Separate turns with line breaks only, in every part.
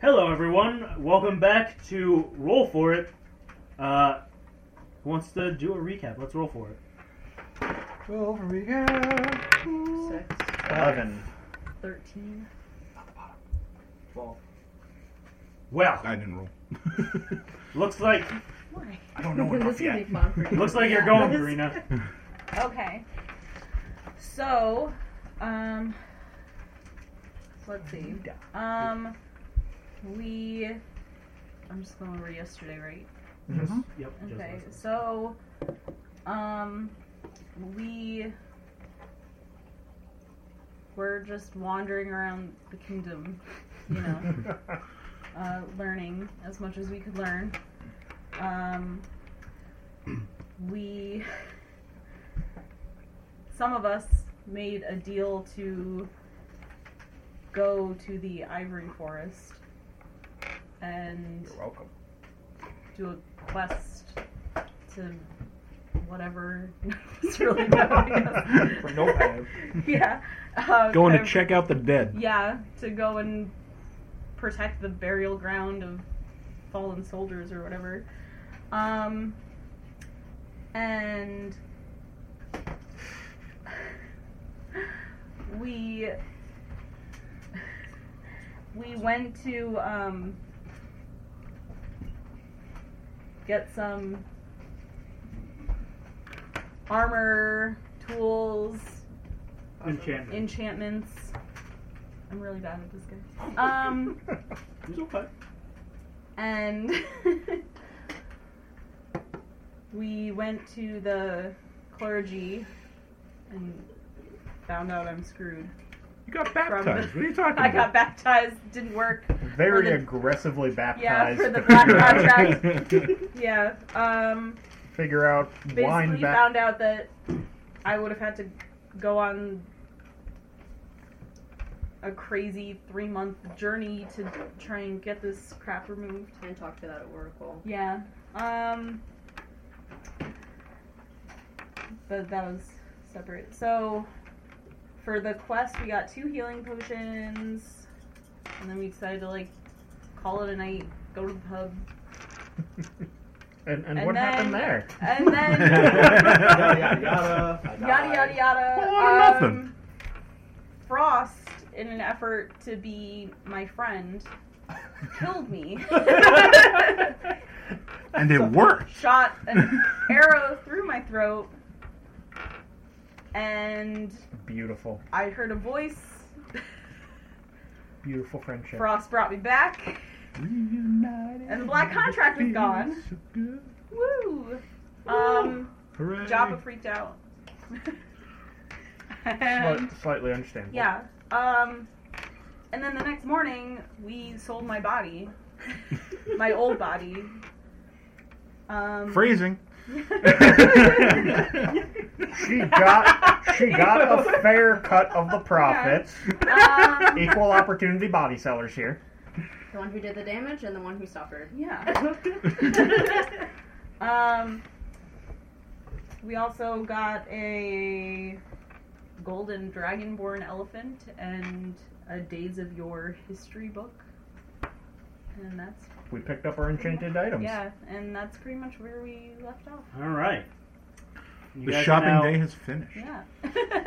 Hello, everyone. Welcome back to Roll for It. Uh, who wants to do a recap? Let's roll for it.
Roll for recap.
Six,
Eleven.
thirteen.
Well,
I didn't roll.
looks like
Why?
I don't know
this
enough
is gonna
yet.
be fun for you.
looks like you're going,
This-
Karina.
Okay. So, um, let's see. Um, we. I'm just going over yesterday, right?
Just, yep. just
Okay.
listen.
So, um, we were just wandering around the kingdom, you know. uh, learning as much as we could learn. Um, we, some of us, made a deal to go to the Ivory Forest and
You're welcome.
do a quest to whatever. it's really bad, I guess.
For no pay.
yeah. Uh,
Going to
kind of-
check out the dead.
yeah, to go and protect the burial ground of fallen soldiers or whatever. Um, and we we went to um, get some armor, tools,
Enchantment.
enchantments. I'm really bad at this game. Um,
It's okay.
and we went to the clergy and found out I'm screwed.
You got
From
baptized. What are you talking
I got
about?
baptized, didn't work.
Very
for the-
aggressively
Yeah,
baptized.
for the
to
black
figure out-
contract. Yeah. Um,
Figure out
basically
wine back.
found out that I would have had to go on a crazy three month journey to try and get this crap removed.
and talk to that oracle.
Yeah. Um. But that was separate. So, for the quest, we got two healing potions, and then we decided to like call it a night, go to the pub,
And, and,
and
what happened
then-
there?
and then
Yada,
yada, yada.
yada yada yada.
Well, nothing.
um, Frost, in an effort to be my friend, killed me.
And it worked.
shot an arrow through my throat, and
Beautiful.
I heard a voice.
Beautiful friendship.
Frost brought me back,
Reunited.
and the black contract is gone.
So good.
Woo! Um,
Hooray.
Jabba freaked out. and,
Slight- slightly understandable.
yeah. Um, and then the next morning, we sold my body, my old body. Um,
Phrasing.
She got she got a fair cut of the profits.
Um,
Equal opportunity body sellers here.
The one who did the damage and the one who suffered.
Yeah. um, we also got a golden dragonborn elephant and a Days of Your history book. And that's
We picked up our enchanted items.
yeah, and that's pretty much where we left off.
All right. You
The
guys are
shopping
now-
day has finished.
Yeah.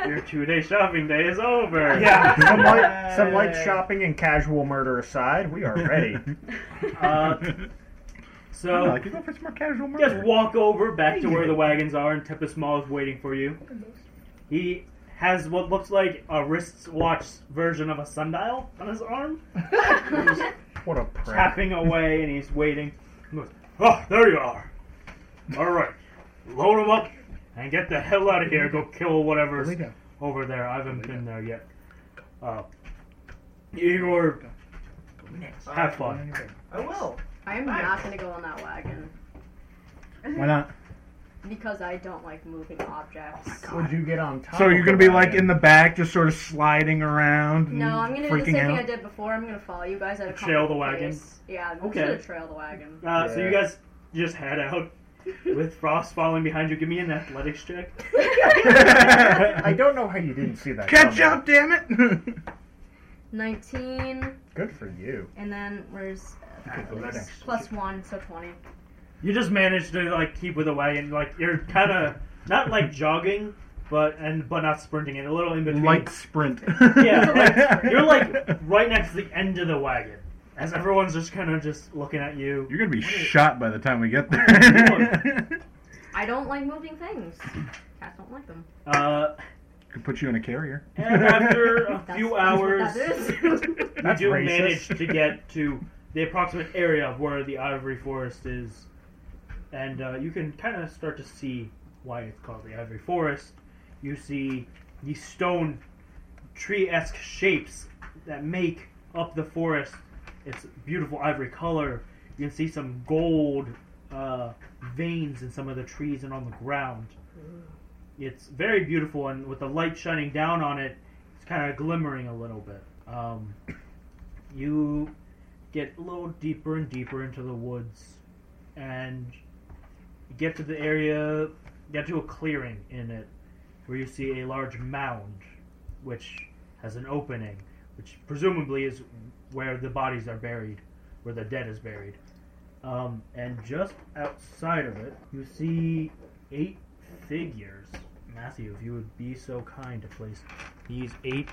Your two-day shopping day is over.
Yeah, some light, some light shopping and casual murder aside, we are ready.
Uh,
I
So
like to go for some more casual
You
murder.
guys walk over back to where the wagons are, and Tempest Maul is waiting for you. He has what looks like a wristwatch version of a sundial on his arm,
What a prank.
tapping away, and he's waiting. He goes, "Oh, there you are. All right, load him up and get the hell out of here. Go kill whatever's
Lita.
over there. I haven't been there yet. Uh, Igor, have fun.
I will.
I am not going to go on that wagon
Why not?
because I don't like moving objects.
Oh
Would you get on top?
So you're gonna be like in
the.
the back, just sort of sliding around. And
no, I'm going to do the
freaking
same thing I
out.
did before. I'm going to follow you guys at a
Trail the
comfortable
wagon?
place. Yeah, I'm
Okay.
just going to trail the wagon.
Uh, So
Yeah.
you guys just head out with Frost following behind you. Give me an athletics check.
I don't know how you didn't see that.
Catch
coming.
up, damn it!
19
Good for you.
And then where's uh,
Okay, go
it's
next.
plus one, so twenty.
You just manage to like keep with the wagon. Like you're kind of not like jogging, but and but not sprinting. And a little in between.
Light sprint.
Yeah. you're like right next to the end of the wagon, as everyone's just kind of just looking at you.
You're gonna be shot by the time we get
Lord.
there.
I don't like moving things. Cats don't like them.
Uh,
Could put you in a carrier.
and after uh, a
That's-
few
that's
hours,
what that is.
you
That's
do
racist.
manage to get to the approximate area of where the ivory forest is, and uh, you can kind of start to see why it's called the ivory forest. You see the stone tree-esque shapes that make up the forest. It's beautiful ivory color. You can see some gold uh, veins in some of the trees and on the ground. It's very beautiful, and with the light shining down on it, it's kind of glimmering a little bit. Um, you get a little deeper and deeper into the woods, and you get to the area, get to a clearing in it, where you see a large mound, which has an opening, which presumably is where the bodies are buried, where the dead is buried. Um, and just outside of it, you see eight figures. Matthew, if you would be so kind to place these eight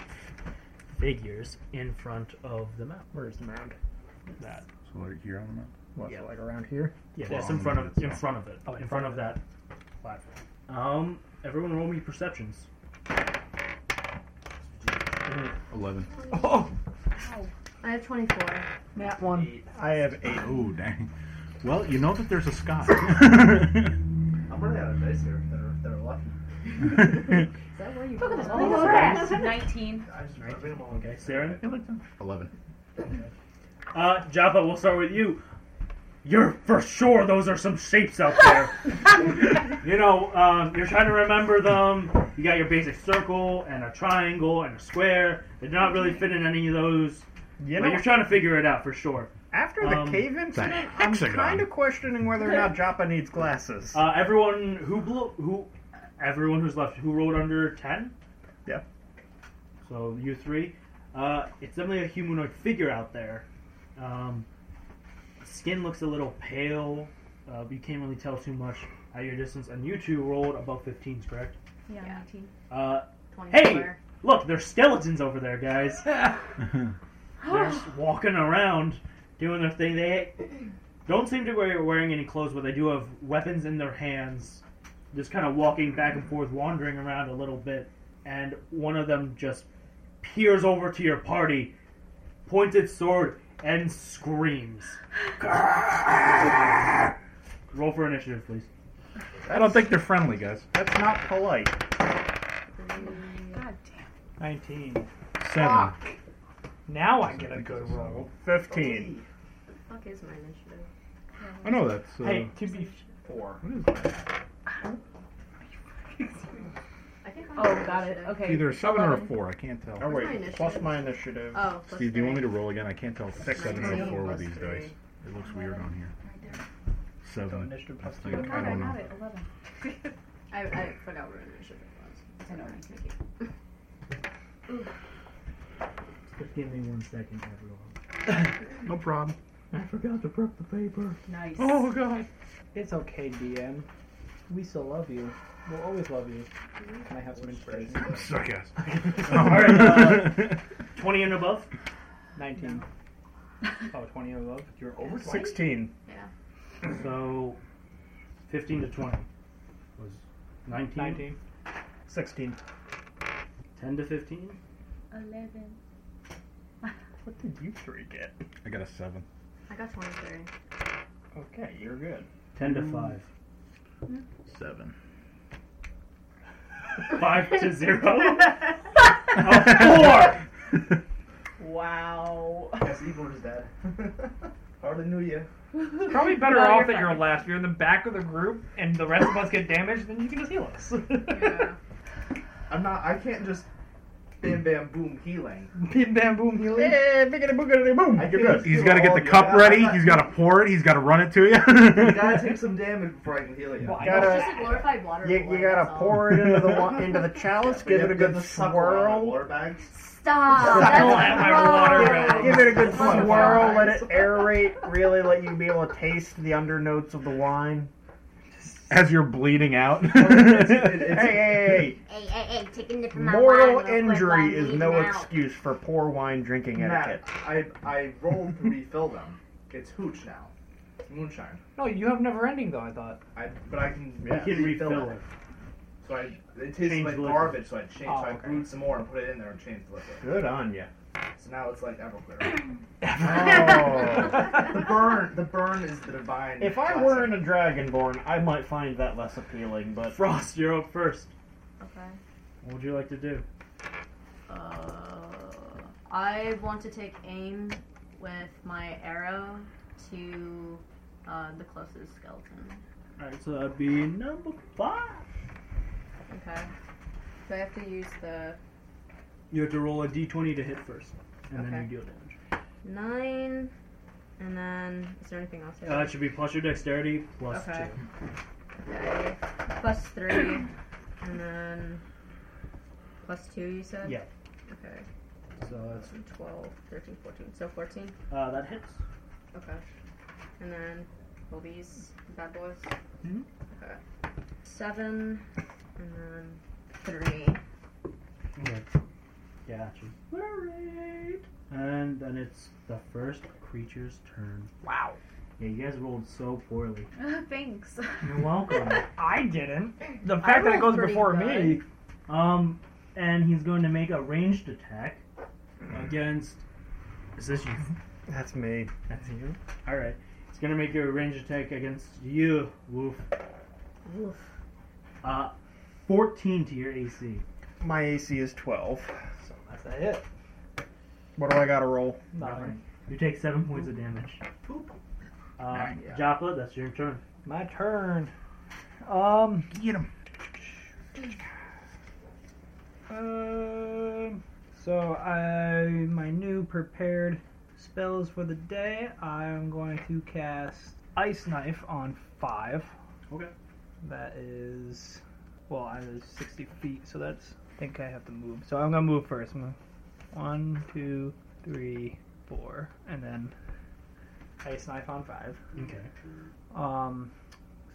figures in front of the map.
Where's the mound?
That
So like here on the map.
What,
Yeah.
like around here?
yeah,
Well,
that's in
on
front
the
of
map
in
itself.
front of it.
Oh,
in front of that platform. Um, everyone, roll me perceptions.
Eleven.
Oh,
I have twenty-four.
Nat one. I have eight.
Oh dang. Well, you know that there's a sky.
I'm running out of dice here. if They're, if they're lucky.
Is that where you
Look at this.
belong?
Oh, that's 19.
I just I mean, I'm all
Okay, Saren.
Eleven.
Uh, Jaffa, we'll start with you. You're for sure those are some shapes out there. you know, um, you're trying to remember them. You got your basic circle and a triangle and a square. They're not really fit in any of those.
You
but
know,
you're trying to figure it out for sure.
after the
um,
cave incident, I'm
hexagon.
kind of questioning whether or not Joppa needs glasses.
Uh, everyone who blew, who, everyone who's left, who rolled under ten.
Yeah.
So you three, uh, it's definitely a humanoid figure out there. Um, skin looks a little pale. Uh, you can't really tell too much at your distance. And you two rolled above 15s, correct?
Yeah,
Yeah.
19.
Uh, hey,
Twenty-four.
look, there's skeletons over there, guys. They're just walking around doing their thing. They don't seem to be wearing any clothes, but they do have weapons in their hands. Just kind of walking back and forth, wandering around a little bit. And one of them just peers over to your party, pointed sword, and screams. Roll for initiative, please.
I don't think they're friendly, guys.
That's not polite.
God
19.
Seven.
Now I get a good roll. 15.
Fuck is my initiative?
I know that's. Uh,
Hey, to be four.
What is that?
I think. I'm
Oh, got it. Okay.
Either a seven or a
11.
four. I can't tell.
Oh,
What's
wait.
my initiative?
Plus my initiative.
Oh, plus
Steve, do you want me
three.
to roll again? I can't tell if it's seven or a four with these dice. It looks weird on here.
So
Seven.
initiative
I
plus two.
think. I don't know.
11.
I, I forgot where initiative was.
I know.
Just give me one second, everyone.
No problem.
I forgot to prep the paper.
Nice.
Oh god.
It's okay, DM. We still love you. We'll always love you. Can I have some inspiration?
Suck ass.
All right, uh, 20 and above?
19. Oh, 20 and above? You're over 20?
16.
So, 15 to 20 was 19.
19.
16.
10 to 15?
11.
What did you three get?
I got a seven.
I got twenty-three.
Okay, you're good.
10 to 5.
Seven.
5 to 0?
Oh,
A 4!
Wow.
Yes, Eborn is dead. Hardly knew you.
Probably better
No,
off
you're
that you're
fine.
last. You're in the back of the group, and the rest of us get damaged, then you can just heal us.
Yeah.
I'm not. I can't just
Mm.
Bam bam boom healing.
Bim bam boom healing.
Yeah, biggity boogity boom.
I
You're
think
good.
it's-
He's got to get the cup ready. He's got to pour it. He's got to run it to
You gotta
you.
take some damage before I can heal you.
Well, I
Gotta-
It's just a glorified water
You,
balloon,
you gotta
that's all.
pour it into the wa- into the chalice. Give it a good swirl.
Water bags.
Stop.
Suckle
that's
at my
gross.
water
Give, give it a good
Wonderful.
swirl. Let it aerate. Really let you be able to taste the undernotes of the wine.
As you're bleeding out.
Hey, hey,
Hey, hey, hey, take a nip
hey!
in my
Mortal
wine real quick while I'm
injury is
bleeding
no
out.
excuse for poor wine drinking
Matt,
etiquette.
I I rolled to refill them. It's hooch now. It's moonshine.
No, you have never ending though. I thought.
I but I can,
Yeah.
You can refill it.
So I it tasted
Change
like
liquor.
garbage, so I changed.
Oh,
so I
okay.
brewed some more and put it in there and changed the liquid.
Good on you.
So now it's like Everclear.
Oh.
the burn, the burn is the divine.
If I
blessing.
were in a dragonborn, I might find that less appealing. But
Frost, you're up first.
Okay.
What would you like to do?
Uh, I want to take aim with my arrow to uh, the closest skeleton.
Alright, so that'd be number five.
Okay. Do I have to use the
You have to roll a d20 to hit first, and
Okay.
then you deal damage.
nine? And then, is there anything else? I
Uh, that should be plus your dexterity, plus
Okay.
two.
Okay. Plus three, and then plus two, you said?
Yeah.
Okay.
So that's,
So 12, 13, 14. So 14.
uh, that hits.
Okay. And then all these bad boys. Mm-hmm.
Mhm.
Okay. Seven, and then three.
Okay. Gotcha. Alright. And then it's the first creature's turn.
wow,
Yeah, you guys rolled so poorly.
Thanks.
you're welcome.
I didn't. The
fact that it rolled goes pretty before me-
Um, and he's going to make a ranged attack against. Is this you?
That's me. That's you.
All right. It's gonna make your range attack against you, Woof.
Woof.
Uh, 14 to your AC.
My AC is twelve.
So that's a hit.
What do I gotta roll?
Nothing.
You take seven points of damage. Uh,
Yeah.
Joppa, that's your turn.
My turn. Um.
Get him.
Um. So I my new prepared spells for the day. I'm going to cast Ice Knife on five.
Okay.
That is, well, I was 60 feet, so that's. I think I have to move. So I'm gonna move first. I'm gonna, one, two, three, four, and then Ice Knife on five.
Okay.
Um.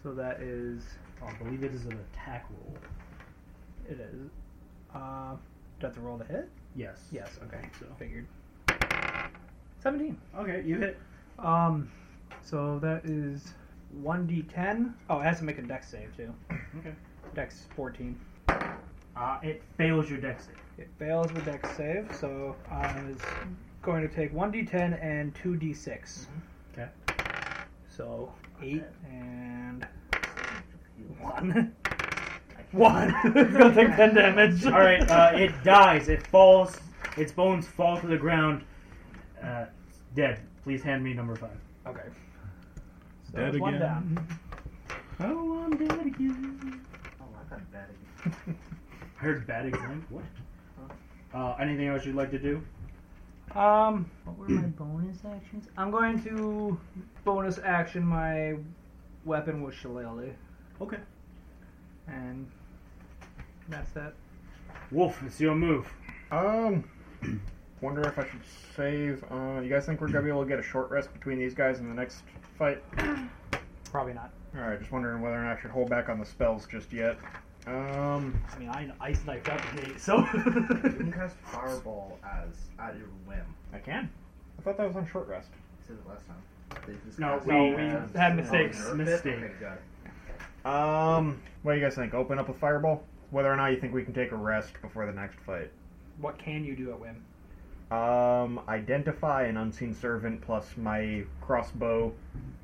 So that is.
I believe it is an attack roll.
It is. Uh, do I have to roll the hit?
Yes.
Yes, okay.
So.
Figured. 17.
Okay, you hit.
Um, so that is 1d10. Oh, it has to make a dex save, too.
Okay.
Dex 14.
Uh, it fails your dex save.
It fails the dex save, so I was going to take 1d10 and 2d6.
Mm-hmm.
Okay.
So, 8 and 1. 1! it's gonna take 10 damage.
All right. Uh, it dies. It falls. Its bones fall to the ground. Uh, it's dead. Please hand me number five.
Okay. So
Dead
it's One
again. Mm-hmm.
down.
Oh, I'm dead again.
Oh, I got bad again.
I heard bad exam. What? Uh, anything else you'd like to do?
Um, what were my bonus actions? I'm going to bonus action my weapon with shillelagh,
Okay.
and that's that.
Wolf, it's your move.
Um, wonder if I should save. Uh, you guys think we're gonna be able to get a short rest between these guys and the next fight?
Probably not.
All right, just wondering whether or not I should hold back on the spells just yet. Um,
I mean, I ice knifed out the gate, so.
You can cast fireball as at your whim.
I can. I thought that was on short rest.
You said it last time. They just
No,
cast
we-
it
we
as-
had mistakes.
Okay,
Mistake.
good.
Um, what do you guys think? Open up with fireball. Whether or not you think we can take a rest before the next fight.
what can you do at whim?
Um, identify an unseen servant plus my crossbow,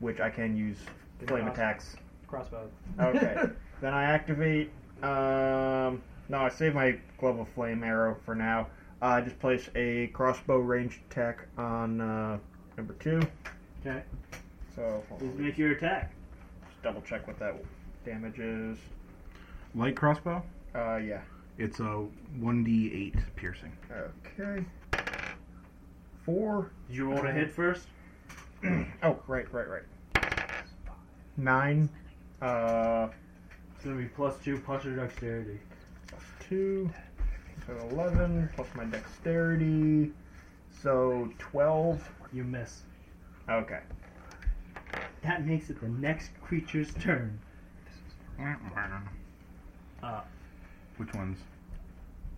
which I can use flame
Crossbow.
attacks.
Crossbow.
Okay. then I activate. Um, no, I save my glove of flame arrow for now. Uh, I just place a crossbow ranged attack on uh, number two.
Okay.
So hold
Please
on,
make your attack.
just double check what that damage is.
Light crossbow?
Uh, yeah.
It's a 1d8 piercing.
Okay. Four.
Did you roll a hit first?
Oh, right, right, right. Nine. Uh,
It's gonna be plus two plus your dexterity.
two. So eleven plus my dexterity. So twelve.
You miss.
Okay.
That makes it the next creature's turn. Ah.
Which ones?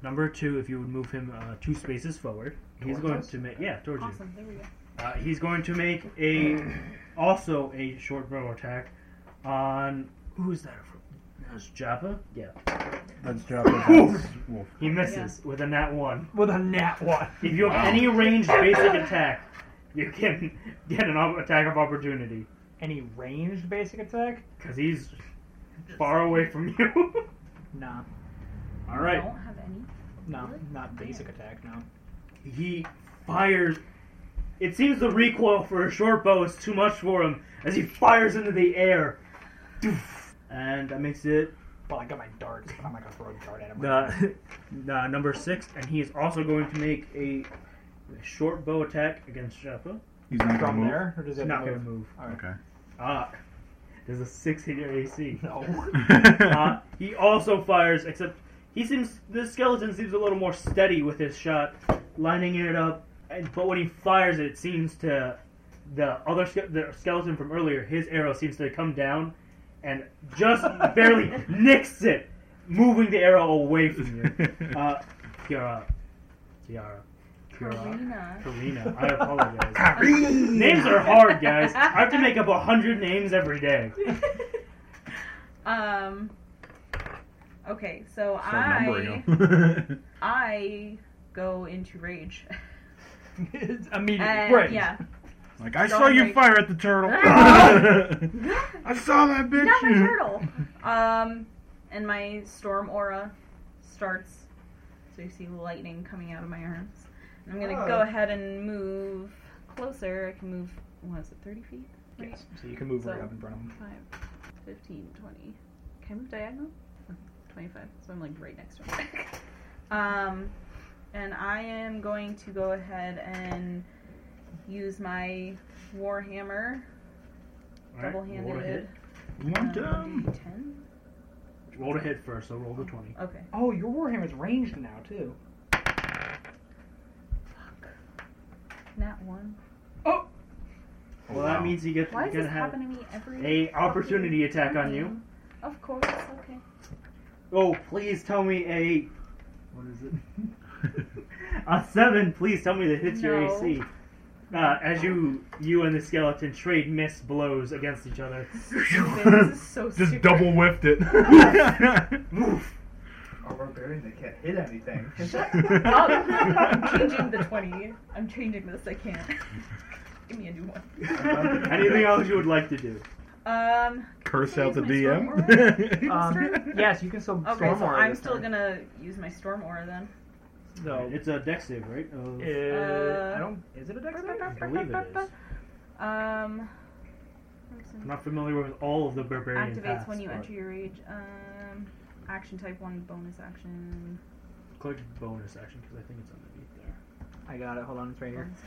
Number two, if you would move him uh, two spaces forward, he's
Towards
going
us?
to make yeah towards you.
Awesome. There we go.
Uh, he's going to make a also a short bow attack on who is that from? That was Jabba. Yeah,
That's Jabba. Wolf.
he misses with a nat one.
With a nat one.
If you have any ranged basic attack, you can get an op- attack of opportunity
Any ranged basic attack?
because he's far away from you.
Nah,
All right,
Don't have any.
no,
Really?
not basic attack. No.
he fires. It seems the recoil for a short bow is too much for him as he fires into the air, Doof. and that makes it
Well, I got my darts, but I'm not gonna throw a dart at him.
the, the number six, and he is also going to make a, a short bow attack against Sheppa.
He's not gonna
From
move.
there, or does it
Not
move?
going to move.
Okay.
Ah, there's a six hit your AC.
No.
Uh, he also fires, except he seems the skeleton seems a little more steady with his shot, lining it up. And, but when he fires it, it seems to the other ske- the skeleton from earlier, his arrow seems to come down and just barely nicks it, moving the arrow away from you. Uh, Kiara. Kiara. Kiara.
Karina.
Karina. I apologize. names are hard, guys. I have to make up a hundred names every day.
um. Okay, so,
Start numbering
I
'em.
I go into rage.
It's immediate.
And,
right.
Yeah.
like I
Don't
saw you
make-
fire at the turtle. I saw that bitch.
Not my turtle. Um, and my storm aura starts. So you see lightning coming out of my arms. And I'm gonna
Oh.
go ahead and move closer. I can move. What is it? Thirty feet?
Yes. So you can move right
So-
up in front of him.
5, 15, 20. Can I move diagonal? Oh, 25. So I'm like right next to him. um, and I am going to go ahead and use my Warhammer Um,
All right,
double
Roll a hit.
handed.
Want him?
10?
Roll a hit first, so roll the twenty.
Okay.
Oh, your warhammer's ranged now too.
Nat 1.
Well, that means he gets
Why
gonna
is this
have
happening to me every.
a opportunity attack on you.
Of course, okay.
Oh, please tell me a what is it? a seven. Please tell me that hits your
No.
AC. Uh, as you you and the skeleton trade miss blows against each other.
this is so
Just
stupid.
double whiffed it.
Woof.
Our barbarian, Oh, they can't hit anything.
Up. I'm changing the 20. I'm changing this, I can't. Give me a new one.
Anything else you would like to do?
Um,
Curse
Can I
out the
use my
DM.
Um, yes, you can still
okay,
storm
so
aura
I'm
this
still
turn.
gonna use my storm aura then.
So
It's a dex save, right? Uh,
Uh,
Uh,
I don't. Is it a dex save?
I believe it is.
Um,
I'm not familiar with all of the barbarian
activates
paths,
when you
but
enter your rage. Um, action type one bonus action.
Click bonus action because I think it's underneath there.
I got it. Hold on, it's right here.
Bonus.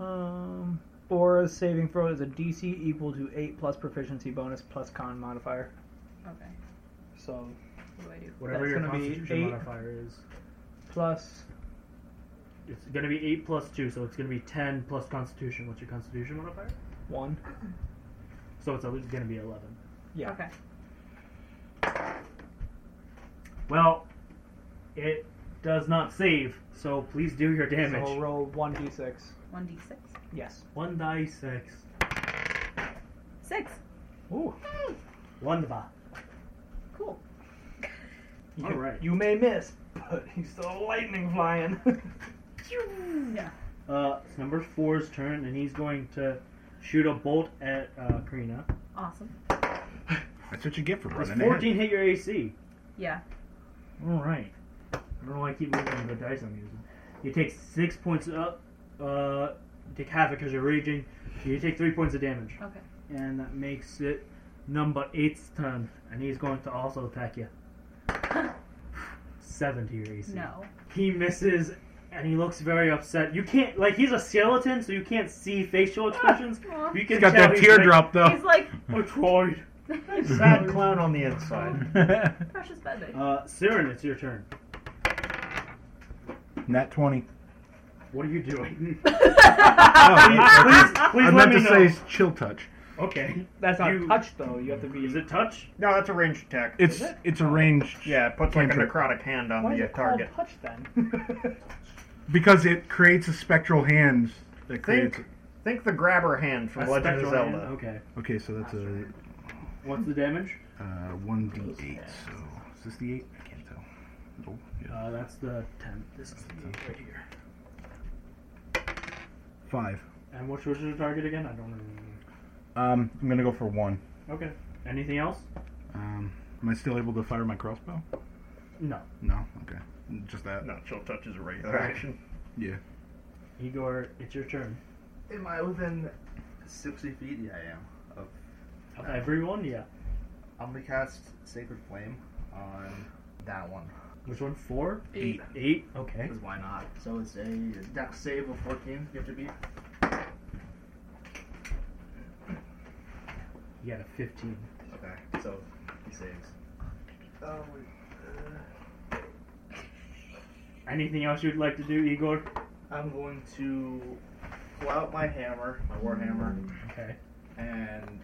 Um, Aura's saving throw is a DC equal to eight plus proficiency bonus plus con modifier.
Okay,
So
what do I do?
Whatever
That's
your
gonna be
constitution
eight.
modifier is.
plus
It's gonna be eight plus two, so it's gonna be ten plus Constitution. What's your Constitution modifier?
one.
So it's al- gonna be eleven.
Yeah.
Okay.
Well, it does not save, so please do your damage.
So roll one d6.
One d six.
Yes.
One die six.
Six.
Ooh.
Wonderful.
Cool.
You,
All right.
You may miss, but he's still lightning flying.
Yeah.
Uh, it's number four's turn, and he's going to shoot a bolt at uh, Karina.
Awesome.
That's what you get for
Does
running ahead.
fourteen hit your AC?
Yeah.
All right. I don't know why I keep moving the dice I'm using. You take six points up. Uh, you take half it because you're raging. You take three points of damage.
Okay.
and that makes it number eight's turn, and he's going to also attack you. seven to your AC.
No.
He misses, and he looks very upset. You can't like he's a skeleton, so you can't see facial expressions.
Aw.
You can
He's got
tell
that
he's like,
teardrop
He's like
I tried.
Sad clown on the inside.
though.
precious baby.
Uh, Siren, it's your turn.
Nat 20.
What are you doing?
Oh,
please,
I
please let
meant
me
to
know.
say it's chill touch.
okay.
That's not
You-
touch though. You have to be.
Is it touch?
No, that's a ranged attack.
It's
it?
it's a range
yeah, it puts like a
Cantrip.
necrotic hand on
Why is
the uh,
it called
target.
touch then?
because it creates a spectral hand that creates.
Think, think the grabber hand from
A
Legend of
spectral hand?
Zelda.
Okay.
Okay, so that's a
What's the damage?
uh, one d eight. So is this the eight? I can't tell. Oh, yeah.
Uh, that's the ten. This is the right here.
Five.
And which was your target again? I don't remember.
Um, I'm gonna go for one.
Okay. Anything else?
Um, am I still able to fire my crossbow?
No.
No. Okay. Just that.
No, chill touch is a regular action.
Yeah.
Igor, it's your turn.
Am I within 60 feet? Yeah, I am. Of,
Of everyone, yeah.
I'm gonna cast Sacred Flame on that one.
Which one? Four?
Eight.
Eight? Okay.
Because why not? So it's a deck save of 14. You have to beat.
You got a 15.
Okay, so he saves. Oh, wait.
Anything else you'd like to do, Igor?
I'm going to pull out my hammer, my war hammer,
Okay.
and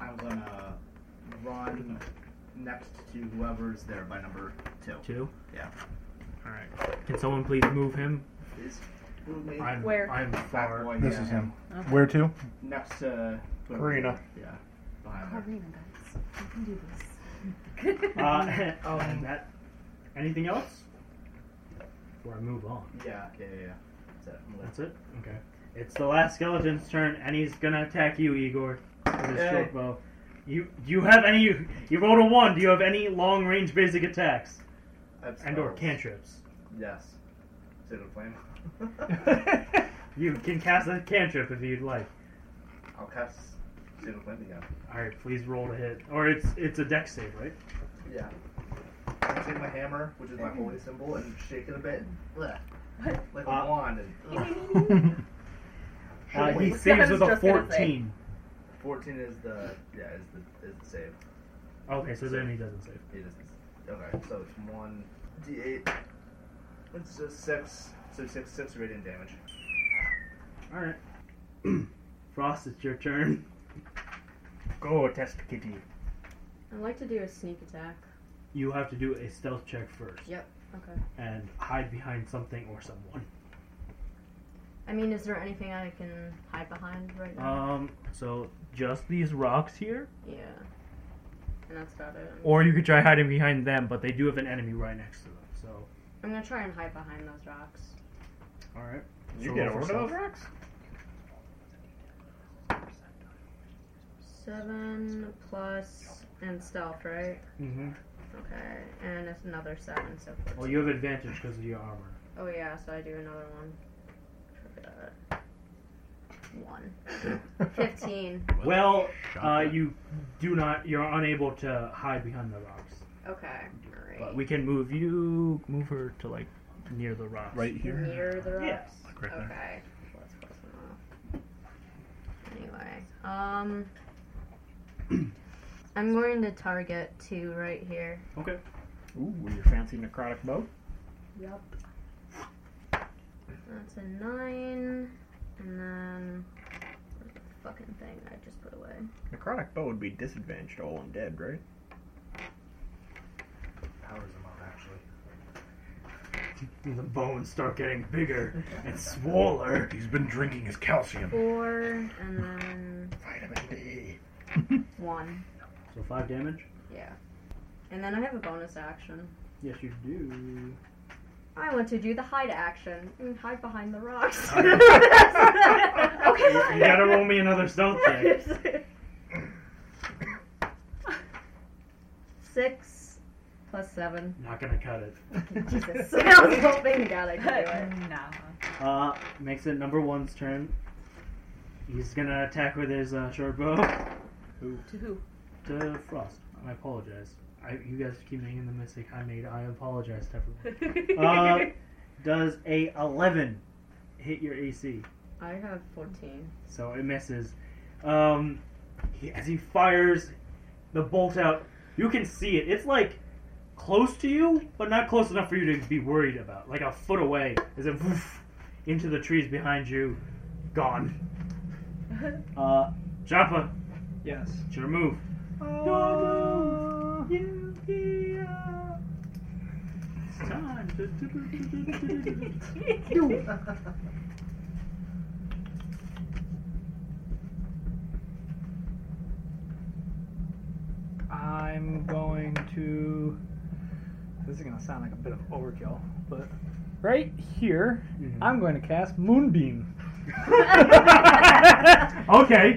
I'm gonna run next to whoever's there by number two.
Two?
Yeah.
Alright. Can someone please move him?
Is move me
I'm,
Where?
I'm
that
far.
boy,
This
yeah,
is him.
Okay.
Where to?
Next to
Karina.
Yeah. Behind her.
Karina, guys. You can do this.
Uh,
Um,
that, anything else? Before I move on.
Yeah, yeah, yeah. yeah. That's it. I'm
That's it? Okay. It's the last skeleton's turn, and he's gonna attack you, Igor, with his
Yay.
short bow. You, do you have any? You rolled a one. Do you have any long-range basic attacks
That's
and/or
spells.
cantrips?
Yes. Is it a flame?
You can cast a cantrip if you'd like.
I'll cast Sacred Flame again.
All right, please roll to hit, or it's it's a deck save, right?
Yeah. I take my hammer, which is my holy symbol, and shake it a bit. Blech. Like a
Uh,
wand. And, ugh.
Uh, he
Wait.
saves
I was
with a
just gonna say.
fourteen.
14 is the yeah is the is the save.
Okay, so then he doesn't save.
It is okay. So it's one d8. It's just six. So six six radiant damage.
All right, Frost, it's your turn.
Go test kitty.
I'd like to do a sneak attack.
You have to do a stealth check first
Yep. Okay.
and hide behind something or someone.
I mean, is there anything I can hide behind right now?
Um, so just these rocks here,
yeah. And that's about it. I'm-
or you could try hiding behind them, but they do have an enemy right next to them. So,
I'm gonna try and hide behind those rocks.
all right.
You
So roll
get
for
over to those
stealth.
rocks?
Seven plus and stealth, right?
Mhm.
Okay. And it's another seven, so fourteen.
Well, you have advantage because of your armor.
Oh yeah, so I do another one. Forget it. One. Fifteen.
Well, uh,
Shotgun.
you do not. You're unable to hide behind the rocks.
Okay.
But
Alright.
we can move you, move her to like near the rocks.
Right here.
Near the
Yeah,
rocks.
like right there.
okay. Well, that's close enough. Anyway, um, I'm going to target two right here.
Okay.
Ooh, with your fancy necrotic bow.
Yep. That's a nine, and then where's the fucking thing I just put away.
Necrotic bow would be disadvantaged to all undead, right?
Powers them up actually.
The bones start getting bigger and smaller.
He's been drinking his calcium.
Four, and then
Vitamin D.
one.
So five damage.
Yeah. And then I have a bonus action.
Yes, you do.
I want to do the hide action and hide behind the rocks.
Okay.
okay.
You gotta roll me another stealth check.
Six plus seven.
Not gonna cut it.
Jesus. I was hoping God I could do it.
nah.
Uh, makes it number one's turn. He's gonna attack with his uh, short bow
To who?
to Frost. I apologize. I, you guys keep making the mistake I made. I apologize to everyone.
Oh,
Uh, Does a 11 hit your AC?
I have 14.
So it misses. Um, he, as he fires the bolt out, you can see it. It's like close to you, but not close enough for you to be worried about. Like a foot away, as it woof, into the trees behind you, gone. Uh, Joppa,
Yes.
it's your move. Your move. Yeah, yeah. It's time.
I'm going to. This is going to sound like a bit of overkill, but right here,
Mhm.
I'm going to cast Moonbeam.
okay.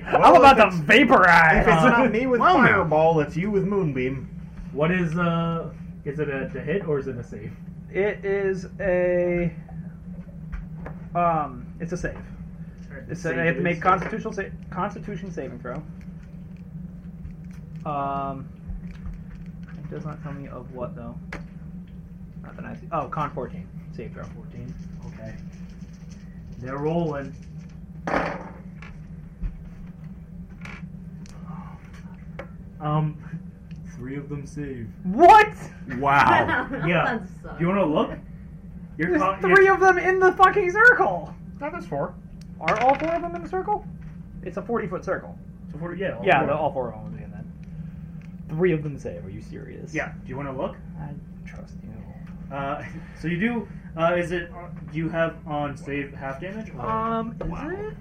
I'm about
if
to vaporize.
If it's
Uh,
not me with
well, now.
fireball, it's you with moonbeam.
What is uh? Is it a, a hit or is it a save?
It is a. Um, it's a save. It's a, I have to make constitutional sa- Constitution saving throw. Um, it does not tell me of what though. Not that I see. Oh, con fourteen save throw.
Fourteen. Okay. They're rolling. Um, three of them save.
What?
Wow.
Yeah.
That sucks.
You want to look? You're
There's three of them in the fucking circle.
That is four.
Are all four of them in the circle? It's a forty foot circle.
Four, yeah. all
yeah,
four.
the- all four of them in then. Three of them save. Are you serious?
Yeah. Do you want to look?
I trust you.
Uh, so you do. Uh, is it? Do you have on save half damage? Or?
Um, is
Wow.
it?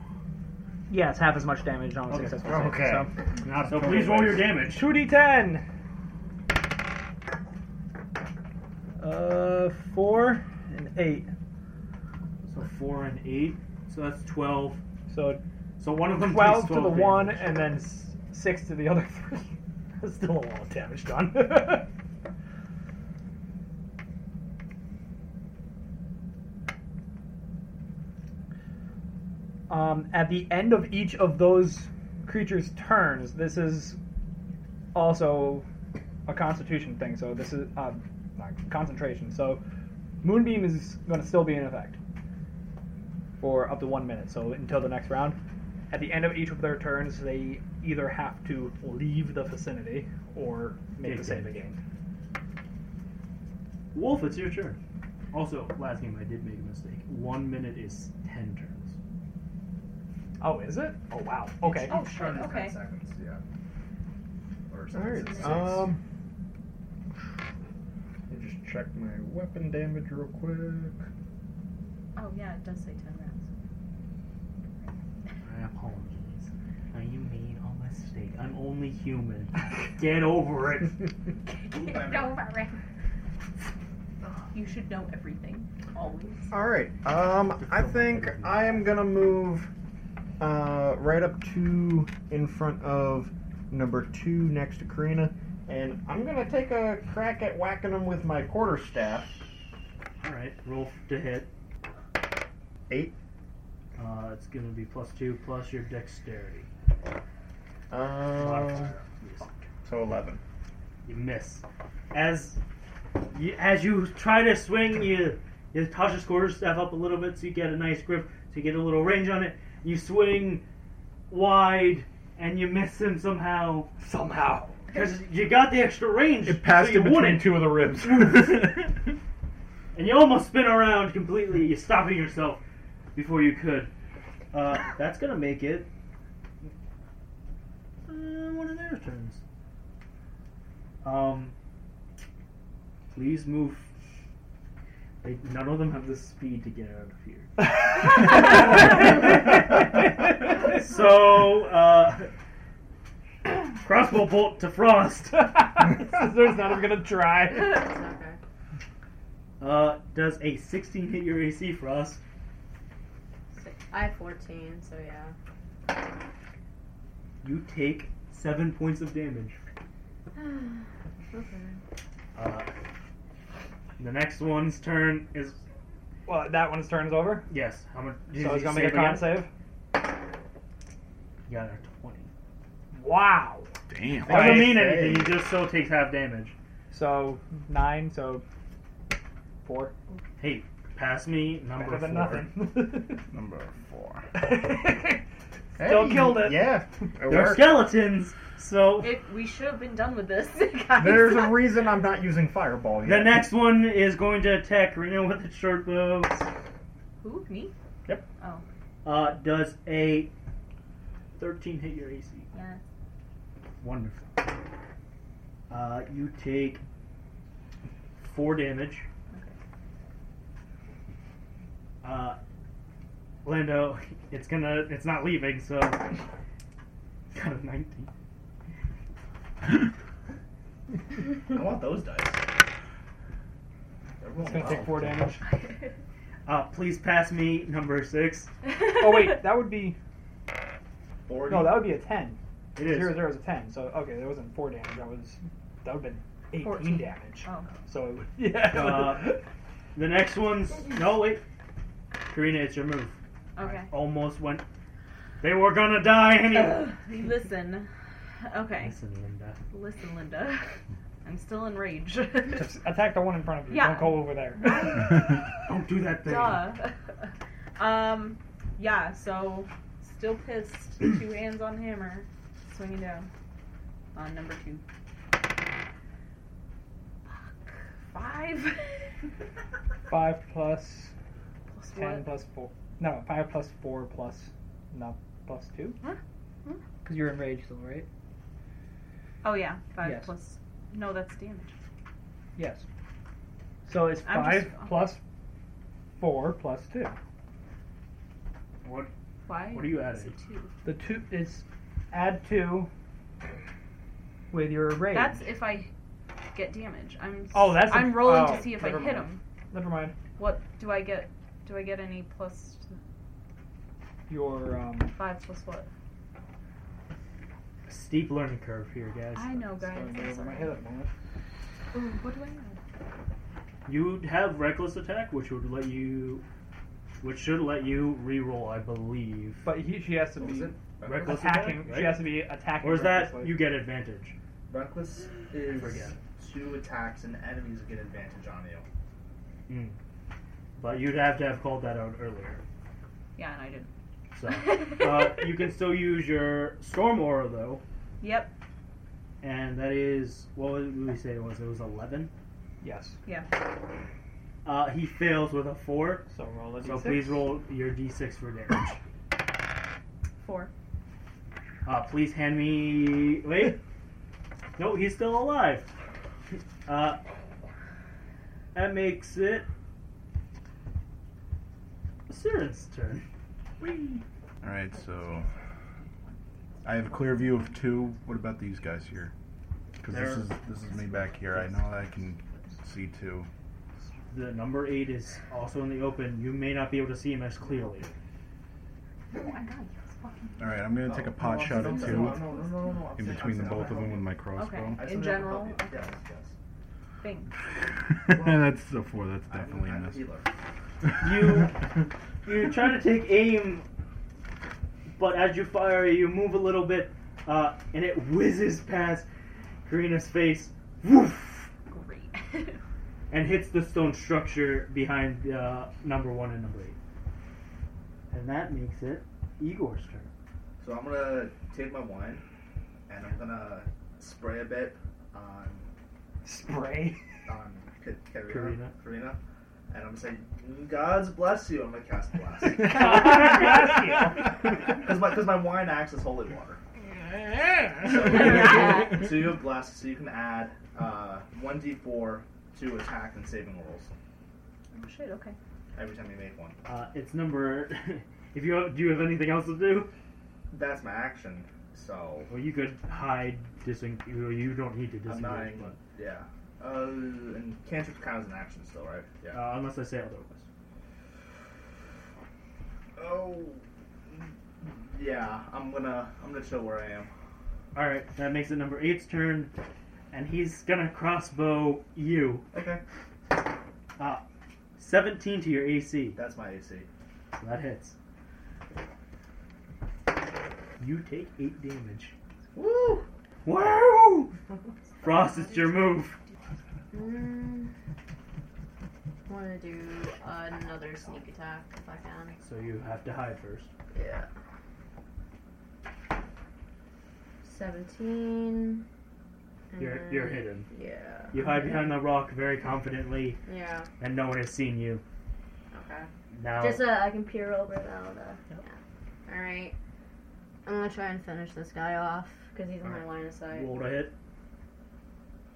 Yeah, it's half as much damage on a
Okay.
successful save.
Okay.
So.
Not
so
totally
please roll your
wasted.
damage.
2d10. Uh, 4 and 8.
So four and eight. So that's twelve.
So
So one of them
12
takes
to
12
the
damage.
1 and then s- 6 to the other 3. That's still a lot of damage done. um, at the end of each of those creatures' turns, this is also a constitution thing, so this is uh, not concentration. So Moonbeam is going to still be in effect for up to one minute. So until the next round, at the end of each of their turns, they either have to leave the vicinity or make
Take
the save
damage.
again.
Wolf, it's your turn. Also, last game I did make a mistake. One minute is ten turns.
Oh, is it? Oh wow. Okay.
Oh, shit,
Around
okay.
ten seconds, yeah. Or
All right.
six.
Um, let me just check my weapon damage real quick.
Oh, yeah, it does say 10 rounds.
I apologize. I made a mistake. I'm only human. Get over it.
um,
Don't worry. You should know everything. Always.
All right. Um, I think I am gonna move uh, right up to in front of number two next to Karina, and I'm gonna take a crack at whacking him with my quarterstaff.
All right, roll to hit.
Eight.
Uh, it's gonna be plus two plus your dexterity.
Uh,
Um,
Modifier. Yes.
so eleven.
You miss. As you, as you try to swing, you you toss your quarterstaff up a little bit so you get a nice grip, so you get a little range on it. You swing wide and you miss him somehow.
Somehow.
Because you got the extra range.
It passed
so
in
you
between
wouldn't.
two of the ribs.
And you almost spin around completely. You're stopping yourself before you could. Uh, that's going to make it uh, one of their turns. Um, please move. They, none of them have the speed to get out of here. So, uh, crossbow bolt to Frost.
There's not even gonna try.
It's okay.
Uh, does a 16 hit your AC, Frost?
Six. I have 14, so yeah.
You take seven points of damage.
okay.
Uh, the next one's turn is
Well, that one's turn is over.
yes. How much? did
So
you
he's gonna make a
save again?
con save.
You got a twenty.
Wow.
Damn.
Doesn't mean
Nice.
anything. He just still takes half damage.
So nine. So four.
Hey, pass me number
Better than
four.
nothing.
Number four.
Still killed it.
Yeah. it
They're
worked.
skeletons, so
It, we should have been done with this, guys.
There's a reason I'm not using fireball yet.
the next one is going to attack Reno with its short bow.
Who? Me? Oh,
Uh, does a 13 hit your AC?
Yeah.
Wonderful. Uh, you take four damage. Uh, Lando, it's gonna, it's not leaving, so got a 19.
I want those dice. They're
It's
rolling
gonna take
well.
four damage.
Uh, please pass me number six.
Oh wait, that would be
Forty.
no, that would be a ten.
It is.
Zero zero is a ten. So okay, that wasn't four damage. That was that would have been eighteen
14.
damage.
Oh.
So yeah.
Uh, The next one's no wait, Karina, it's your move.
Okay.
Almost went. They were gonna die anyway.
Listen. Okay.
Listen, Linda.
Listen, Linda. I'm still enraged.
Just attack the one in front of you.
Yeah.
Don't go over there.
Don't do that thing.
Duh. um, yeah, so still pissed. two hands on hammer. Swinging down. On number two. Fuck. Five.
Five plus
Plus
ten
what?
plus four. No, five plus four plus no plus two.
Huh? Huh?
Because you're enraged, though, right?
Oh, yeah. Five
Yes.
plus. No, that's damage.
Yes. So it's
I'm
five
just-
plus four plus two.
What?
Why?
What are you
is
adding?
it two?
The two is add two with your rage.
That's if I get damage. I'm. s-
Oh, that's a-
I'm rolling
oh,
to see if I
never
hit
mind.
him.
Never mind.
What do I get? Do I get any plus
Your um.
five plus what?
Steep learning curve here, guys.
I know, guys.
sorry,
I'm
over my
sorry.
head at the moment.
Ooh, what do I add?
You'd have reckless attack, which would let you, which should let you re-roll, I believe.
But he, she has to
What was
be
it?
Reckless
attacking.
attack,
She
right?
has to be attacking.
Or is that
recklessly.
you get advantage?
Reckless is
Forget.
two attacks and enemies get advantage on you.
Mm. But you'd have to have called that out earlier.
Yeah, and I didn't.
So uh, you can still use your storm aura though,
Yep.
and that is what would we say it was? It was eleven.
Yes.
Uh, he fails with a four,
So roll a
so
d6.
please roll your d6 for damage.
Four.
Uh, please hand me. Wait. No, he's still alive. Uh, that makes it. Siren's turn.
All right, so I have a clear view of two. What about these guys here? Because this
They're-
is this is me back here. I know I can see two.
The number eight is also in the open. You may not be able to see him as clearly.
All right, I'm gonna take a pot shot at
Oh. No,
two
no, no, no, no, no, I'm
in
saying-
between the
I'm saying
both of them with my crossbow.
I
In
said
general,
help you.
okay.
Yes,
Thing.
that's a four. That's
yes.
definitely a
I'm, I'm a
miss.
healer.
You- You try to take aim, but as you fire, you move a little bit, uh, and it whizzes past Karina's face, woof,
Great. Oh,
and hits the stone structure behind uh, number one and number eight. And that makes it Igor's turn.
So I'm gonna take my wine and I'm gonna spray a bit on
Spray.
on K- Karina,
Karina.
Karina. And I'm saying, God's bless you. I'm gonna cast bless. Because my, 'cause my wine acts as holy water.
Yeah.
so you have blessed, so you can add uh, 1d4 to attack and saving rolls
oh shit. Okay.
every time you make one.
Uh, it's number. if you have, do you have anything else to do,
That's my action, so
well, you could hide. Diseng- you you don't need to
I'm
disengage.
not even. Yeah. Uh, and cantrip count as an action still, right?
but,
Yeah.
uh, unless I say otherwise.
Oh. Yeah, I'm gonna I'm gonna chill where I am.
All right, that makes it number eight's turn, and he's gonna crossbow you. uh,
Okay.
Seventeen to your AC.
That's my AC.
So that hits. You take eight damage.
Woo!
Wow! Frost, it's your move.
Mm, I want to do another sneak attack if I can.
So you have to hide first.
Yeah. 17. and
You're
then-
you're hidden.
Yeah.
You hide behind the rock very confidently,
Yeah,
and no one has seen you.
okay.
Now,
Just uh, I can peer over the. the yeah. Alright. I'm gonna try and finish this guy off because he's in my line of sight.
roll to hit.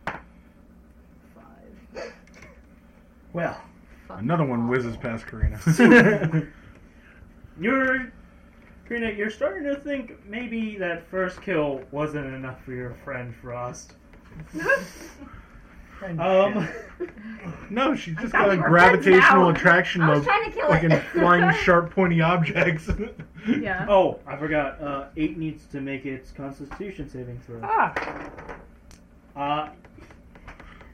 Five.
Well,
Fuck
Another one
off.
whizzes past Karina.
you're Karina. You're starting to think maybe that first kill wasn't enough for your friend Frost. Um,
no, she just
thought
got
we
a
were
gravitational
friends now.
attraction
I was
of
trying to kill
fucking
it.
flying sharp pointy objects.
Yeah.
oh, I forgot. Uh, eight needs to make its Constitution saving throw.
Ah,
Uh,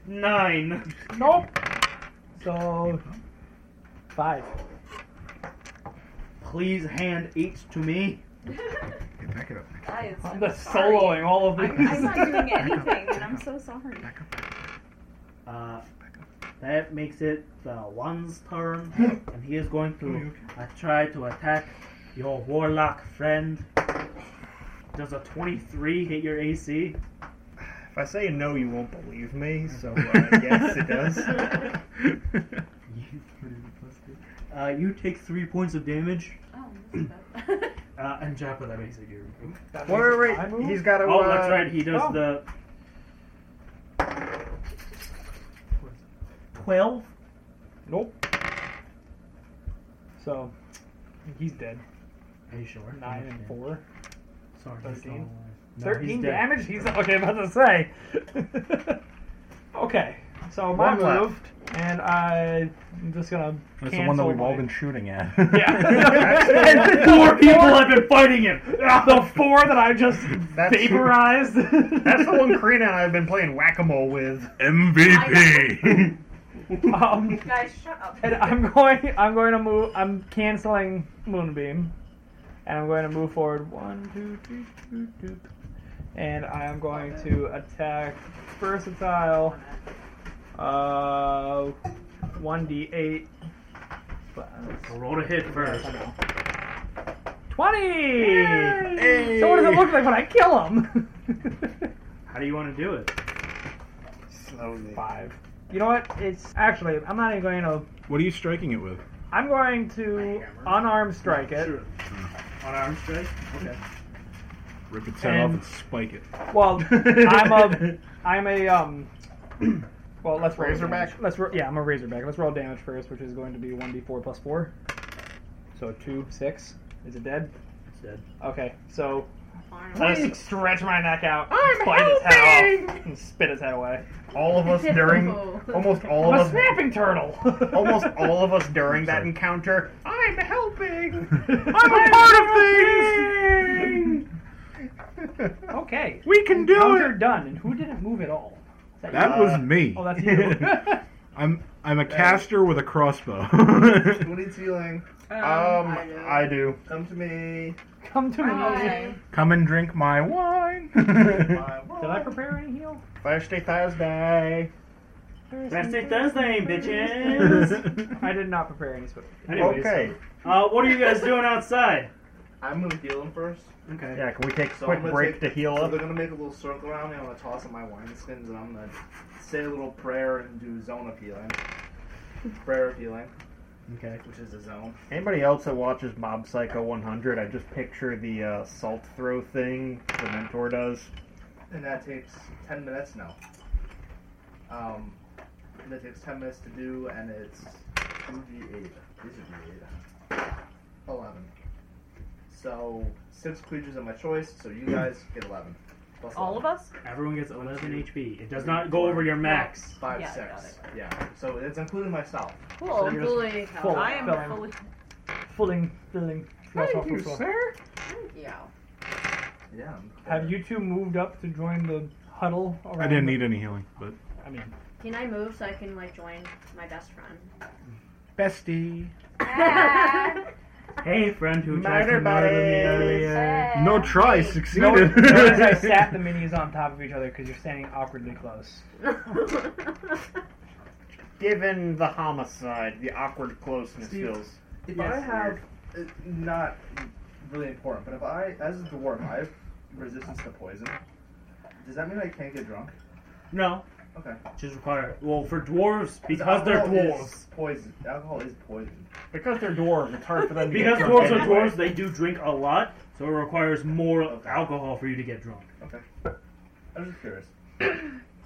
nine.
nope. So five.
Please hand eight to me.
Hey, back it up.
I am
I'm just
sorry.
soloing all of
I'm,
these.
I'm not doing anything, and I'm so sorry.
Uh, that makes it the one's turn, and he is going to uh, try to attack your warlock friend. Does a 23 hit your AC?
If I say no, you won't believe me. So uh, yes, it does.
Uh, you take three points of damage,
Oh, this is bad.
uh, and Japa, that makes it your move.
Wait, wait,
I
wait.
move?
He's got a.
Oh,
uh,
that's right, he does
oh.
the. 12?
Nope. So he's dead.
Are you sure?
Nine and four.
Sorry, he's still
13?
alive. No, he's
Thirteen
dead.
damage. He's okay. I'm About to say. okay. So my
One left.
moved, and I, I'm just gonna.
That's the
cancel
one that we've all
my-
been shooting at.
Yeah.
Four people have been fighting him!
the four that I just
That's-
vaporized.
That's the one Karina and I have been playing whack a mole with.
MVP.
Um,
Guys, shut up.
and I'm going. I'm going to move. I'm canceling Moonbeam, and I'm going to move forward one, two, three, two, two, and I am going to attack versatile. Uh, one d eight. uh,
So roll to hit first.
Twenty. So what does it look like when I kill him?
How do you want to do it?
Slowly.
Five. You know what? It's actually I'm not even going to.
what are you striking it with?
I'm going to unarmed strike it.
Sure. On arm strike? Okay.
Rip its head off
And-
and spike it.
Well, I'm a, I'm a, um, well, let's roll
Razorback?
damage. Let's ro- yeah, I'm a razorback. Let's roll damage first, which is going to be one d4 plus four. So two, six. Is it dead?
It's dead.
Okay, so
Arm.
I just stretch my neck out,
I'm
bite his head off, and spit his head away.
All of us during,
Oh.
almost all
I'm a
of us,
snapping turtle.
almost all of us during that encounter. I'm helping.
I'm a part of things. okay, we can do it. Done. And who didn't move at all? Is that
That
you?
was me.
Oh, that's you.
I'm I'm a caster with a crossbow.
What needs healing?
Um, I do.
Come to me.
Come to me.
Hi.
Come and drink my wine.
My
Did I prepare any heal?
Thursday, Thursday.
Thursday, Thursday, bitches!
I did not prepare any spell.
Anyways,
Okay.
uh, what are you guys doing outside?
I'm gonna heal him first.
Okay.
Yeah, can we take a
So
quick
I'm gonna
break
take-
to heal
So
up?
they're gonna make a little circle around me. I'm gonna toss in my wine skins, and I'm gonna say a little prayer and do zone of healing. prayer of healing,
Okay.
which is a zone.
Anybody else that watches Mob Psycho 100, I just picture the uh, salt throw thing the mentor does.
And that takes 10 minutes now. Um, and it takes 10 minutes to do, and it's 2d8. These are d8. 11. So, six creatures of my choice, so you guys get 11. Plus
All
11.
of us?
Everyone gets 11 HP. It does not go over your max.
Five,
Yeah,
six. Yeah. So it's including myself.
Oh,
Cool.
you're-
Fully
Full.
I am
Filling.
fully.
Oh, Filling, filling. Thank you, sir.
Thank you.
Yeah. I'm-
Have you two moved up to join the huddle? Around
I didn't need any healing, but
I mean,
Can I move so I can like join my best friend?
bestie.
Ah.
Hey, friend who tried to
Murder
murder me
buddies.
earlier.
No try,
No,
succeeded.
notice I stack the minis on top of each other because you're standing awkwardly close.
Given the homicide, the awkward closeness
Steve.
feels.
If
Yes,
I have it's not really important, but if I, as a dwarf, I have resistance to poison. Does that mean I can't get drunk?
No,
Okay.
just require. Well, for dwarves, because they're
Alcohol is
dwarves.
poison. Alcohol is poison.
Because they're dwarves, it's hard for them to
Because
get
dwarves are
drunk
dwarves, they do drink a lot, so it requires more
Okay.
alcohol for you to get drunk.
I'm just curious.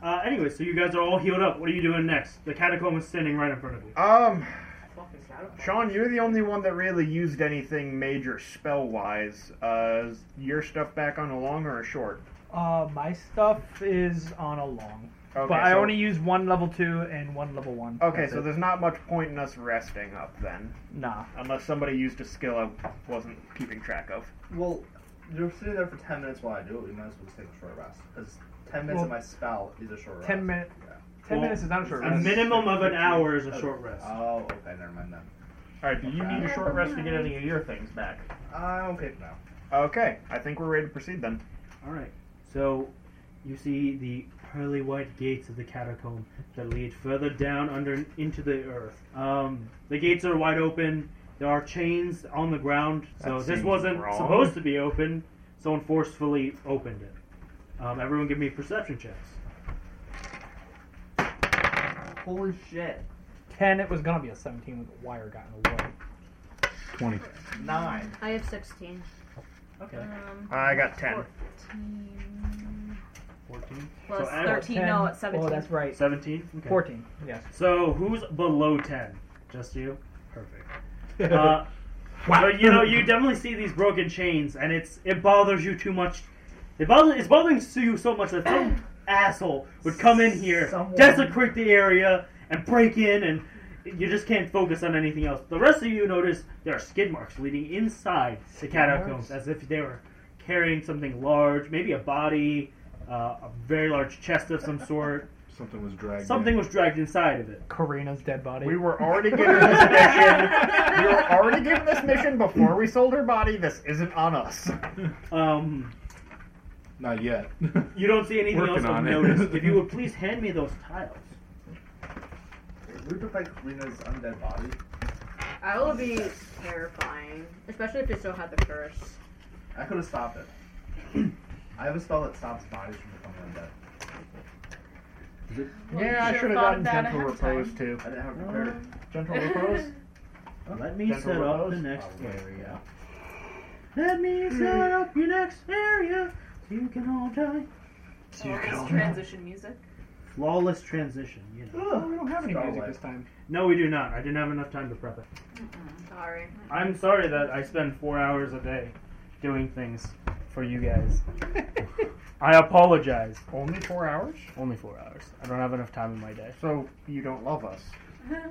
Uh, anyway, so you guys are all healed up. What are you doing next? The catacomb is standing right in front of you.
Um,
Fucking shadow.
Sean, you're the only one that really used anything major spell wise. Uh, is your stuff back on a long or a short?
Uh, my stuff is on a long,
Okay,
but I
so,
only use one level two and one level one.
Okay,
That's
so
it.
there's not much point in us resting up then,
nah.
unless somebody used a skill I wasn't keeping track of.
Well, you're sitting there for 10 minutes while I do it. We might as well just take a short rest. Because 10 minutes
Well,
of my spell is a short rest.
Ten minutes. Ten
Well,
minutes is not a short
A
rest.
minimum of an hour is a short rest.
Oh, okay, never mind then.
All right, do you need a short rest to get any of your things back?
I'm okay for now.
Okay, I think we're ready to proceed then.
All right. So you see the pearly white gates of the catacomb that lead further down under into the earth. Um, the gates are wide open. There are chains on the ground. So this
That seems
wasn't
wrong.
supposed to be open. Someone forcefully opened it. Um, everyone, give me perception checks.
Holy shit.
Ten. It was gonna be a seventeen with the wire got in the way.
Twenty.
Nine.
I have 16.
Okay.
Um,
I got 10.
14.
Fourteen.
Plus
So I rolled
13. No,
10.
it's 17.
Oh, that's right.
Seventeen. Okay.
Fourteen. Yes.
So who's below ten? Just you. Perfect. Uh, So you know, you definitely see these broken chains, and it's it bothers you too much. It bothers it's bothering you so much that some asshole would come in here,
Someone.
desecrate the area, and break in, and you just can't focus on anything else. The rest of you notice there are skid marks leading inside the catacombs, as if they were carrying something large, maybe a body, uh, a very large chest of some sort.
Something was dragged.
Something
in.
was dragged inside of it.
Karina's dead body.
We were already given this mission. We were already given this mission before we sold her body. This isn't on us.
Um,
Not yet.
you don't see anything
Working
else of
on it.
notice. If you would please hand me those tiles.
We took like Karina's undead body.
I will be terrifying, especially if they still had the curse.
I could have stopped it. I have a spell that stops bodies from becoming undead.
Well, you
yeah, I should
should've
have
thought
gotten
of that
gentle
ahead of time.
repose too.
I didn't have it prepared.
Gentle repose.
Let me
Gentle
set up the
repose?
next
Oh, yeah.
area. Let me set up your next area. So you can all die.
Oh, it's transition music.
Flawless transition, you know.
Oh, we don't have any
Spell
music
light.
this time.
No, we do not. I didn't have enough time to prep it.
Sorry.
I'm sorry that I spend four hours a day doing things for you guys. I apologize.
Only four hours?
Only four hours. I don't have enough time in my day.
So you don't love us.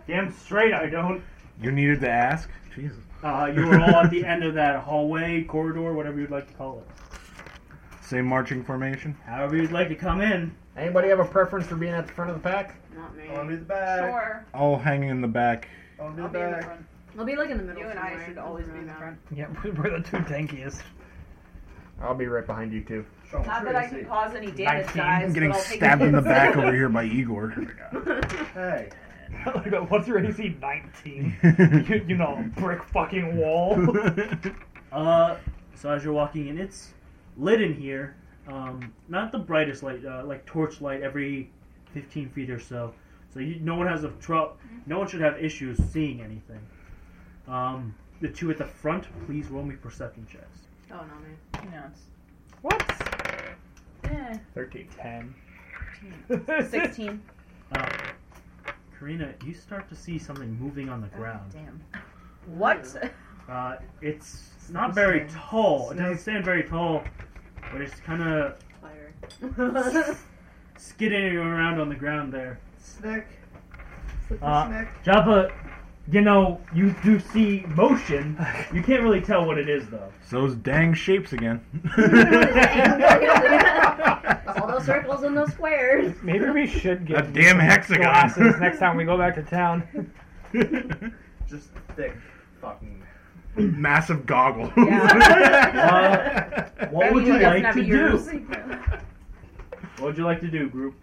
Damn straight I don't.
you needed to ask. Jesus.
Uh, you were all at the end of that hallway, corridor, whatever you'd like to call it.
Same marching formation.
However you'd like to come in.
Anybody have a preference for being at the front of the pack?
Not
Oh,
me.
I want to be the back.
Sure.
All hanging in the back.
I want to be
I'll
the
be in the
back.
front.
I'll be like in the middle.
You and I
somewhere.
should always be in the front.
Yeah, we're the two tankiest.
I'll be right behind you two.
Sean, what's
Not
your
that I
AC?
can cause any damage,
19.
guys.
I'm getting
but I'll take
stabbed
it.
in the back over here by Igor.
Hey.
like, uh, what's your AC? Nineteen. you, you know, brick fucking wall.
Uh, so as you're walking in, it's lit in here. Um, not the brightest light, uh, like torchlight every 15 feet or so. So you, no one has a trouble. No one should have issues seeing anything. Um, the two at the front, please roll me perception checks.
Oh, not me.
No, it's
Whoops.
eh,
Thirteen.
Ten.
16.
Uh, Karina, you start to see something moving on the ground.
Oh, Damn. What?
Uh, it's not very tall. It doesn't stand very tall, but it's kind of
Fire.
skidding around on the ground there.
Snick. Slick
Uh,
snick.
Java, you know, you do see motion. You can't really tell what it is, though.
It's those dang shapes again.
It's all those circles and those squares.
Maybe we should get
A damn hexagon.
glasses next time we go back to town.
Just thick fucking
massive goggles.
Yeah. What would you like to do? What would you like to do, group?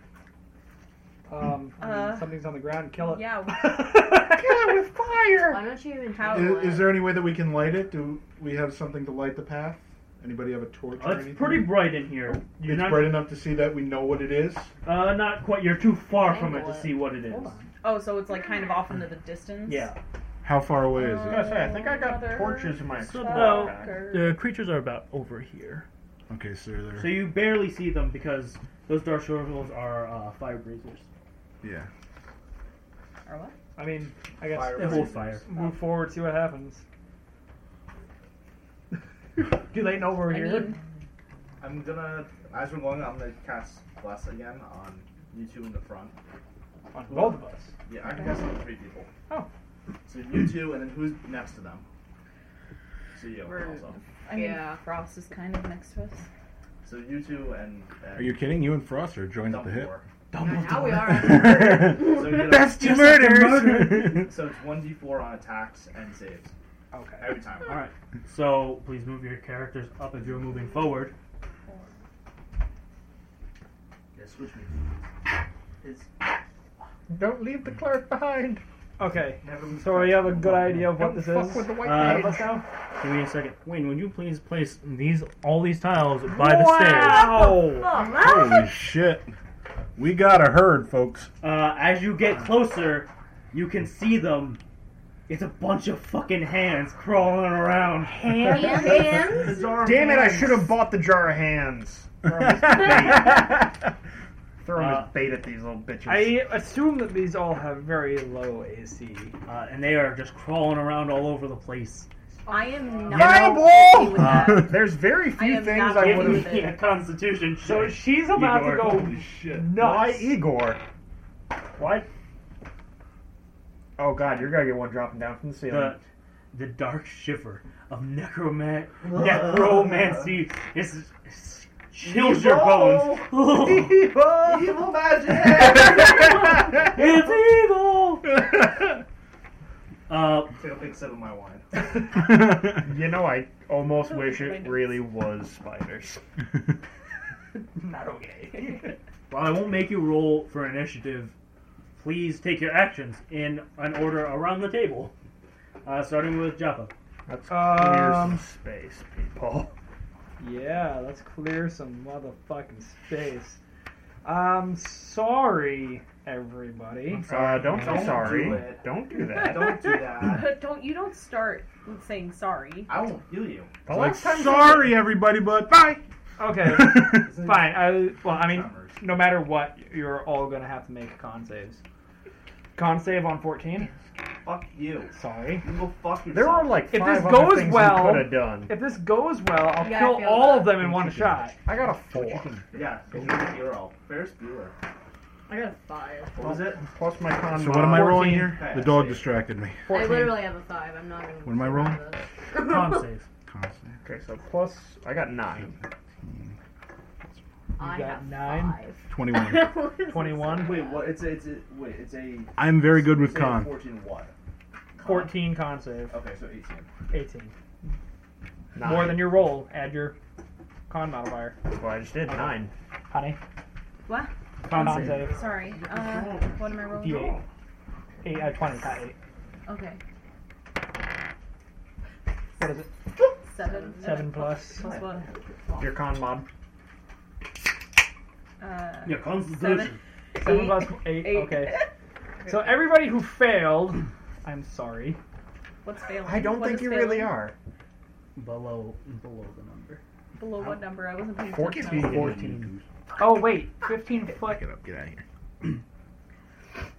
Um, I mean,
Uh,
something's on the ground. Kill it.
Yeah.
Yeah, with
Why
fire.
don't you even
How-
tell
Is, is
us?
there any way that we can light it? Do we have something to light the path? Anybody have a torch?
Oh,
or anything?
it's pretty bright in
Oh,
here. You're
It's
not,
bright enough to see that we know what it is.
uh, not quite. You're too far from it
Angle
to
it.
see what it is.
Hold on.
Oh, so it's like kind of off into the distance.
Yeah.
How far away is
Um,
it?
I was saying, I think I got
Mother
torches in my
So
explorer
no.
pack.
The creatures are about over here,
Okay, so there.
so you barely see them because those dark circles are uh, fire breathers.
yeah.
Or what?
I mean, I guess
Fire
if
Hold
we
fire.
move forward, see what happens. do they know we're
I
here?
mean,
I'm gonna, as we're going, I'm gonna cast Bless again on you two in the front.
on both of us.
Yeah, I can cast on three people.
Oh.
So you two, and then who's next to them? So you
We're-
also.
I mean,
Yeah.
Frost is kind of next to us.
So you two and, and
Are you kidding? You and Frost are joined at the hip.
Dumbledore.
Now we are.
That's
you're-
just murder.
So it's one d4 on attacks and saves
Okay.
every time.
All right. So please move your characters up if you're moving forward.
Yeah, switch me. It's
Don't leave the clerk behind.
Okay.
never lose
So we have a good
control.
idea of what
Don't
this
fuck
is.
with the white
Uh,
All of
page.
us now?
Give me a second. Wayne, would you please place these all these tiles by the stairs?
Wow.
Holy shit! We got a herd, folks.
Uh, as you get closer, you can see them. It's a bunch of fucking hands crawling around. Hands?
Hands?
Damn it! I should have bought the jar of hands. Throw him
Uh,
his bait at these little bitches.
I assume that these all have very low AC.
Uh, and they are just crawling around all over the place.
I am
You
not.
know,
happy with
Uh,
that.
There's very few
am
things
not
I
Give
would
me
have.
believing-
a constitution check.
So she's about to
Igor.
go
Holy shit.
Why
nuts.
Igor?
What?
Oh god, you're gonna get one dropping down from the ceiling.
The, the dark shiver of necroman- necromancy is, is- chills your bones.
Evil magic!
it's evil! Uh,
Take a big sip of my wine.
you know, I almost wish it really was spiders.
Not okay.
While I won't make you roll for initiative, please take your actions in an order around the table. Uh, starting with Joppa.
That's clear
Um,
some space, people.
yeah, let's clear some motherfucking space. I'm sorry, everybody.
Uh, don't
Don't
be
do
sorry.
it.
don't do that.
Don't do that.
But don't you don't start with saying sorry.
I won't heal you.
The
Like,
last time-
sorry, everybody, but bye.
Okay, fine. I well, I mean,
Summers.
no matter what, you're all gonna have to make con saves. Con save on 14.
Fuck you.
Sorry.
You go fuck yourself.
There are like
If
five
this
other
goes
things
well-
we could have done.
If this goes well, I'll
Yeah, I
kill
feel
all
that.
of them in one shot.
I got a four.
Yeah, because you're a hero. Ferris Bueller.
I got a five.
What was it?
Plus my con. uh,
So what am I
14.
rolling here? The dog
Yeah.
distracted me.
I
14.
literally have a five. I'm not even.
What am I rolling?
Con save.
Constantly.
Okay, so plus I got nine.
I
got
have
nine?
five.
Twenty-one.
21.
Wait, what? It's a, it's a, wait, it's a.
I'm very good with
it's a
con.
14 what? Con.
14 con save.
Okay, so 18.
18.
Nine.
More than your roll. Add your con modifier.
Well, I just did nine.
Honey.
What?
Con,
Con
save.
save.
Sorry. Uh, what am I rolling?
D8. 8 uh, 20, not 8.
Okay.
What is it?
Seven.
7 plus.
Plus what?
Your con mod.
Uh,
Yeah, constitution.
7 plus 8.
Eight.
Okay. So everybody who failed, I'm sorry.
What's failing?
I don't
What
think
is
you
failing?
really are.
Below below the number.
Below what number? I wasn't paying
Forky
attention.
feet.
Fourteen.
Oh, wait. 15 foot.
Get up, get out of here.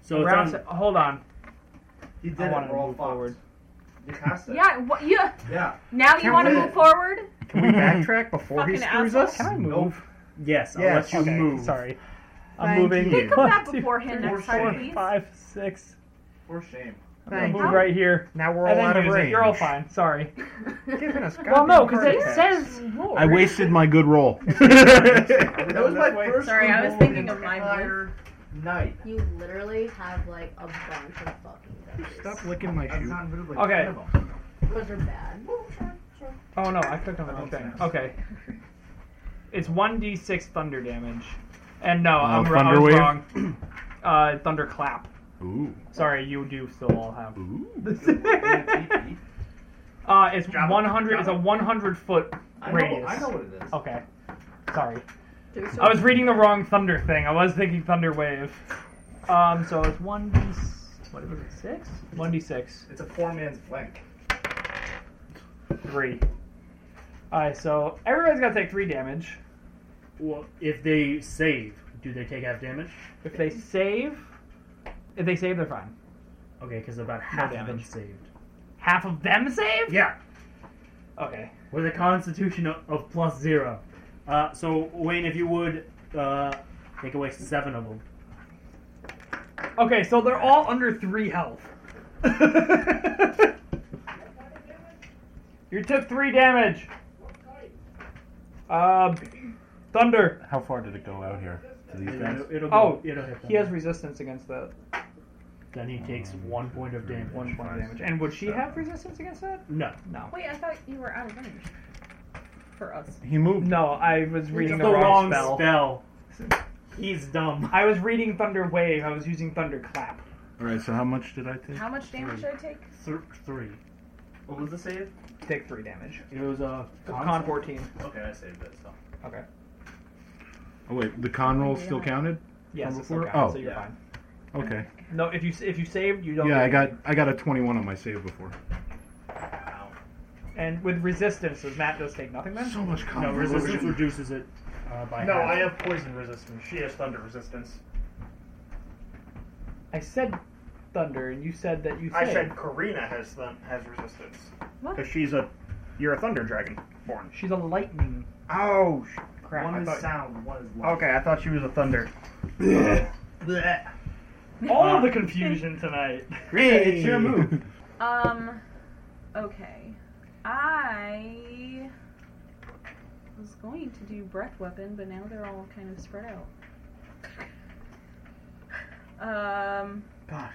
So it's
round
on,
se- hold on.
He did
I
it.
want to
We're all
move
fucked.
forward.
You cast it.
Yeah. What? Yeah.
Yeah.
Now you
Can't
want to
win.
move forward?
Can we backtrack before he
Fucking
screws
asshole.
us?
Can I move?
Nope.
yes, I'll
Yes,
let you
okay,
move.
Sorry. I'm
Thank
moving.
you. Think of
One,
that
two,
beforehand
three,
next time,
four,
please.
five, six.
For shame.
I'm gonna
Thank
move
you.
right here.
Now we're
and
all out
then
of
use it.
range.
You're all fine. Sorry.
Giving us
Well, no, because
goddamn
it
heart
says
Mm-hmm.
I wasted my good roll.
attacks.
That was my first
Sorry, I was
roll
thinking
the
of my
entire night.
You literally have like a bunch of fucking. Numbers.
Stop licking my
I've
shoe.
gotten rid of like
Okay.
ten of them.
Those are bad.
Oh no, I clicked on the wrong
don't
thing.
think so.
Okay. It's one d six thunder damage, and no, I'm, wr-
thunder
I was
wave?
wrong. Uh, thunderclap.
Ooh.
Sorry, you do still all have.
Ooh.
uh, it's
Drop it,
one hundred. It's a
drop it.
one hundred foot
I know,
radius.
I know what it is.
Okay. Sorry. I was reading the wrong thunder thing. I was thinking thunder wave. Um, so it's one d. What was it? Six. One d six.
It's a poor man's flank.
Three. All right. So everybody's got to take three damage.
Well, if they save, do they take half damage?
If they save, if they save, they're fine.
Okay, because about half of them
damage.
saved.
Half of them save.
Yeah,
Okay.
with a constitution of, of plus zero. Uh, so Wayne, if you would uh, take away seven of them.
Okay. So they're all under three health. you took three damage. Uh, thunder.
How far did it go out here? To these guys?
It'll, it'll
Oh,
go- it'll hit them.
He has resistance against that.
Then he takes one point of damage.
One point of damage. And would she have resistance against that?
No.
No.
Wait, I thought you were out of range. For us.
He moved.
No, I was reading
It's
the, wrong, spell.
He's dumb.
I was reading Thunder Wave. I was using Thunderclap.
All right. So how much did I take?
How much damage did I take?
Th- three.
What was the save?
Take three damage.
It was uh, a
Con, 14.
Okay, I saved it. So
Okay.
Oh wait, the con roll still counted.
Yes.
From
it's still
before?
counts,
Oh.
so you're
Yeah.
fine.
Okay.
No, if you if you saved, you don't.
Yeah,
get
I got I got a 21 on my save before.
And with resistance, does Matt does take nothing then?
So much con.
No,
roll.
resistance reduces it uh, by
no,
half.
I have poison resistance. She has thunder resistance.
I said thunder, and you said that you. Saved.
I said Karina has th- has resistance
What?
because she's a you're a thunder dragon born.
she's a lightning.
Oh sh- crap!
One
I
is
thought-
sound, one is light.
okay, I thought she was a thunder.
Blech.
All the confusion tonight.
It's your move.
Um, okay. I was going to do breath weapon, but now they're all kind of spread out. Um,
Gosh.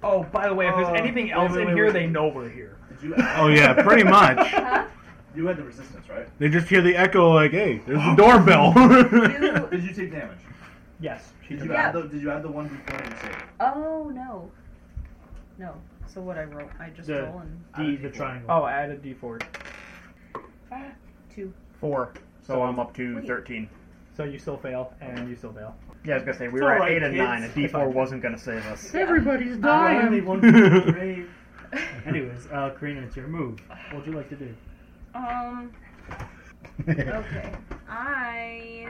Oh, by the way, if
Uh,
there's anything
wait,
else
wait,
in
wait,
here,
wait.
they know we're here.
Did you add,
Oh yeah, pretty much.
huh?
you had the resistance, right?
They just hear the echo like, "Hey, there's a doorbell."
You-
Did you take damage?
Yes, she
Did
does.
you
Yeah.
add the did you add the one before you saved?
oh no, no. So what I roll? I just
The-
roll and
The, the triangle.
Oh, I added D4,
two.
Four. So I'm up to
Wait.
thirteen.
so you still fail, and you still fail.
Yeah, I was gonna say we
It's
were at
alright,
eight and
kids.
nine, and D four wasn't gonna save us.
Everybody's
Uh,
Why only one point brave? Anyways, uh, Karina, it's your move. What would you like to do?
Um, okay. I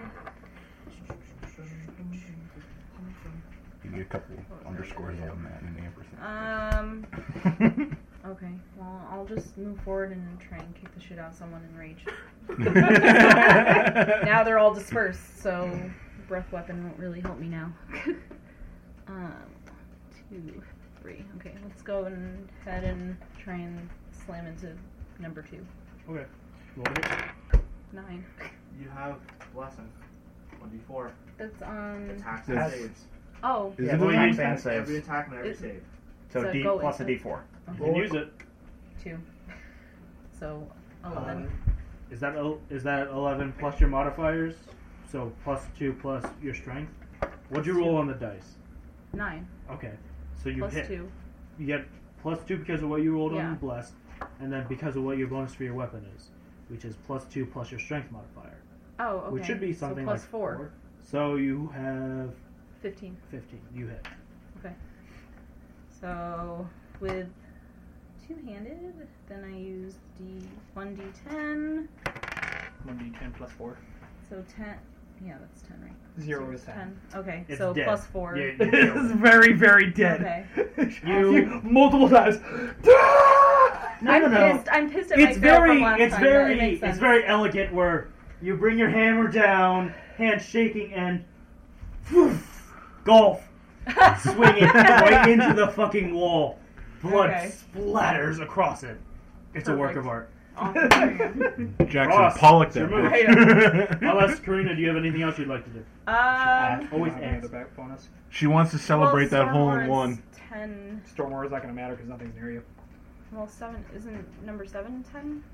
Give you a couple underscores on that and ampersand.
um. Okay. Well, I'll just move forward and try and kick the shit out of someone in rage. Um. now they're all dispersed, so breath weapon won't really help me now. um, two, three. Okay, let's go and head and try and slam into number two.
Roll it.
Nine.
You have blessing. One D four.
That's um.
Attacks
Yes.
and saves.
Oh,
Is
Yeah,
it
well,
a
you-
D-
and saves.
Every attack and every
It-
save.
So
So
D
go
plus a
into-
D four.
You can use it.
two. So eleven.
Uh, Is that el- is that eleven plus your modifiers? So plus two plus your strength. What'd you
Plus
roll
two.
on the dice?
Nine
Okay, so you
plus
hit.
two.
You get plus two because of what you rolled on
Yeah.
your blessed, and then because of what your bonus for your weapon is, which is plus two plus your strength modifier,
Oh, okay.
which should be
so
something
plus
like
four.
So you have
Fifteen.
fifteen. You hit.
So with two-handed, then I use d one d10.
One D10 plus four.
So ten. Yeah, that's ten, right?
Zero is ten.
Okay,
It's
so
dead.
plus four.
Yeah, you
This
killed
is
it.
very, very dead.
Okay.
You-
multiple times.
no, no,
I'm
no.
pissed. I'm pissed at
it's
my fail
very
from last
it's
time, but it
very
makes
it's
sense.
very elegant where you bring your hammer down hand shaking and poof, golf swing it right into the fucking wall blood
Okay.
splatters across it it's a work
Perfect.
of art
Awesome, there you go.
Jackson
Ross,
Pollock
your
that
move.
bitch.
unless Karina do you have anything else you'd like to do
Um,
always
add
ask.
the back bonus.
she wants to
well,
celebrate that
Star
hole in
Wars
one.
Ten.
Stormwater is not going to matter because nothing's near you.
Well, seven isn't number seven ten?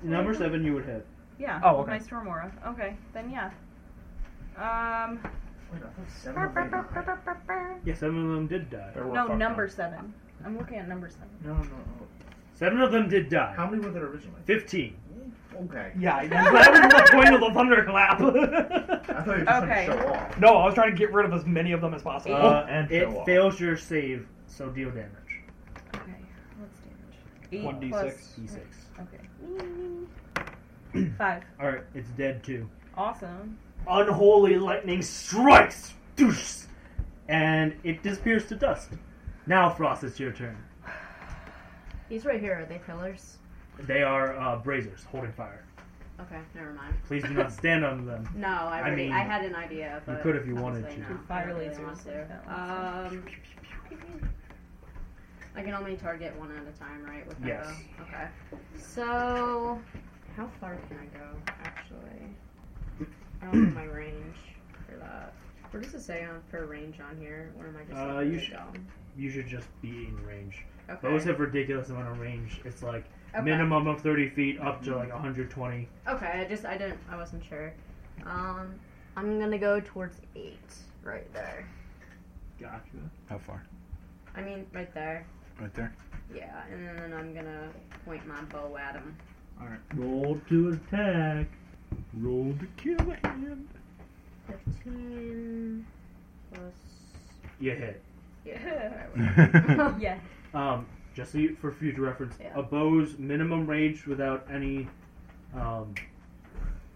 Mm-hmm.
Number seven, you would hit.
Yeah.
Oh,
with
okay.
My storm aura. Okay, then yeah. Um.
Wait, I thought seven of them died.
Yeah, seven of them did die.
There were a
No,
fuck
number
ton.
seven. I'm looking at number seven.
No, no, no.
Seven of them did die.
How many were there originally?
Fifteen.
Okay.
Yeah. I-
that was the point of the thunderclap.
I thought you were just
Okay.
trying to show off.
No, I was trying to get rid of as many of them as possible.
Oh,
Uh, and
it
show off.
fails your save, so deal damage.
Okay, what's damage?
1d6.
Eight plus-
D6.
Okay. Five.
All right, it's dead too.
Awesome.
Unholy lightning strikes, Doosh! and it disappears to dust. Now, Frost, it's your turn.
These right here, are they pillars?
They are uh, brazers holding fire.
Okay, never mind.
Please do not stand on them.
No, I,
I
already,
mean,
I had an idea, but
could if you wanted
obviously
to.
No,
Fire
I don't really
lasers
want
like that
to.
last
Um, I can only target one at a time, right? With my
Yes.
bow? Okay. So, how far can I go? Actually, I don't know my range for that. What does it say on for range on here? Or am I just?
Uh,
looking
you
at
should-
dumb?
You should just be in range.
Okay.
Bows have ridiculous amount of range. It's like
okay.
minimum of 30 feet up to
Mm-hmm.
like 120.
Okay, I just I didn't I wasn't sure. Um, I'm gonna go towards eight, right there.
Gotcha.
How far?
I mean, right there.
Right there.
Yeah, and then I'm gonna point my bow at him.
Roll to attack.
Roll to kill hand.
Fifteen plus.
You hit.
Yeah.
Yeah.
Um, just so you, for future reference,
Yeah.
a bow's minimum range without any um,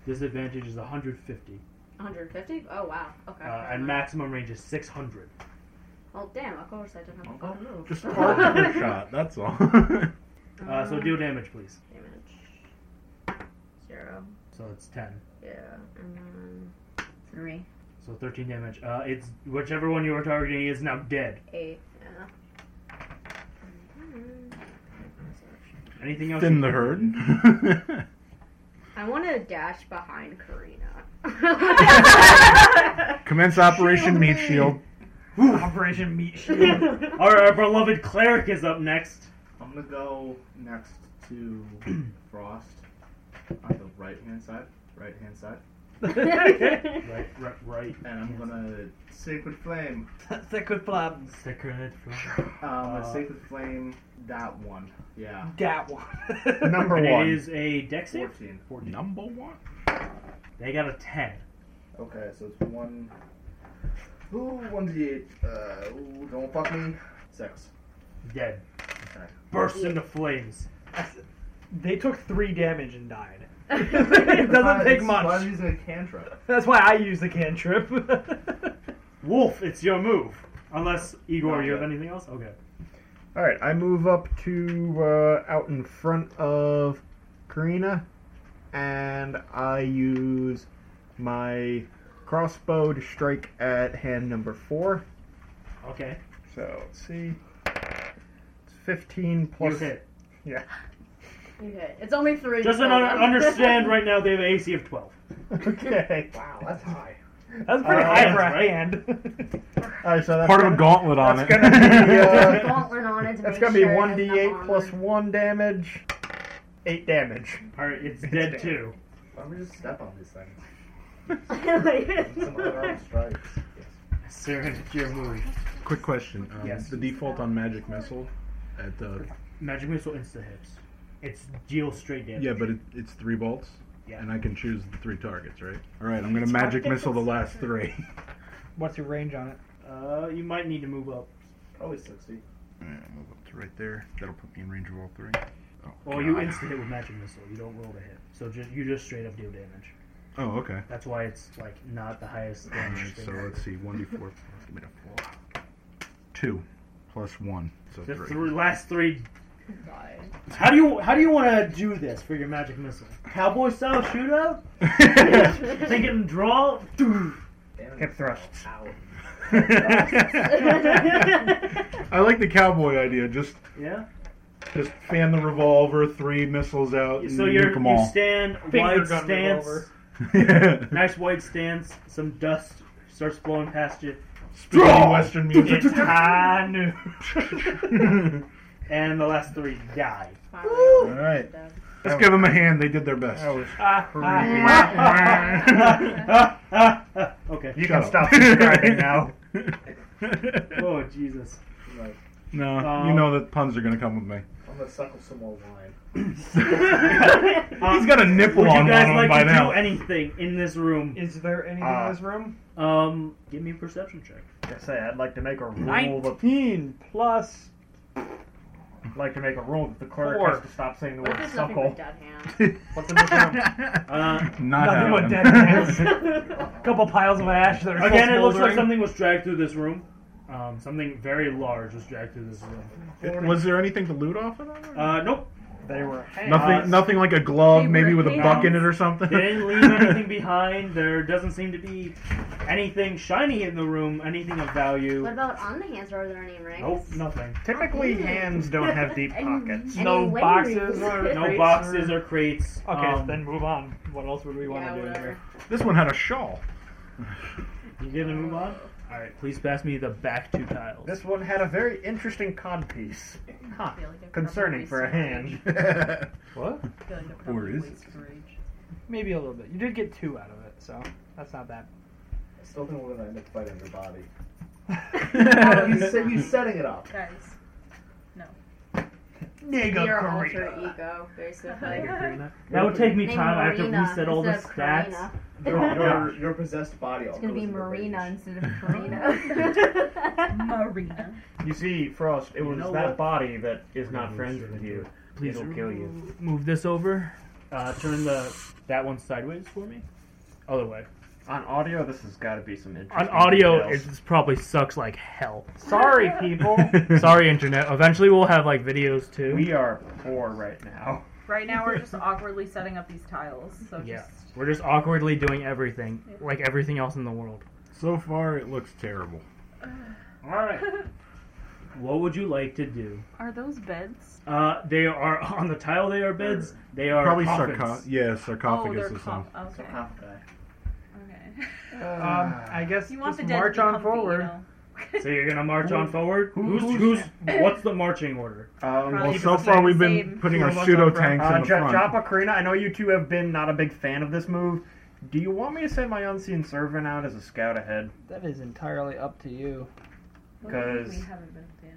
disadvantage is 150,
150. Oh wow. Okay.
uh, and maximum range is 600.
Oh damn! Of course I didn't have a
Oh,
good move.
Just park your shot. That's all. All
Uh, so deal damage, please.
Um, damage. Zero.
So it's 10.
Yeah, and then three,
So 13 damage. Uh, it's whichever one you were targeting is now dead.
eight. Yeah. And then-
Anything else?
Thin
you
the
can do?
herd.
I want to dash behind Karina.
Commence Operation Meat Shield.
Operation Meat Shield.
Our, our beloved cleric is up next.
I'm gonna go next to Frost on the right hand side, right hand side,
Right, right, right.
and I'm gonna Sacred Flame.
Sacred flab.
Secret
Um, I'm
Uh,
gonna Sacred Flame that one. Yeah,
That one.
Number
And
one.
it is a dex save.
fourteen.
Number one.
They got a 10.
Okay, so it's one. Ooh, one d eight. Uh, ooh, don't fuck me. Six.
Dead.
Okay.
Bursts into flames.
They took three damage and died.
That's
it
why-
doesn't take
that's Why I'm
much.
using a cantrip.
That's why I use the cantrip.
Wolf, it's your move. Unless Igor,
Not
you have
yet.
anything else? Okay.
All right, I move up to uh, out in front of Karina, and I use my crossbow to strike at hand number four.
Okay.
So let's see, it's fifteen
You
plus.
hit.
Yeah.
okay, it's only three.
Just an,
total.
understand right now they have an AC of 12.
Okay.
Wow, that's high.
That's pretty
Uh,
high for a
right?
hand.
All right, so that's
Part of
gonna-
a gauntlet on
that's
it.
gonna be, uh,
Gauntlet on it. To
That's
make
gonna be
sure it
one
has
d
enough
eight
armor.
plus one damage. Eight damage.
Alright, it's
It's
dead
dead.
too.
Why don't we just step on these things? Some unarmed
Like-
strikes.
Saren, it's your move.
Quick question. Um,
Yes.
The default on magic missile at uh, the
Magic Missile insta hits. It's deal straight damage.
yeah, but it, it's three bolts,
Yeah.
and I can choose the three targets, right? All right, I'm gonna magic missile the last three.
What's your range on it?
Uh, you might need to move up.
Probably sixty.
Alright, move up to right there. That'll put me in range of all three. Oh,
Well, you
God.
insta hit with Magic Missile. You don't roll to hit. So just you just straight up deal damage.
Oh, okay.
That's why it's like not the highest
All
damage.
right,
thing
so
ever.
let's see. One d four plus give me the four. Two plus one, so
The
three.
three, last three. How do you how do you want to do this for your magic missile? Cowboy style shootout? Thinking draw?
Damn,
Hip thrust.
Ow.
I like the cowboy idea. Just
Yeah.
just fan the revolver, three missiles out, and
So
nuke
you're
'em
you
all.
stand
Finger
wide
gun
stance,
revolver.
nice wide stance. Some dust starts blowing past you.
Spinning Western music.
I knew. and the last three die.
All right. Let's give them a hand. They did their best.
Oh,
That
uh,
was
Uh,
okay.
You can stop subscribing now.
Oh Jesus.
Like,
No, you
Um,
know that puns are going to come with me.
I'm gonna suckle some more wine.
He's got a nipple
Would
on
you
one of
guys
them
like
by
to
now.
do anything in this room?
Is there anything
Uh,
in this room?
Um, give me a perception check.
I say I'd like to make a rule. That,
Nineteen plus.
I'd like to make a rule that the clerk
Four.
has to stop saying the
What if
word
there's nothing
suckle.
but dead hands?
What's in this room?
Uh,
Not
Nothing but dead
happening.
hands. Couple piles of ash that are still
again, it looks like
smoldering.
something was dragged through this room. Um, something very large was dragged through this room.
was there anything to loot off of that? or-
Uh, nope.
They were.
nothing,
uh,
nothing like a glove,
they
maybe
were
with a buck in
hands.
it or something.
They didn't leave anything behind. There doesn't seem to be anything shiny in the room, anything of value.
What about on the hands? Are there any rings?
Nope, nothing.
Typically, hands don't have deep
Any
pockets.
rings?
No
Any wedding
boxes
rings?
or
No boxes or crates.
Okay,
um,
then move on. What else would we want
Yeah,
to do
whatever.
here?
This one had a shawl.
you gonna move on? All right, please pass me the back two tiles.
This one had a very interesting cod piece. Huh.
I feel like I've probably
Concerning for a
wasted-
hand.
What?
I feel like I've
Or
probably
is it?
wasted rage.
Maybe a little bit. You did get two out of it, so that's not bad.
I still think we're gonna end up fighting your body.
Nigga,
you said you setting it up.
Guys,
Your
Korea.
alter ego, basically.
Karina. That would take me
Name
time. I have to
Marina
reset all the
instead of
stats.
Karina.
Your, your, your possessed body.
It's gonna be Marina instead of
no.
Karina.
Marina.
You see, Frost, it
You
was
know
that
what?
body that is not
Yeah,
friends
sure.
with you.
Please
It'll kill you.
Move this over. Uh, turn the that one sideways for me. Other way.
On audio, this has got to be some interesting.
On audio, it
details.
probably sucks like hell.
Sorry, people.
Sorry, internet. Eventually, we'll have like videos too.
we are poor right now.
Right now, we're just awkwardly setting up these tiles. So
Yeah.
just
We're just awkwardly doing everything, like everything else in the world.
So far, it looks terrible.
All right. what would you like to do?
are those beds?
Uh, they are on the tile. They are beds. They are
Probably
coffins.
sarco- yeah,
Oh,
sarcophagus
they're
or something.
comp. Okay. Okay.
Um, I guess
You want
just
the dead
march
to be
on
comfy,
forward.
You know?
So you're gonna march on forward.
who-
who's, who's, what's the marching order?
Um,
Probably
Well,
just
so
the
far, we've been
same.
putting our
Two of us
pseudo
up front.
tanks in
Uh,
the
Ja-
front.
Joppa, Karina, I know you two have been not a big fan of this move. Do you want me to send my unseen servant out as a scout ahead?
That is entirely up to you.
What do you mean
'Cause-
we haven't been up there?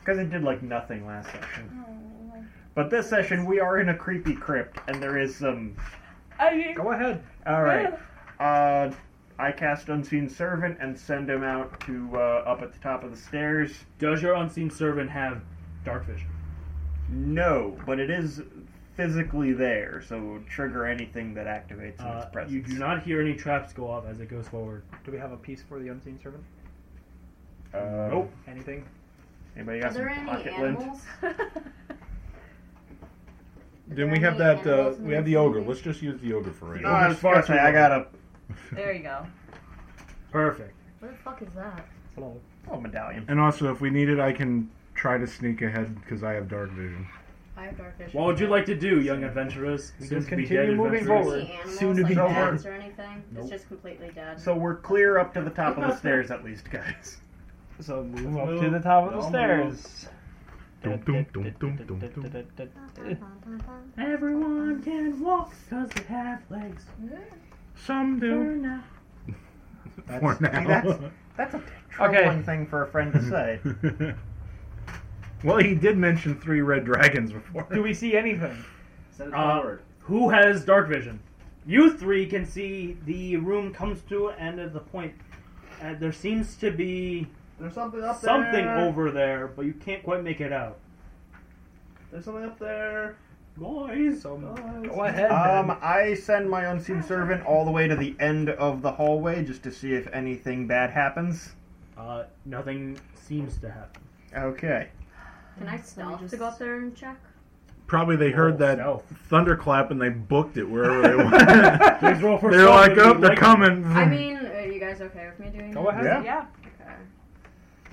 Because it did like nothing last session.
Oh.
But this session, we are in a creepy crypt, and there is some.
I,
Go ahead.
All right. Uh, I cast unseen servant and send him out to uh, up at the top of the stairs.
Does your unseen servant have dark vision?
No, but it is physically there, so it would trigger anything that activates in
Uh,
its presence.
you do not hear any traps go off as it goes forward.
Do we have a piece for the unseen servant?
Uh,
Nope.
Anything?
Anybody
Are
got
there
some
any
pocket
Uh,
lint?
animals?
Then we have
Any
that. Uh,
animals in
we have
the
the ogre.
vicinity?
Let's just use the ogre for right
No,
now.
I was gonna say I got a
there you go.
Perfect.
What the fuck is that?
Hello.
little oh, medallion.
And also, if we need it, I can try to sneak ahead because I have dark vision.
I have dark vision.
What would you like to do, young adventurers?
We
Soon
just
to be
continue
dead
moving
adventurers.
forward.
Any animals
Soon to
like
be
dead.
bats or anything?
Nope.
It's just completely dead.
So we're clear up to the top of the stairs, at least, guys.
So move up to
move.
the top of the
Don't
stairs.
Dum, dum, dum, dum, dum, dum.
Everyone can walk because they have legs.
Some do.
Burn
For
that's-
now.
That's a
Okay.
trolling thing for a friend to say.
Mm-hmm. well, he did mention three red dragons before.
Do we see anything?
Send it
Uh,
forward.
Who has dark vision? You three can see the room comes to an end at the point. Uh, there seems to be
There's something up there.
something over there, but you can't quite make it out.
There's something up there.
Boys,
So-
guys.
Go ahead.
Um,
then.
I send my unseen servant all the way to the end of the hallway just to see if anything bad happens.
Uh, nothing seems to happen.
Okay.
Can I stealth to go up there and check?
Probably they heard
Oh,
Roll
that
stealth.
thunderclap and they booked it wherever they went.
Please roll for
They're
stealth
like,
if
oh,
you'd
they're
like to."
coming.
I mean, are you guys okay with me doing
Go
that?
Yeah.
ahead.
Yeah.
Okay.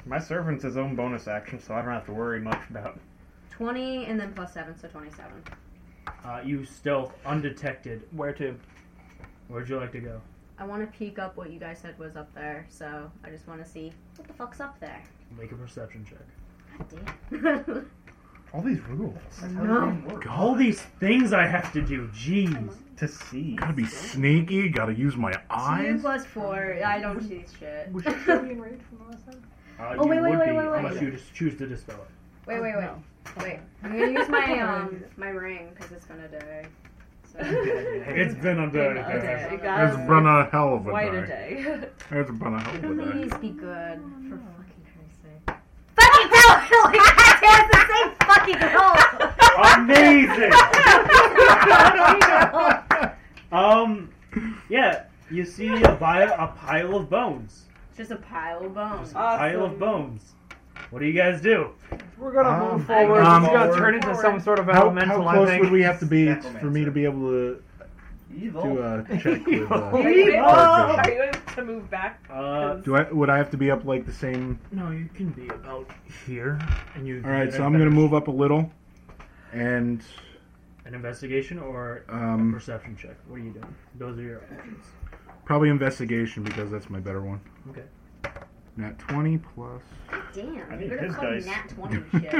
My servant's his own bonus action, so I don't have to worry much about.
20 and then plus 7, so 27.
Uh, you stealth undetected.
Where to?
Where'd you like to go?
I want to peek up what you guys said was up there, so I just want to see what the fuck's up there.
Make a perception check.
God damn.
All these rules.
No. All these things I have to do. Jeez.
To see. Gotta be sneaky. Gotta use my
Two
eyes.
plus four. I don't see shit.
Was she already enraged from the last time?
Uh,
Oh,
you
wait, wait,
would
wait,
be,
wait, wait.
Unless you just choose to dispel it.
Wait, wait, wait.
Wait.
I'm gonna use my um my ring because it's gonna die. So.
It's been a day.
Okay,
guys.
guys.
It's been a hell of a
Quite a
day.
day.
It's been a hell of
Couldn't
a
these
day.
be good?
Oh,
For fucking Christ's sake. Fucking tell it! It's the same fucking roll!
Amazing.
Oh.
um, yeah. You see a, bi- a pile of bones.
It's just a pile of bones.
Pile of bones. What do you guys do?
We're gonna
Um,
move forward.
um,
it's gonna turn
forward.
into some sort of
How,
elemental.
how close
I think.
would we have to be
Necromancer.
for me to be able to
Evil.
do a check with? Uh,
Are you,
dark
oh,
vision?
are you able to move back?
Uh,
Do I would I have to be up like the same?
no, you can be about here, and you.
All right,
get
so
a
I'm gonna
better-
move up a little, and
An investigation or a
um,
perception check. What are you doing? Those are your options.
probably investigation because that's my better one.
Okay.
Nat twenty plus.
Damn,
I
you
need
better
his
call me
dice.
Nat 20 Oh, shit,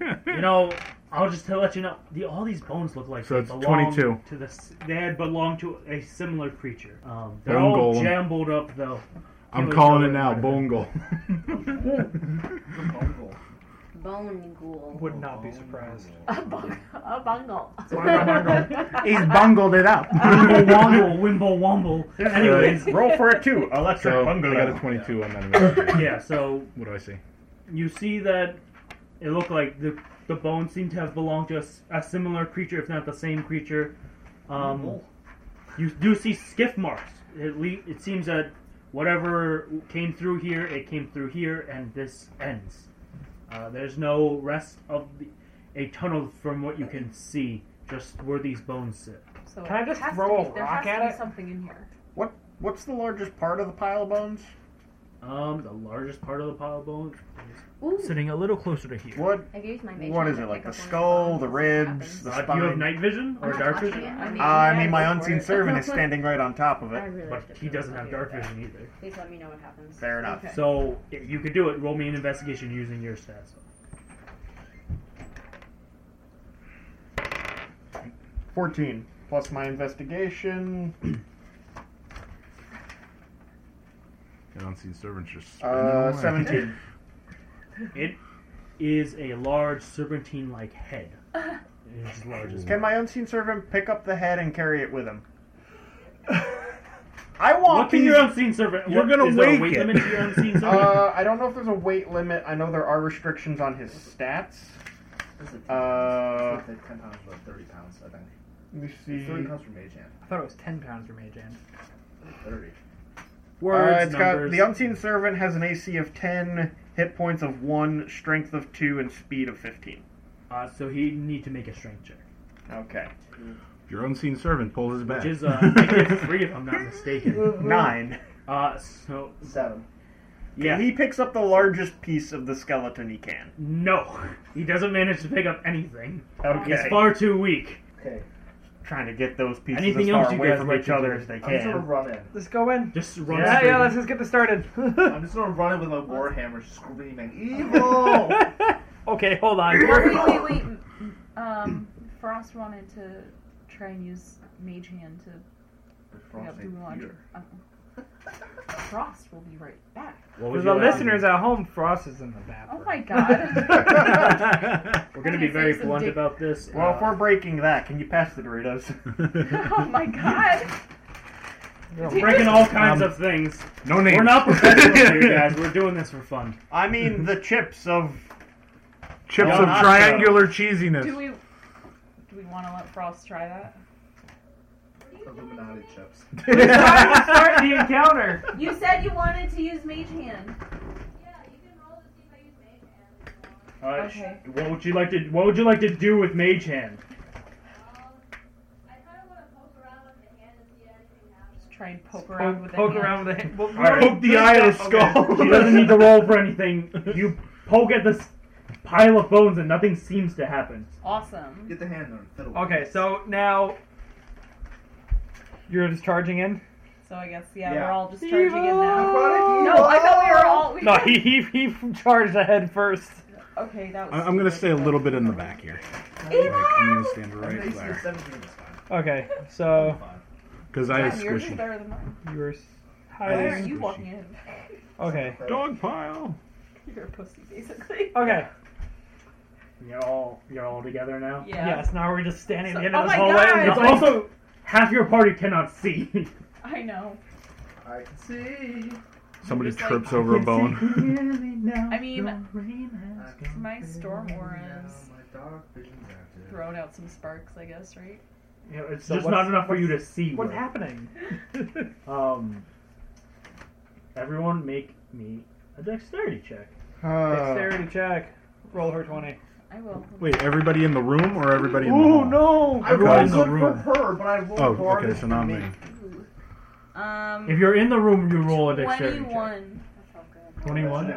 man.
You know, I'll just to let you know, the, all these bones look like
So
they
it's
belong
22.
to the. s- They had belonged to a similar creature. Um, they're
Bone
all
golem.
jumbled up though.
I'm
Kill each
calling it
other
now,
right
Bongo.
Bone ghoul.
Would not be surprised.
A bung- a bungle.
He's bungled it up.
Wimble womble, wimble womble. Anyways,
Roll for it too. Electric
so I
bungo.
got a 22 on that. investigation.
yeah. So
What do I see?
you see that it looked like the the bones seem to have belonged to a, s- a similar creature, if not the same creature. Um,
Oh.
you do see skiff marks. It, le- it seems that whatever came through here, it came through here, and this ends. Uh, there's no rest of the, a tunnel from what you can see, just where these bones sit.
So
Can I
it
just
has
throw
to
a
be, there has
rock
to
at
be
it?
something in here.
What's the largest part of the pile of bones?
Um, the largest part of the pile of bones.
Ooh,
Sitting a little closer to here.
What?
I've used my mace
What
to
is it?
pick
Like the
up on
skull, the
bones.
ribs, the
Uh, do you have
spine.
night vision
I'm
or
not
dark
touching
vision?
it. I mean,
Uh, I mean, my
yeah,
unseen
work.
servant is standing right on top of
I
it.
really
But
should
he
know
doesn't
how to
have
do
dark
that.
vision either.
Please let me know what happens.
Fair enough.
Okay.
So yeah, you could do it. Roll me an investigation using your stats.
14 plus my investigation.
An unseen servant's just. spinning
Uh,
away.
17.
It is a large serpentine-like head. It's as large as
Can my unseen servant pick up the head and carry it with him? I want
What can
these-
your unseen servant?
You're
what-
gonna
is there a
wake
weight
it.
limit to your unseen servant?
Uh, I don't know if there's a weight limit. I know there are restrictions on his stats. Uh,
It's like 10 pounds, about 30 pounds, I think.
Let me
It's 30
see.
pounds from Mage Hand.
I thought it was ten pounds for Mage Hand.
30.
Words,
uh, it's got
numbers.
the unseen servant has an AC of 10, hit points of 1, strength of 2, and speed of 15.
Uh, so he need to make a strength check,
Okay.
Your unseen servant pulls his back.
which is uh, negative three if I'm not mistaken.
9.
Uh, so
7.
yeah,
He picks up the largest piece of the skeleton he can.
no, he doesn't manage to pick up anything.
Okay.
He's far too weak.
Okay.
trying to get those pieces
Anything
as
else
far
you
away
guys
from
like
each
to
other
do?
as they
I'm just gonna
can.
run in.
Let's go in.
Just run.
Yeah,
straight.
yeah. Let's just get this started.
I'm just gonna run in with my warhammer screaming, Evil!
okay, hold on.
Wait, wait, wait. m- Um, Frost wanted to try and use Mage Hand to bring up Doom Laundry. Uh-uh. Frost will be right back.
What
For
was
the
your last
listeners
name?
at home, Frost is in the bathroom.
Oh my god.
We're gonna be very
It's a
blunt
dick-
about this.
Well,
uh,
if we're breaking that, can you pass the Doritos?
oh my god.
we're breaking all kinds of things.
no name.
We're not professional here, guys. We're doing this for fun.
I mean, the chips of.
Chips
Well,
of
not
triangular cheesiness.
Do we do we want to let Frost try that?
Illuminati chips.
Start the encounter.
You said you wanted to use Mage Hand.
Uh,
Okay.
sh- What would you like to? What would you like to do with Mage Hand?
Just try and poke around
Poke,
with
poke
it.
around with the hand. Well,
Alright.
Poke the eye of the skull.
She doesn't need to roll for anything. You poke at this pile of bones and nothing seems to happen.
Awesome.
Get the hand on fiddle.
Okay, so now you're just charging in.
So I guess yeah,
Yeah.
we're all just charging in
Evil.
now.
Aquatic
No, I thought we were all. We
No, he he he charged ahead first.
Okay, that was.
I- I'm gonna stay a little bit in the back here. Like, I'm gonna stand
Okay,
right
so
there.
17 is fine.
Okay, so
Because I
Damn,
was
yours is
squishy.
better than mine.
you're
Why are
highly.
you walking in?
Okay.
Dog pile.
You're a pussy, basically.
Okay.
You're all you're all together now.
Yeah.
Yes. Now we're just standing at the
So-
end
oh
of this
my
hallway.
God!
and
It's
it's like-
also half your party cannot see.
I know.
I can see.
Somebody
Just like-
trips over a bone.
I mean, my storm auras throwing out some sparks, I guess, right?
You know, it's
So
just
what's-
not enough for you to see.
What's
with.
happening?
Um, everyone, make me a dexterity check.
Dexterity check. Roll her twenty.
I will.
Wait, everybody in the room or everybody in the
Oh
hall?
no!
I
Everyone in
rolled
the
good for
room.
her, but I rolled
Oh,
hard
okay, so not me.
Ooh.
If
Um,
you're in the room, you roll a dexterity check.
21.
Twenty-one.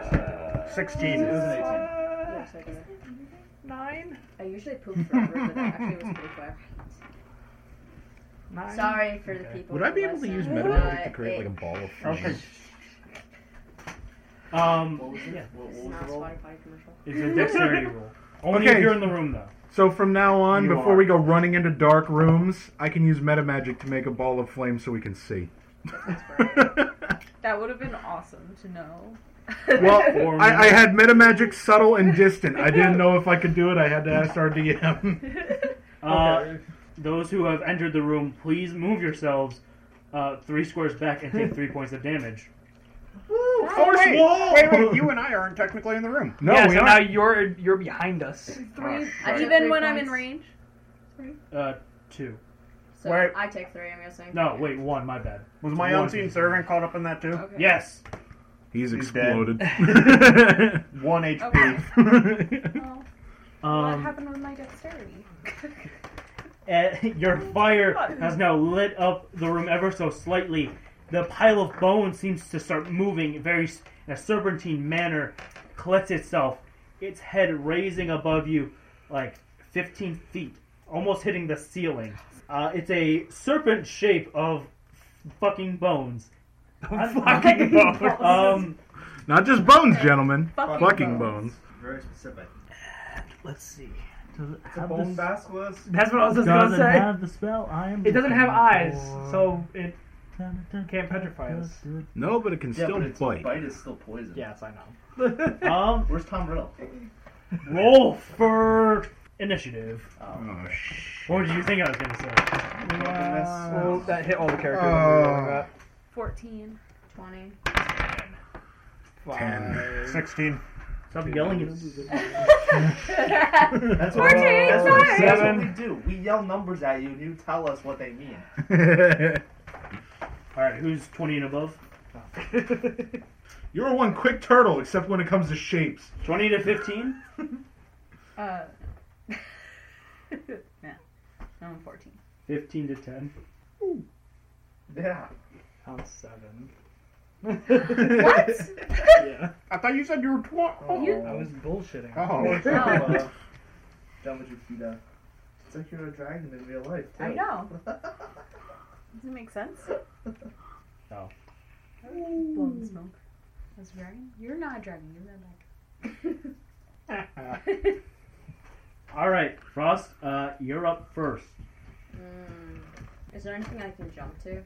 Sixteen.
It was an 18.
Ah,
Yeah, so I did it.
Nine.
I usually poop forever, but that actually was pretty quick.
Nine.
Sorry for the people.
Would I be able to use metamagic to
but
create like a
it-
ball of
Okay.
flame?
Um,
What was it?
yeah,
What,
This
what
is
was
not a
the roll?
Spotify commercial.
it's a dexterity roll. Only
Okay.
if you're in the room, though.
So from now on,
You
before
are.
we go running into dark rooms, I can use metamagic to make a ball of flame so we can see.
That would have been awesome to know.
well,
Or
I, I had metamagic subtle and distant. I didn't know if I could do it. I had to ask our DM.
Uh, Those who have entered the room, please move yourselves uh, three squares back and take three points of damage.
force
Oh, wait,
wall!
Wait, wait, you and I aren't technically in the room.
No,
yeah,
we
so
aren't.
now you're you're behind us.
Three.
Right.
get
Even
three
when I'm in
points.
range?
Uh, two.
So
Wait.
I take three, I'm guessing.
No, wait, one. My bad.
Was my
One.
unseen servant caught up in that too?
Okay.
Yes.
He's
He's
exploded.
One HP.
Okay. Well, what
Um,
happened with my dexterity?
eh, your fire has now lit up the room ever so slightly. The pile of bones seems to start moving very s- in a serpentine manner, collects itself, its head raising above you like 15 feet, almost hitting the ceiling. Uh, it's a serpent shape of fucking bones.
Fucking bones.
Um,
Not just bones, gentlemen.
Fucking
Fucking bones.
Very specific.
Let's see. Does it
It's a bone basilisk.
That's what I was just gonna say.
the spell. I am
It doesn't have eyes, so it can't petrify us.
No, but it can
Yeah,
still
but its
bite.
bite is still poison.
Yes, I know.
Um,
Where's Tom Riddle?
roll for initiative.
Um,
Oh, sh-
What did you think I was gonna say?
well, that hit all the characters.
Uh,
14.
20.
Ten.
Sixteen.
Stop yelling. It's
Uh,
That's
We're
what,
changing
that's what-
sides.
that's what we do. We yell numbers at you, and you tell us what they mean.
all right. Who's twenty and above?
You're one quick turtle, except when it comes to shapes.
Twenty to fifteen.
Uh, no. nah. No, I'm 14.
Fifteen to ten.
Yeah.
Count seven.
what?
Yeah.
I thought you said you were twenty.
I was bullshitting.
Oh.
Oh, uh, done with your feet up. It's like you're a dragon in real life. Too.
I know. Does it make sense?
No.
Blown smoke. As a dragon? You're not a dragon. You're red
Hmm.
like.
All right, Frost. Uh, you're up first.
Mm. Is there anything I can jump to?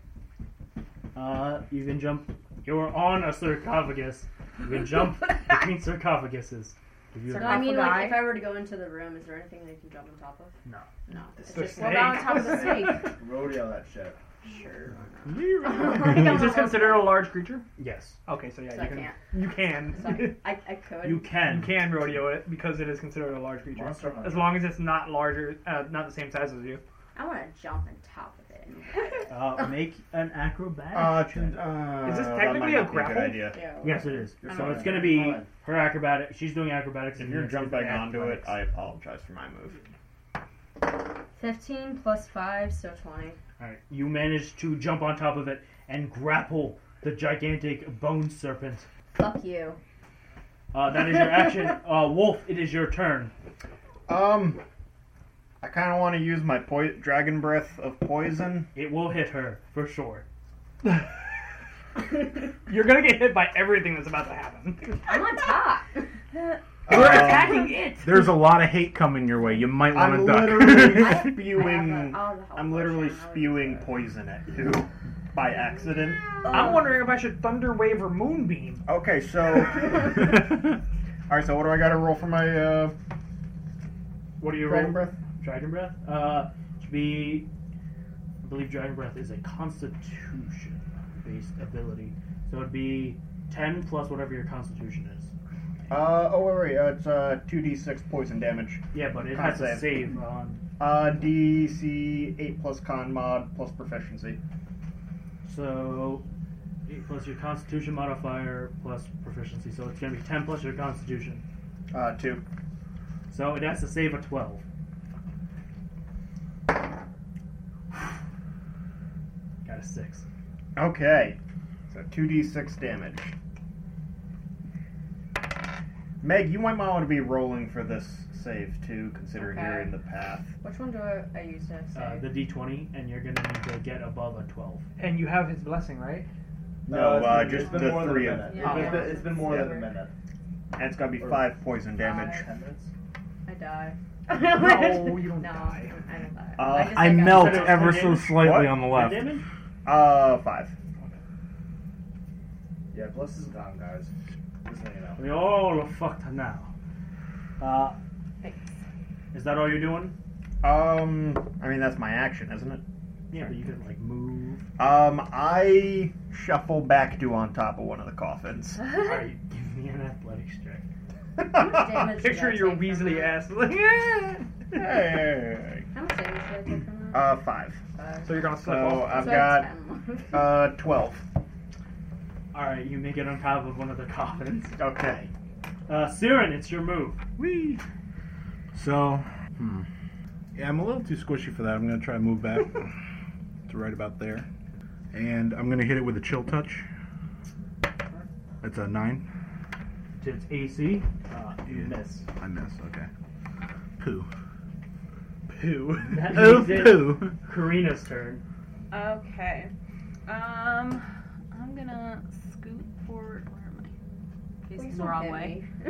Uh, you can jump. You're on a sarcophagus. You can jump between sarcophaguses. If you
No, I mean,
Sarcophagi?
like, if I were to go into the room, is there anything I can jump on top of?
No.
No. It's
The
just
snake.
well, on top of the snake.
Rodeo that shit.
Sure.
Is this considered a large creature?
yes,
Okay, so yeah,
So I
you can.
can't.
You can.
Sorry. I, I could.
you
you
can.
can rodeo it because it is considered a large creature.
Monster hunter.
As long as it's not larger, uh, not the same size as you.
I want to jump on top of it. and-
Uh, make an acrobatic.
Uh,
check.
ch- uh,
Is this
that
technically
might
a
not be good
grapple?
idea.
Ew.
yes, it is.
You're
So
fine.
Uh, it's gonna be
Fine.
her acrobatic. She's doing acrobatics.
If
and
you're
you're doing
jumping onto it,
acrobatics.
I apologize for my move.
15 plus 5, so 20.
Alright, you manage to jump on top of it and grapple the gigantic bone serpent.
Fuck you.
Uh, that is your action. Uh, Wolf, it is your turn.
Um, I kind of want to use my poi- dragon breath of poison.
It will hit her, for sure.
You're gonna get hit by everything that's about to happen.
I'm on top.
Um,
We're attacking it.
There's a lot of hate coming your way. You might want
I'm
to duck.
literally spewing.
all the help
I'm literally spewing poison at you by accident.
I'm wondering if I should thunder wave or moonbeam.
Okay, so. All right, so what do I got to roll for my uh,
What are your
dragon
roll?
breath?
Dragon breath. Uh, should be. I believe dragon breath is a constitution-based ability, so it'd be ten plus whatever your constitution is.
Uh, oh wait, wait, uh, it's uh, 2d6 poison damage.
Yeah, but it
Con
has to
save.
save on.
Uh, DC 8 plus con mod plus proficiency.
So eight plus your constitution modifier plus proficiency, so it's gonna be ten plus your constitution.
Uh, 2.
So it has to save a twelve. Got a six.
Okay. So 2d6 damage. Meg, you might want to be rolling for this save too, considering you're
Okay.
in the path.
Which one do I, I use to save?
Uh, the d20, and you're gonna need to get above a twelve.
And you have his blessing, right?
No,
it's
uh,
been-
just
it's been
the
more than a
three of
minute.
them.
It's been, it's been more than a
Yeah.
minute.
And it's going to be
Or-
5 poison damage.
Ten minutes?
I die.
No, you don't
no,
die.
I don't die.
Uh,
just
I
think
melt
I'm-
ever so slightly
What?
on the left.
Ten damage?
Uh, 5.
Yeah, Bless is gone, guys. Just so you know.
We all are fucked now. Uh,
Thanks.
is that all you're doing?
Um, I mean, that's my action, isn't it?
Yeah, but you can like move.
Um, I shuffle back to on top of one of the coffins.
all right, give me an athletics check.
damage did
Picture
I
your
take from
Weasley
that?
ass. Like,
Hey.
How much damage did I take from that?
Uh, five.
Five.
So you're gonna
So
slip off.
I've
So
got
ten.
uh twelve.
All right, you make it on top of one of the coffins.
Okay.
Uh, Siren, it's your move.
Whee! So, hmm. Yeah, I'm a little too squishy for that. I'm going to try and move back to right about there. And I'm going to hit it with a chill touch. That's a nine.
It's AC. Uh, you
Yeah.
miss.
I miss, okay. Poo. Poo.
That
Oh,
means it.
poo.
Karina's turn.
Okay. Um, I'm gonna scoot forward. Where am I? Facing the wrong way.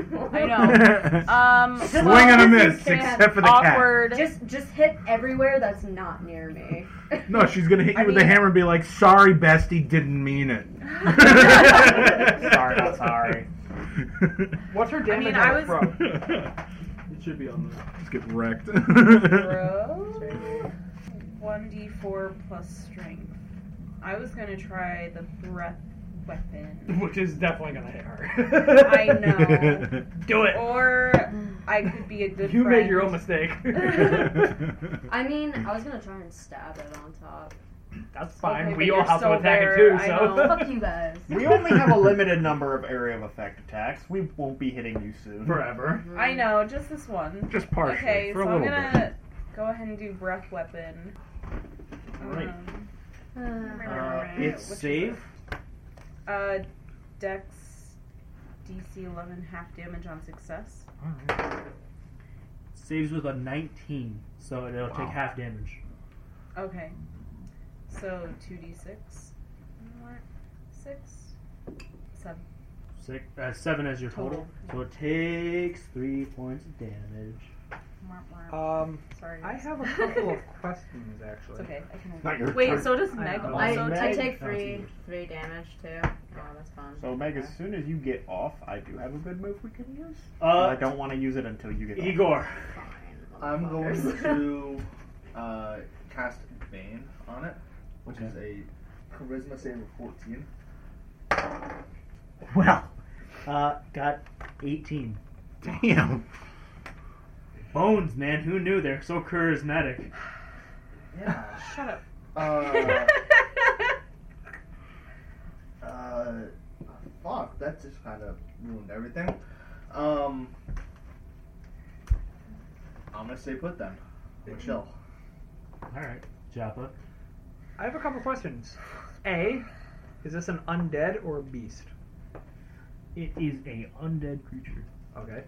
I know.
Uh,
Um,
Swing
well,
and a
this
miss,
is bad.
except for the
awkward.
Just just hit everywhere that's not near me.
cat. No, she's going to hit you
I
with
mean-
a hammer and be like, sorry, bestie, didn't mean it.
Sorry, not sorry.
What's her damage
mean,
on
I
her
was-
throw?
It should be on the.
Just get wrecked.
Throw. One D four plus strength. I was gonna try the breath weapon.
Which is definitely gonna hit her.
I know.
Do it.
Or I could be a good
you
friend.
made your own mistake.
I mean, I was gonna try and stab it on top.
That's fine.
Okay, but
we all
you're
have
so
to attack
there,
it too.
I know.
So
Fuck you guys.
We only have a limited number of area of effect attacks. We won't be hitting you soon.
forever.
Mm-hmm.
I know, just this one.
Just partially.
Okay,
for
so
a
I'm
little
gonna go ahead and do breath weapon.
Alright.
Um,
Uh, it's
Which is
save.
Uh, Dex DC 11 half damage on success.
Saves with a 19, so it'll
Wow.
take half damage.
Okay. So 2d6. More. 6. 7.
Six, uh, seven as your total. So it takes three points of damage.
More, more.
Um,
Sorry.
I
guys.
have a couple of questions
it's
actually.
okay. I can
Not your
Wait,
turn.
so does
I
Meg
know.
also
I,
take.
I take
No,
three
it's
three damage too. Oh, that's fun.
So Meg, as soon as you get off, I do have a good move we can use. but I
Uh,
don't want to use it until you get off.
Igor.
Fine,
I'm going
motherfuckers.
to uh, cast Bane on it, which is a charisma save of 14.
Well, uh, got 18.
Damn.
Bones, man, who knew they're so charismatic?
Yeah.
Shut up.
Uh, uh, fuck, that just kind of ruined everything. Um, I'm gonna stay put then. Or chill.
Alright, Joppa.
I have a couple questions. A, is this an undead or a beast?
It is a undead creature.
Okay.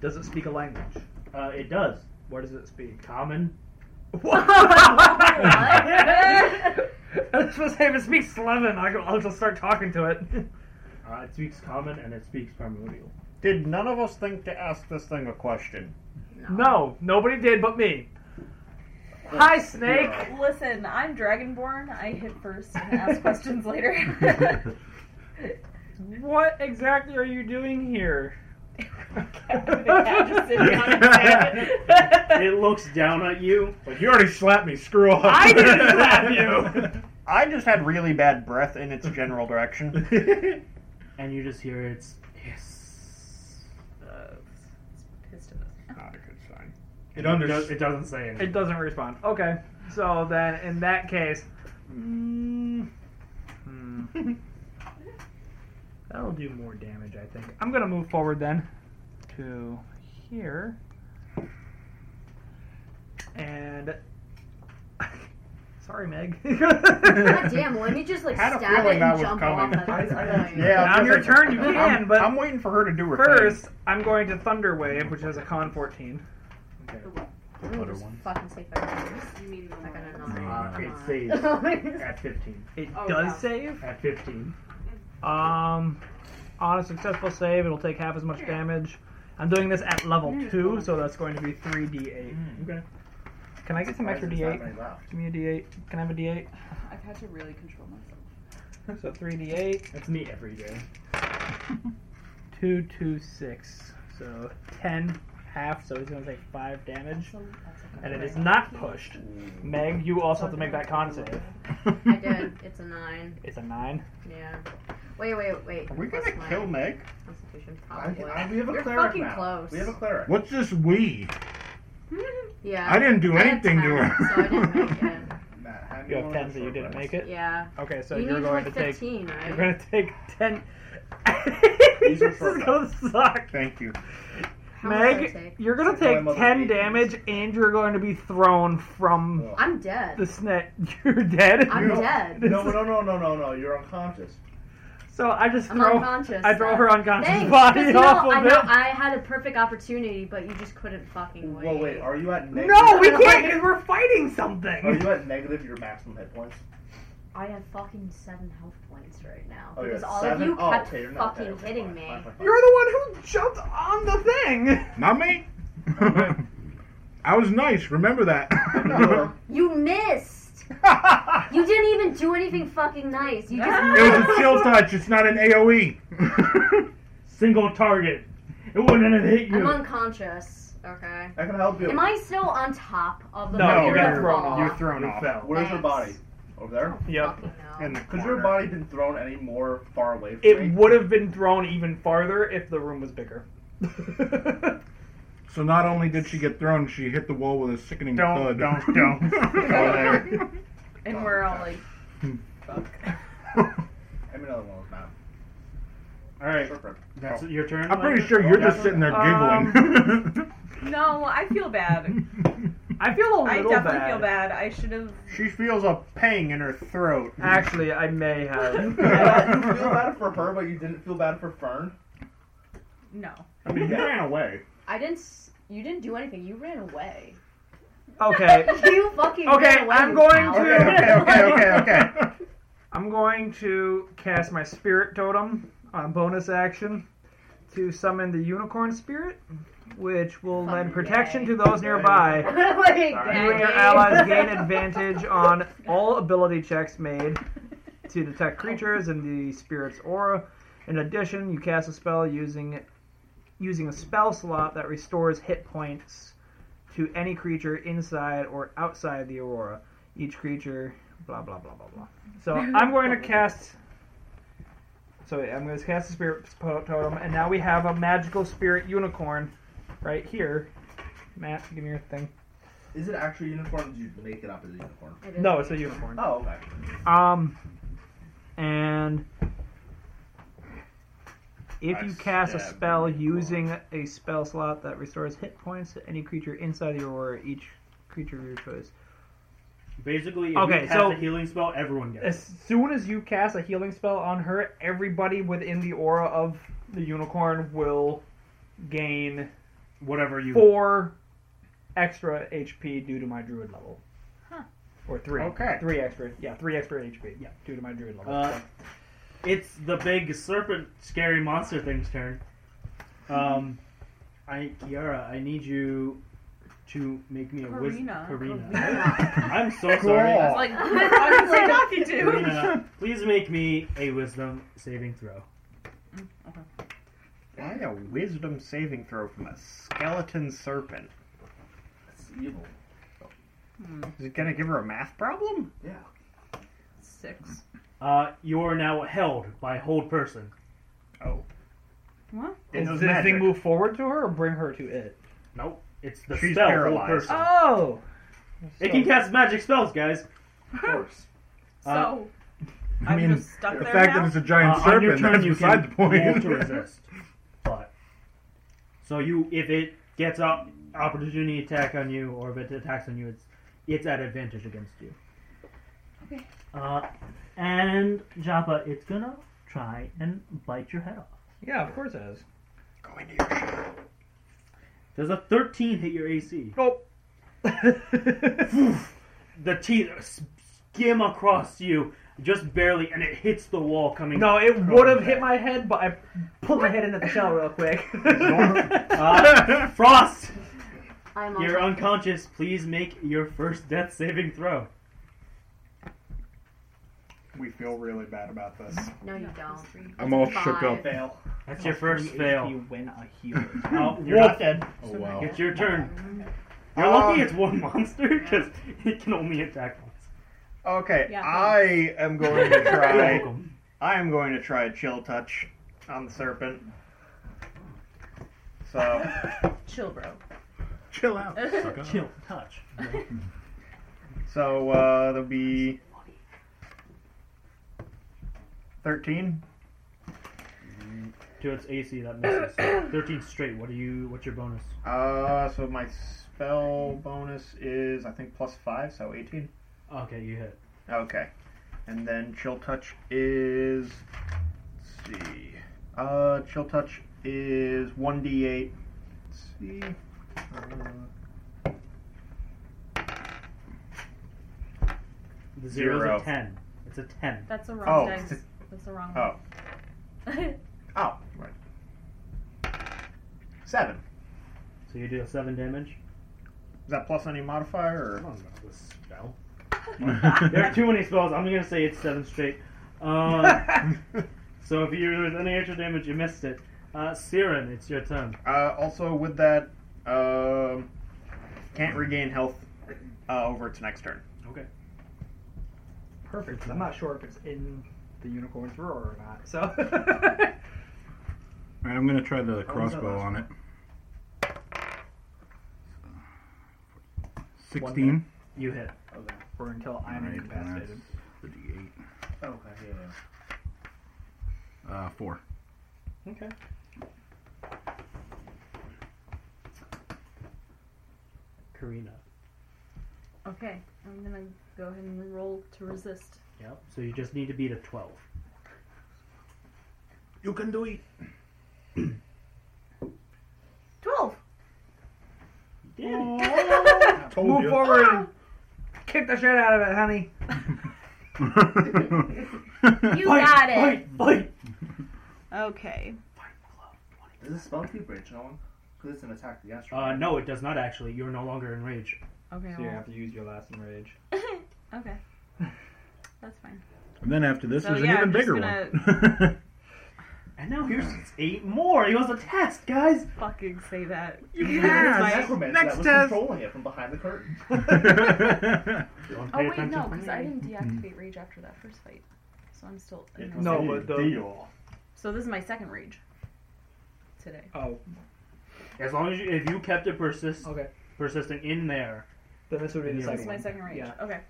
Does it speak a language?
Uh, it does.
What does it speak?
Common.
What? I was supposed to say if it speaks Slevin, I go, I'll just start talking to it.
Uh, it speaks common and it speaks primordial.
Did none of us think to ask this thing a question?
No, nobody did but me. Hi, Snake!
Listen, I'm Dragonborn. I hit first and ask questions later.
What exactly are you doing here?
just sit down and say
it looks down at you.
Like, you already slapped me, screw off.
I didn't slap you!
I just had really bad breath in its general direction.
and you just hear its hiss.
Uh, pissed at us.
Not a good sign.
It,
under-
does, it doesn't say anything.
It doesn't respond. Okay, so then in that case, mm, hmm. that'll do more damage, I think. I'm gonna move forward then to here, and sorry, Meg.
God damn, wouldn't you just like
Had a
stab it
feeling that
and
was
jump
coming.
off of it?
Yeah,
Now
I'm
your
just
turn, you
I'm-
can, but-
I'm waiting for her to do her
First, I'm going to Thunder Wave, which is a con 14.
Other one.
Fucking say fucking names.
You mean the
I got a
one-
Uh,
Come
it
on.
Save
nine.
at 15.
It
Oh,
does
wow.
save.
At 15.
Um, on a successful save, it'll take half as much damage. I'm doing this at level two, so that's going to be three d8.
Okay.
Can I get some
Hmm. Why
extra
is there not
d8?
many left?
Give me a d8. Can I have a d8?
I've had to really control myself.
So three d8,
That's me every day.
two, two, six. So ten half. So he's going to take five damage, and it is not pushed. Meg, you also have to make that con save.
I did. It's a nine.
It's a nine.
Yeah. Wait, wait, wait.
Are we
Plus
gonna
my
kill Meg?
Constitution,
I,
probably.
I- we have a
You're
cleric
fucking
now.
close.
We have a cleric.
What's this we?
yeah.
I didn't do
I had
anything to
ten,
her.
So I didn't make it.
Matt, hand
You
me
have
one of
ten, so
the
you
short
didn't
ones.
make it.
Yeah.
Okay, so
you
you're
need
going to
like
take.
15, right?
You're gonna take ten.
These are
this
for
is gonna suck.
Thank you.
How much did I
Meg,
take?
you're gonna
It's like
take
my mother
ten
ate these.
damage, and you're going to be thrown from
Oh.
I'm dead.
the snake. You're dead.
I'm
No.
dead.
No, no, no, no, no, no. You're unconscious.
So I just
I'm
throw.
unconscious.
I throw her unconscious
Thanks,
body
'cause you know,
off
I,
of
know,
it.
I had a perfect opportunity, but you just couldn't fucking wait.
Well, wait. Are you at negative?
no, we can't because we're fighting something.
Are Oh, you at negative your maximum hit points?
I have fucking seven health points right now.
Oh, you're
because
at
all
seven?
of you
oh,
kept
okay, you're not
fucking
dead. Okay,
hitting
fine,
me.
fine, fine, fine.
You're the one who jumped on the thing.
Not me. I was nice. Remember that.
No.
You missed!
it
You didn't even do anything fucking nice. You just
was a chill touch. It's not an E. AOE.
Single target. It wouldn't have hit you.
I'm unconscious. Okay.
I can help you.
Am I still on top of the
No,
computer
you got thrown
wall?
off.
You're thrown
You
off.
fell. Where's her
Thanks.
body? Over there.
Yep.
Fucking no.
In the
Could your
corner.
body been thrown any more far away from me?
It would have been thrown even farther if the room was bigger.
so not only did she get thrown, she hit the wall with a sickening
Don't,
thud.
don't, don't. Go there.
And we're all like,
Hand me another one of those, Matt.
All right,
Short break.
that's your turn.
I'm pretty sure you're just sitting there giggling.
no, I feel bad.
I feel a little
I definitely
bad.
feel bad. I should have.
Um, She feels a pang in her throat.
Actually, I may have.
you feel bad for her, but you didn't feel bad for Fern.
No.
I mean, you ran away.
I didn't. s- You didn't do anything. You ran away.
okay.
You fucking
Okay,
ran away.
I'm
pal.
going to-
Okay, okay, okay, okay, okay.
I'm going to cast my spirit totem on bonus action to summon the unicorn spirit, which will lend protection to those nearby.
Like,
You and your allies gain advantage on all ability checks made to detect creatures in the spirit's aura. In addition, you cast a spell using using a spell slot that restores hit points to any creature inside or outside the aurora. Each creature, blah blah blah blah blah. So I'm going to cast. So I'm going to cast the spirit totem, and now we have a magical spirit unicorn right here. Matt, give me your thing.
Is it actually unicorn? Or did you make it up as a unicorn?
It is.
No, it's a unicorn.
Oh, okay.
Um, and if
I
you cast a
stabbed
spell
the unicorn.
using a spell slot that restores hit points to any creature inside the aurora, each creature of your choice.
Basically, if
Okay,
you
so-
cast a healing spell, everyone
As
gets.
soon as you cast a healing spell on her, everybody within the aura of the unicorn will gain
it. Whatever you.
four extra HP due to my druid level. Or three.
Okay.
Three extra. Yeah, three extra HP. Yeah, due to my druid level.
Uh, it's the big serpent, scary monster thing's turn. Um, I Kiara, I need you to make me a wisdom.
Karina.
Karina.
Karina.
I'm so sorry.
I was like, who the fuck was I talking to?
Karina, please make me a wisdom saving throw.
Why a wisdom saving throw from a skeleton serpent?
That's evil.
Hmm.
Is it gonna give her a math problem?
Yeah.
Six.
Uh, you are now held by hold person.
Oh.
What?
It
Does
knows
this
magic.
thing move forward to her or bring her to it?
Nope. It's the
She's
spell hold
paralyzed.
person.
Oh!
It can cast magic spells, guys.
Of course.
Uh,
So
I
I'm
mean,
just stuck
the
there
fact
now?
that it's a giant
Uh, on your
serpent,
turn,
that's
you
beside
can
the point.
roll to resist. But so you, if it gets up opportunity attack on you, or if it attacks on you, it's it's at advantage against you.
Okay.
Uh, and Joppa, it's gonna try and bite your head off.
Yeah, of course it is.
Go into your shell.
Does a thirteen hit your AC?
Nope.
The teeth skim across you, just barely, and it hits the wall coming.
no, it
from
would have
the-
hit my head, but I pulled my head into the shell real quick. Ah,
Uh, Frost,
I'm
you're
on.
unconscious. Please make your first death saving throw.
We feel really bad about this.
No, you don't.
I'm all shook up.
Five.
Fail.
That's your first fail.
When I heal.
Uh,
You're
Wolf,
not dead.
Oh, wow.
It's your turn. You're lucky it's one monster because it can only attack once.
Okay,
Yeah.
I am going to
You're
try.
welcome.
I am going to try chill touch on the serpent. So
Chill, bro.
Chill out.
Chill, touch.
so uh, there'll be thirteen.
To its AC, that misses. Thirteen straight. What are you? What's your bonus?
Uh, so my spell bonus is I think plus five, so eighteen.
Okay, you hit.
Okay, and then chill touch is. Let's see. Uh, chill touch is one d eight. Let's see. Uh,
The zero's
Zero.
a ten. It's a ten.
That's the
Oh.
wrong dice. That's the wrong one.
oh, oh, right. Seven.
So you deal seven damage.
Is that plus any modifier? Or?
There are too many spells. I'm gonna say it's seven straight. Uh, so if you there's any extra damage, you missed it. Uh, Siren, it's your turn.
Uh, also, with that, um, can't regain health uh, over its next turn.
Okay.
Perfect. I'm not sure if it's in the unicorn's roar or not. So
Alright, I'm gonna try the crossbow
last
on it. Sixteen.
You hit.
or until I'm
Alright,
incapacitated.
that's the D8. Oh,
Okay.
Uh, four.
Okay. Karina.
Okay, I'm gonna go ahead and roll to resist.
Yep. So you just need to beat a twelve.
You can do it.
Twelve.
You did.
Oh,
Told
Move
ya.
forward. and Kick the shit out of it, honey.
You got it.
Fight.
Okay.
Does this spell keep rage going? Because it's an attack of the astral.
Uh, no, it does not actually. You're no longer enraged.
Okay.
So you
Well,
have to use your last enrage.
okay. That's fine.
And then after this,
So,
there's
yeah,
an even
I'm just
bigger one.
And now here's eight more. He wants a test, guys.
Fucking say that.
Yes.
Necromancer
Next
that was
test.
controlling it from behind the curtain.
You wanna
Oh
pay
wait,
attention?
no, because I didn't deactivate rage after that first fight, so I'm still.
It was
No,
a
but the-
deal.
So this is my second rage. Today.
Oh,
As long as you, if you kept it persist,
okay.
persisting in there,
Then this would be the
Yeah.
This
second
is my
one.
second rage.
Yeah.
Okay.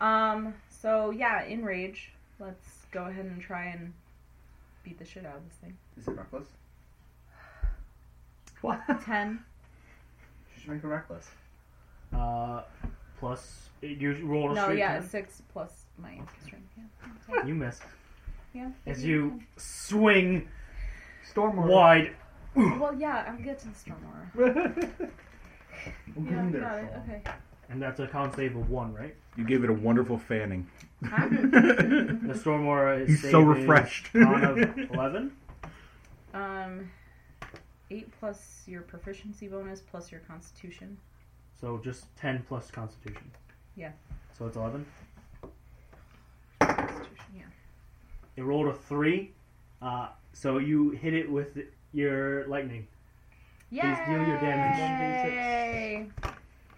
Um. So yeah, in rage, let's go ahead and try and beat the shit out of this thing.
Is it reckless?
What?
Ten.
She should make it reckless.
uh, plus you roll a
No,
straight.
yeah,
ten.
six plus my strength. Yeah.
You miss
Yeah.
as you swing
Storm order.
wide.
Well, yeah, I'll get to the storm aura.
We're
Yeah,
going there,
got it.
Sean.
Okay.
And that's a con save of one, right?
you gave it a wonderful fanning.
The storm aura is
He's
save
so
is
refreshed.
Con of eleven.
Um.
eight plus your proficiency bonus plus your constitution.
So just 10 plus Constitution.
Yeah.
So it's 11.
Constitution, yeah.
It rolled a 3. Uh, so you hit it with your lightning.
Yay!
Please deal your damage.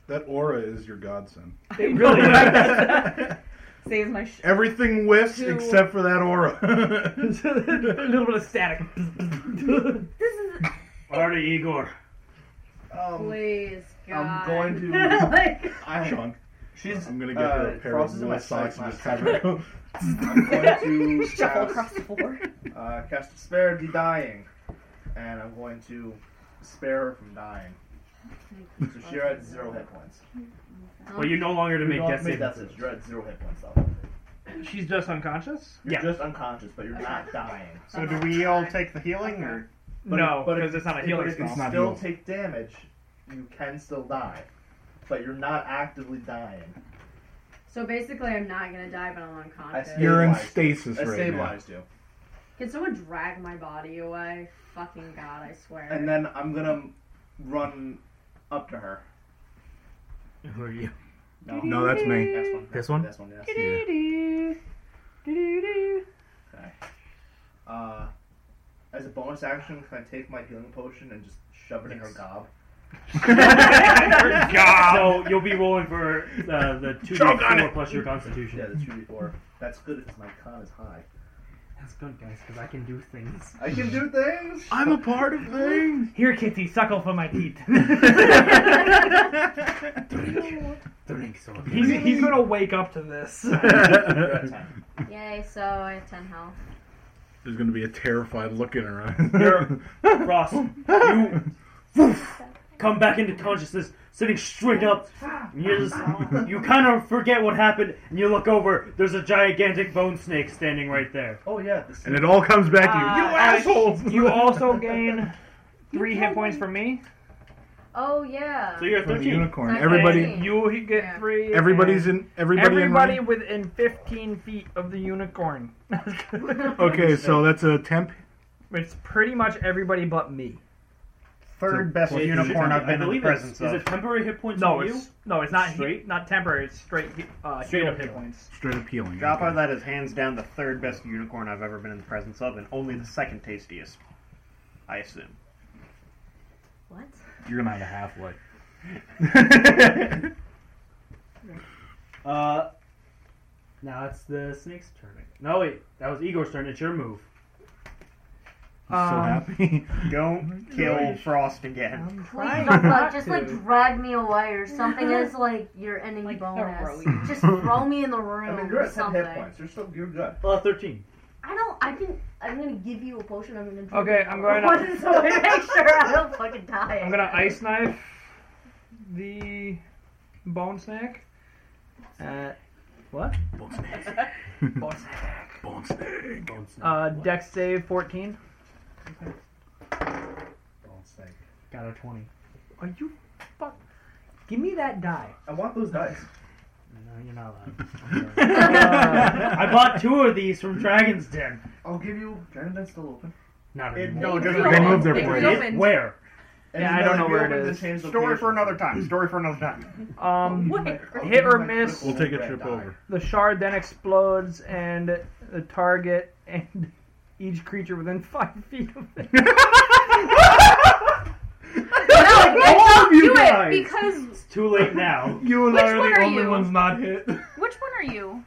That aura is your godsend.
It really is. Saves my sh-
Everything whiffs
Two.
except for that aura.
a little bit of static.
Alrighty, Igor.
Um,
Please, God.
I'm going to.
Like-
I,
Sean.
she's.
I'm gonna get
uh,
her a pair
Frost is
of
in my
wool socks
sight
and just
last
have her
time.
go.
I'm going to
Shuffle
cast,
across the floor.
uh, cast spare the dying, and I'm going to spare her from dying. So she's at zero hit points.
Well, you no longer to
You
make
don't
death
make
saving
death
throws.
saves. You're at zero hit points though.
She's just unconscious?
You're
Yeah.
just unconscious, but you're not dying.
I'm
So do
not
we all
trying.
take the healing, or
But
no,
if- but if-
because it's not a
but
healing
if you
spell.
not
still
healing.
take damage, you can still die, but you're not actively dying.
So basically, I'm not gonna die, but I'm unconscious.
I see.
You're in
Stabilized.
stasis
I
right now.
stabilized you,
Can someone drag my body away? Fucking God, I swear.
and then I'm gonna run up to her.
Who are you?
No,
No, that's me.
This one.
This one?
This one. Yes.
Yeah.
Okay. Uh, as a bonus action, can I take my healing potion and just shove it in her gob?
So you'll be rolling for uh, the 2
Choke on
d4
it.
plus your Constitution.
Yeah, the two d four. That's good because my con is high.
That's good, guys, because I can do things.
I can do things.
I'm a part of things.
Here, kitty, suckle for my teeth.
Drink, so
he's, he's gonna wake up to this.
You're at 10.
Yay, so I have 10 health.
There's gonna be a terrified look in her
You're-
eyes.
Ross, you woof, come back into consciousness, sitting straight up. And you just, you kind of forget what happened, and you look over. There's a gigantic bone snake standing right there.
Oh yeah. This
and it all comes back to you.
Uh,
you assholes!
You also gain three hit points from me.
Oh, yeah.
So you're at
For the
13.
unicorn.
Okay.
Everybody,
Hey.
You get
Yeah.
three.
everybody's
and
in. Everybody,
everybody
in.
within 15 feet of the unicorn.
Running? Okay, so that's a temp.
it's pretty much everybody but me.
So-
third best
Well, you
unicorn
should-
I've
I
been in the
believe
presence
it's, is
of?
it temporary hit points
No,
on you?
it's no, it's not
Straight?
he, not temporary. It's straight he- uh,
Straight
heal
up
hit
heal.
points.
Straight appealing.
Drop
okay.
on that is hands down the third best unicorn I've ever been in the presence of, and only the second tastiest. I assume.
What?
You're gonna have a half life.
Uh, now it's the snake's turn. No, wait, that was Igor's turn. It's your move.
Um,
so happy.
Don't kill Frost again.
Please
Trying
don't
not
like, just
to.
like drag me away or something as like your ending
Like, throw
bonus.
you.
Just throw me in the
I
room
mean, you're
or
at ten hit
something.
points. You're still you're good.
Uh, 13.
I don't. I can. I'm gonna give you a potion. I'm gonna. drink
Okay,
it.
I'm going up.
so I make sure I don't fucking die.
I'm gonna ice knife the bone snack. Uh, what?
Bone snake.
Bone snack.
Bone snake.
Bone snake.
Uh, dex save 14.
Don't stay.
Got a 20.
Are you fuck? Give me that die.
I want those dice.
No, you're not allowed. I'm sorry.
Uh,
I bought two of these from Dragon's Den.
I'll give you. Dragon Dent's still open.
Not
It-
anymore.
no, just
They moved their
They
place.
reopened.
Where?
And
Yeah,
you
I don't
if
know
you
where it
open the
is.
change
Story for
location-
another time. Story for another time.
Um,
Where?
hit or miss.
We'll take a trip over.
The shard then explodes, and the target and each creature within five feet of it.
No, you
All of you
do
guys.
it because
It's too late now.
You and
Which
I are
one
the
are
only
you?
ones not hit.
Which one are you?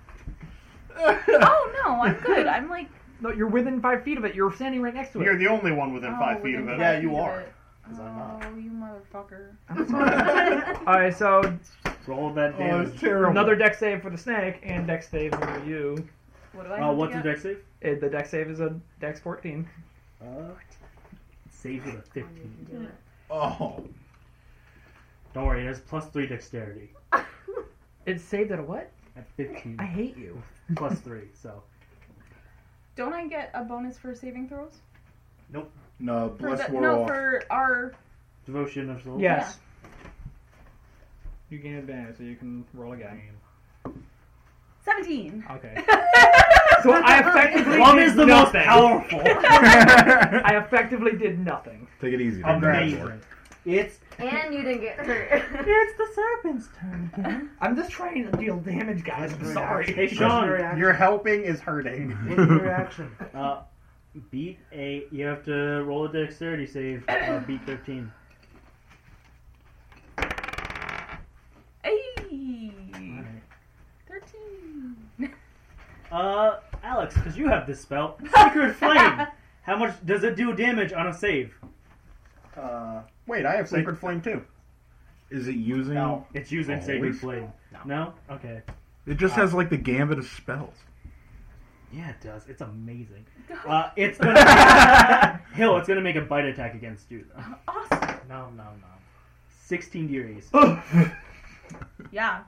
Oh no, I'm good. I'm like
No, you're within five feet of it. You're standing right next to it.
You're the only one within
oh,
five feet of
within
it.
Yeah,
five
you
feet of
are,
it.
'cause I'm not.
Oh, you motherfucker.
All right, so
Roll that
Oh, it's
damage.
terrible.
another deck save for the snake and deck save for you.
What do I?
Uh,
have
what's
to
the
get?
deck save?
Eh, the deck save is a dex 14.
Uh, saved with a 15.
do it.
Oh.
Don't worry, it has plus 3 dexterity.
It saved at a what?
At 15.
I hate you.
plus 3, so.
Don't I get a bonus for saving throws?
No,
For
bless
the-
we're
no,
off.
for our.
Devotion of soul?
Yes. You gain advantage, so you can roll again.
Seventeen.
Okay.
So I effectively
Plum
did
is the most
nothing.
powerful.
I effectively did nothing.
Take it easy. dude.
Amazing. It's
And you didn't get hurt.
It's the serpent's turn again. I'm just trying to deal damage, guys. I'm sorry.
Sean.
Your helping is hurting.
Interaction. Uh, beat a. You have to roll a dexterity save. Uh, beat thirteen.
Hey,
Alright.
thirteen.
Uh, Alex, because you have this spell, Sacred Flame. How much does it do damage on a save?
Uh, wait, I have Sacred Flame too.
Is it using?
No, it's using Sacred
Always.
Flame. No. Okay.
It just has like the gambit of spells.
Yeah, it does. It's amazing. Uh, it's gonna Hill. It's gonna make a bite attack against you. Though.
Awesome.
No, no, no. Oh! Sixteen to your AC.
Yeah.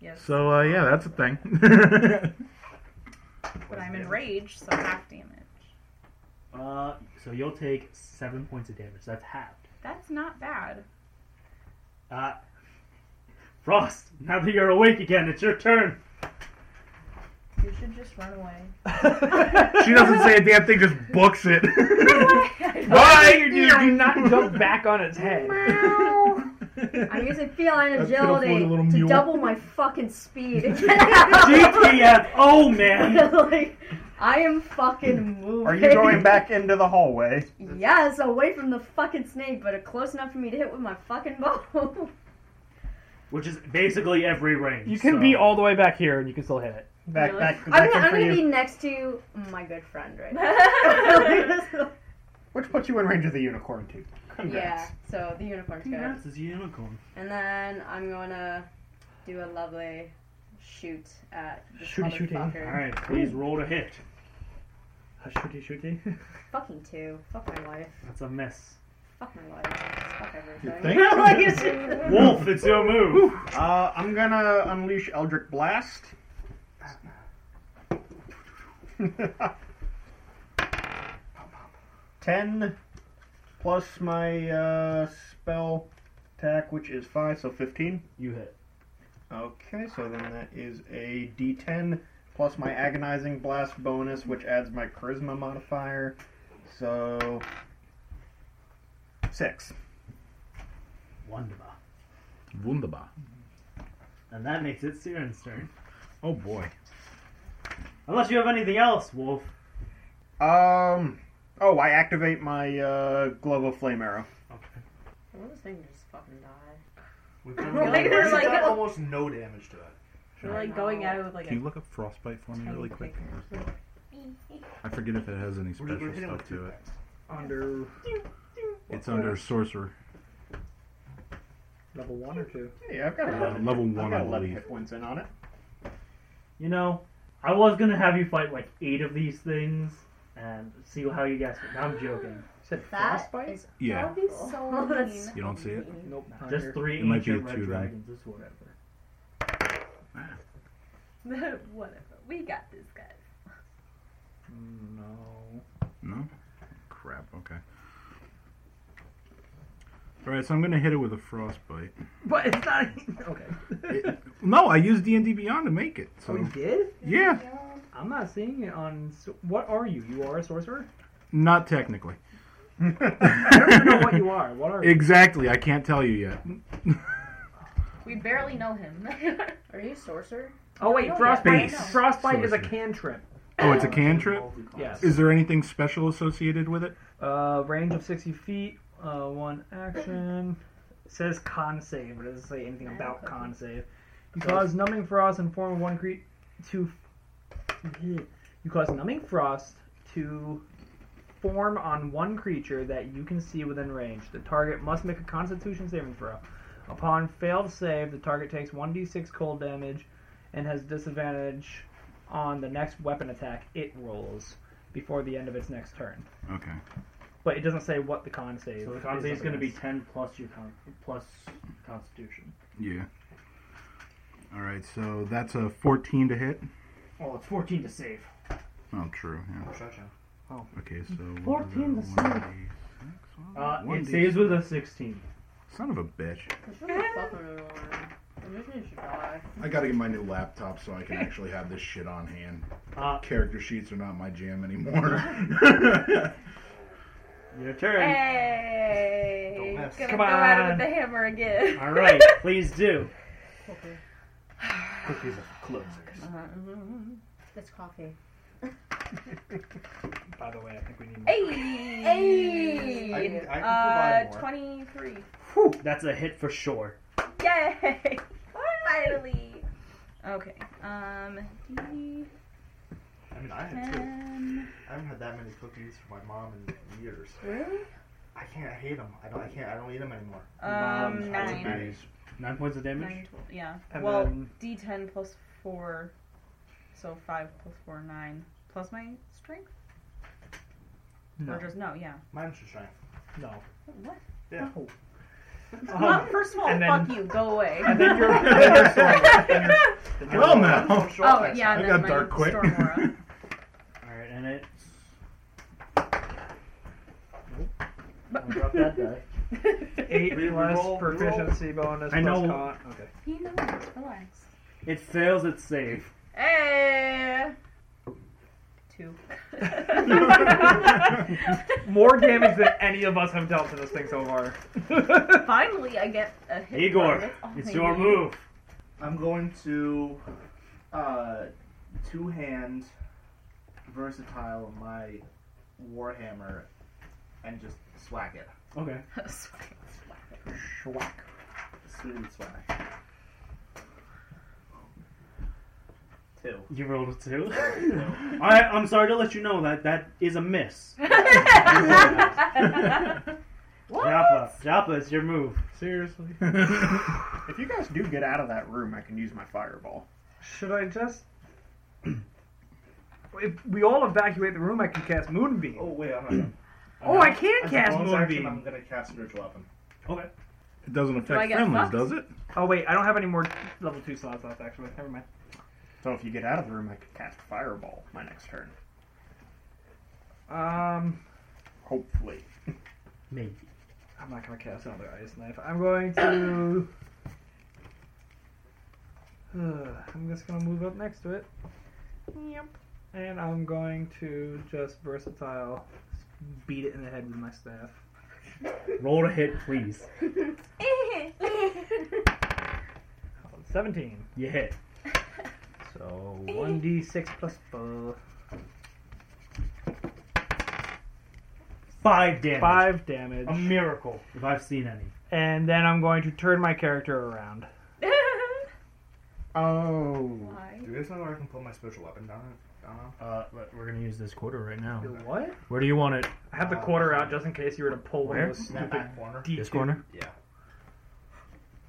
Yes.
So uh, yeah, that's a thing.
But I'm enraged, so half damage.
Uh, so you'll take seven points of damage. That's halved.
That's not bad.
Uh, Frost. Now that you're awake again, it's your turn.
You should just run away.
she doesn't say a damn thing, just books it.
Why you do, do not jump back on its head?
I'm using feline
That's pitiful,
agility
you little
to
mule.
double my fucking speed.
GTF. Oh man.
like, I am fucking moving.
Are you going back into the hallway?
Yes, away from the fucking snake, but close enough for me to hit with my fucking bow.
Which is basically every range.
You can
so-
be all the way back here and you can still hit it.
Back,
Really?
back,
I'm
back
gonna,
in
I'm
for
gonna be
you.
next to my good friend right now.
Which puts you in range of the unicorn too.
yeah,
Congrats.
so the unicorn's good.
Congrats, it's a unicorn.
And then I'm gonna do a lovely shoot at this
Shooty, shooty.
motherfucker.
All right, please roll to hit.
Shooty shooty.
Fucking two. Fuck my life.
That's a miss.
Fuck my life. Fuck everything.
think?
Like, it's-
Wolf, it's your move.
Uh, I'm gonna unleash Eldritch Blast. Ten plus my uh, spell attack, which is five, so fifteen.
You hit.
Okay, so then that is a D10 plus my agonizing blast bonus, which adds my charisma modifier. So six.
Wonderful.
Wunderbar.
And that makes it Siren's turn.
Oh boy.
Unless you have anything else, Wolf.
Um. Oh, I activate my uh, glove of flame arrow.
Okay.
I want this thing to just fucking die.
We've
Like, there's like
done
a-
almost no damage to that.
We're like going at it with like
Can
a
you look up frostbite for me
Tiny
really quick?
clicker.
I forget if it has any
We're, we're
special
hitting
stuff
with two
to it.
attacks.
Under
It's under sorcerer.
level one or two.
Yeah, I've got
Uh,
eleven.
level
I've
one,
got
I
11
believe.
hit points in on it.
You know, I was gonna have you fight like eight of these things and see how you guys. Now I'm joking.
Said
That
frostbite.
is
Yeah.
That would be so
Oh, that's
mean.
You don't see it?
Nope. not
Just
here.
three
It might be
ancient
a
red
two, then.
dragons. It's whatever.
Whatever. We got this, guys.
Mm,
No.
No? Crap, okay. Alright, so I'm gonna hit it with a frostbite.
But it's not. Okay.
No, I used D and D Beyond to make it.
So
So
you did?
yeah,
I'm not seeing it on. so- What are you? You are a sorcerer.
not technically.
I don't even know what you are. What are you?
Exactly, I can't tell you yet.
We barely know him.
Are you a sorcerer?
Oh wait,
No,
frostbite.
yeah, I know.
Frostbite is a
Sorcerer.
cantrip.
Oh, it's a cantrip.
Yes.
Is there anything special associated with it?
Uh, range of 60 feet, uh, one action. It says con save, but it doesn't say anything about con save. You cause numbing frost in form of one creature to. You cause numbing frost to form on one creature that you can see within range. The target must make a Constitution saving throw. Upon failed save, the target takes 1d6 cold damage and has disadvantage on the next weapon attack it rolls before the end of its next turn.
Okay.
But it doesn't say what the con save.
So the con save is
up
gonna be
against.
ten plus your con plus Constitution.
Yeah. All right, so that's a 14 to hit.
Oh, it's fourteen to save.
Oh, true. Yeah. Okay, so what is
14
that?
to
1d6?
Uh,
One
it
d-
saves with a sixteen.
Son of a bitch.
Cause we're not fucking around. Originally, should die.
I gotta get my new laptop so I can actually have this shit on hand.
Uh,
Character sheets are not my jam anymore.
Your turn.
Hey!
Don't miss.
Gonna
Come
go at it
on.
with the hammer again.
All right, please do.
Cookies are closers.
That's coffee.
By the way, I think we need more.
Hey!
Hey!
I can- I can provide
uh,
more.
23.
Whew, that's a hit for sure.
Yay! Finally! Okay, um, D10.
I mean, I had two. I haven't had that many cookies from my mom in years.
Really?
I can't. I hate them. I don't. I can't. I don't eat them anymore.
Um, nine.
Nine points of damage.
Nine, tw- yeah.
And
well,
then-
D10 plus four, so five plus four, nine. Plus my strength?
No.
Or just no? Yeah.
Mine's just trying.
No.
What?
Yeah.
Mom, first of all,
Oh. Um, and
fuck
then-
you. Go away.
And then you're, then you're sorry. Then you're- then you're-
Well, now.
Oh, yeah,
I
and then
got
my
dark quick.
storm aura.
All right, and it's. I'll drop that die.
Eight plus
Reroll,
proficiency bonus.
I know.
Plus con. Okay.
He knows. Relax.
It fails its save.
Eh.
Hey. Two.
More damage than any of us have dealt to this thing so far.
Finally, I get a hit.
Igor,
bonus. Oh,
it's
my
your
God.
move.
I'm going to uh, two hand versatile my warhammer and just swag it.
Okay.
Swag, swag.
Schwack. Smooth swag. Two.
You rolled a two. All right, I'm sorry to let you know that that is a miss. Joppa, Joppa, it's your move.
Seriously. if you guys do get out of that room, I can use my fireball.
Should I just? If we all evacuate the room, I can cast Moonbeam.
Oh wait, I'm not done.
Oh, I can
As a
cast
bonus action,
Moonbeam.
I'm gonna cast spiritual weapon.
Okay.
It doesn't
I
affect
get
friendlies,
fucked?
does it?
Oh wait, I don't have any more level two slots left. Actually, never mind.
So if you get out of the room, I can cast fireball my next turn.
Um,
Hopefully.
Maybe.
I'm not gonna cast another ice knife. I'm going to. uh, I'm just gonna move up next to it. Yep. And I'm going to just versatile beat it in the head with my staff.
Roll a hit, please.
Seventeen.
You hit.
So one d six plus four.
Five damage.
Five damage.
A miracle, if I've seen any.
And then I'm going to turn my character around.
Oh.
Why?
Do you guys know where I can put my spiritual weapon down? I don't know.
Uh, but we're gonna use this quarter right now.
What?
Where do you want it?
I have the quarter out just in case you were to pull one
Where?
of those
In that
stupid
back corner.
D2.
This corner.
Yeah.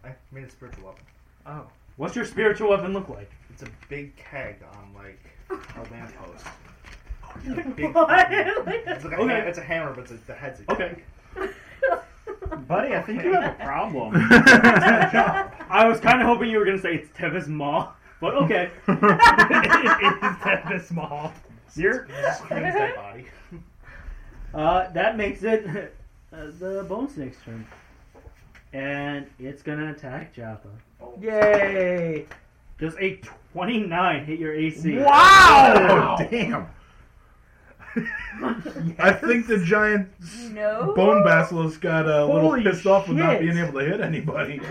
I made a spiritual weapon.
Oh.
What's your spiritual weapon look like?
It's a big keg on like a lamppost. It's a big- It's, like a
Okay.
ha- it's a hammer, but it's a, the head's a
Okay.
keg.
Buddy, I think you have a problem.
I was kind of hoping you were gonna say it's Tevis Maw, but okay.
Oh.
it is that this small.
You're-
It's Strange dead body.
uh, that makes it uh, the bone snake's turn, and it's gonna attack Joppa.
Yay!
Does a twenty-nine hit your AC?
Wow! Oh, damn. I think the giant s-
No.
bone basilisk got uh, a
Holy
little pissed off with not
shit.
being able to hit anybody.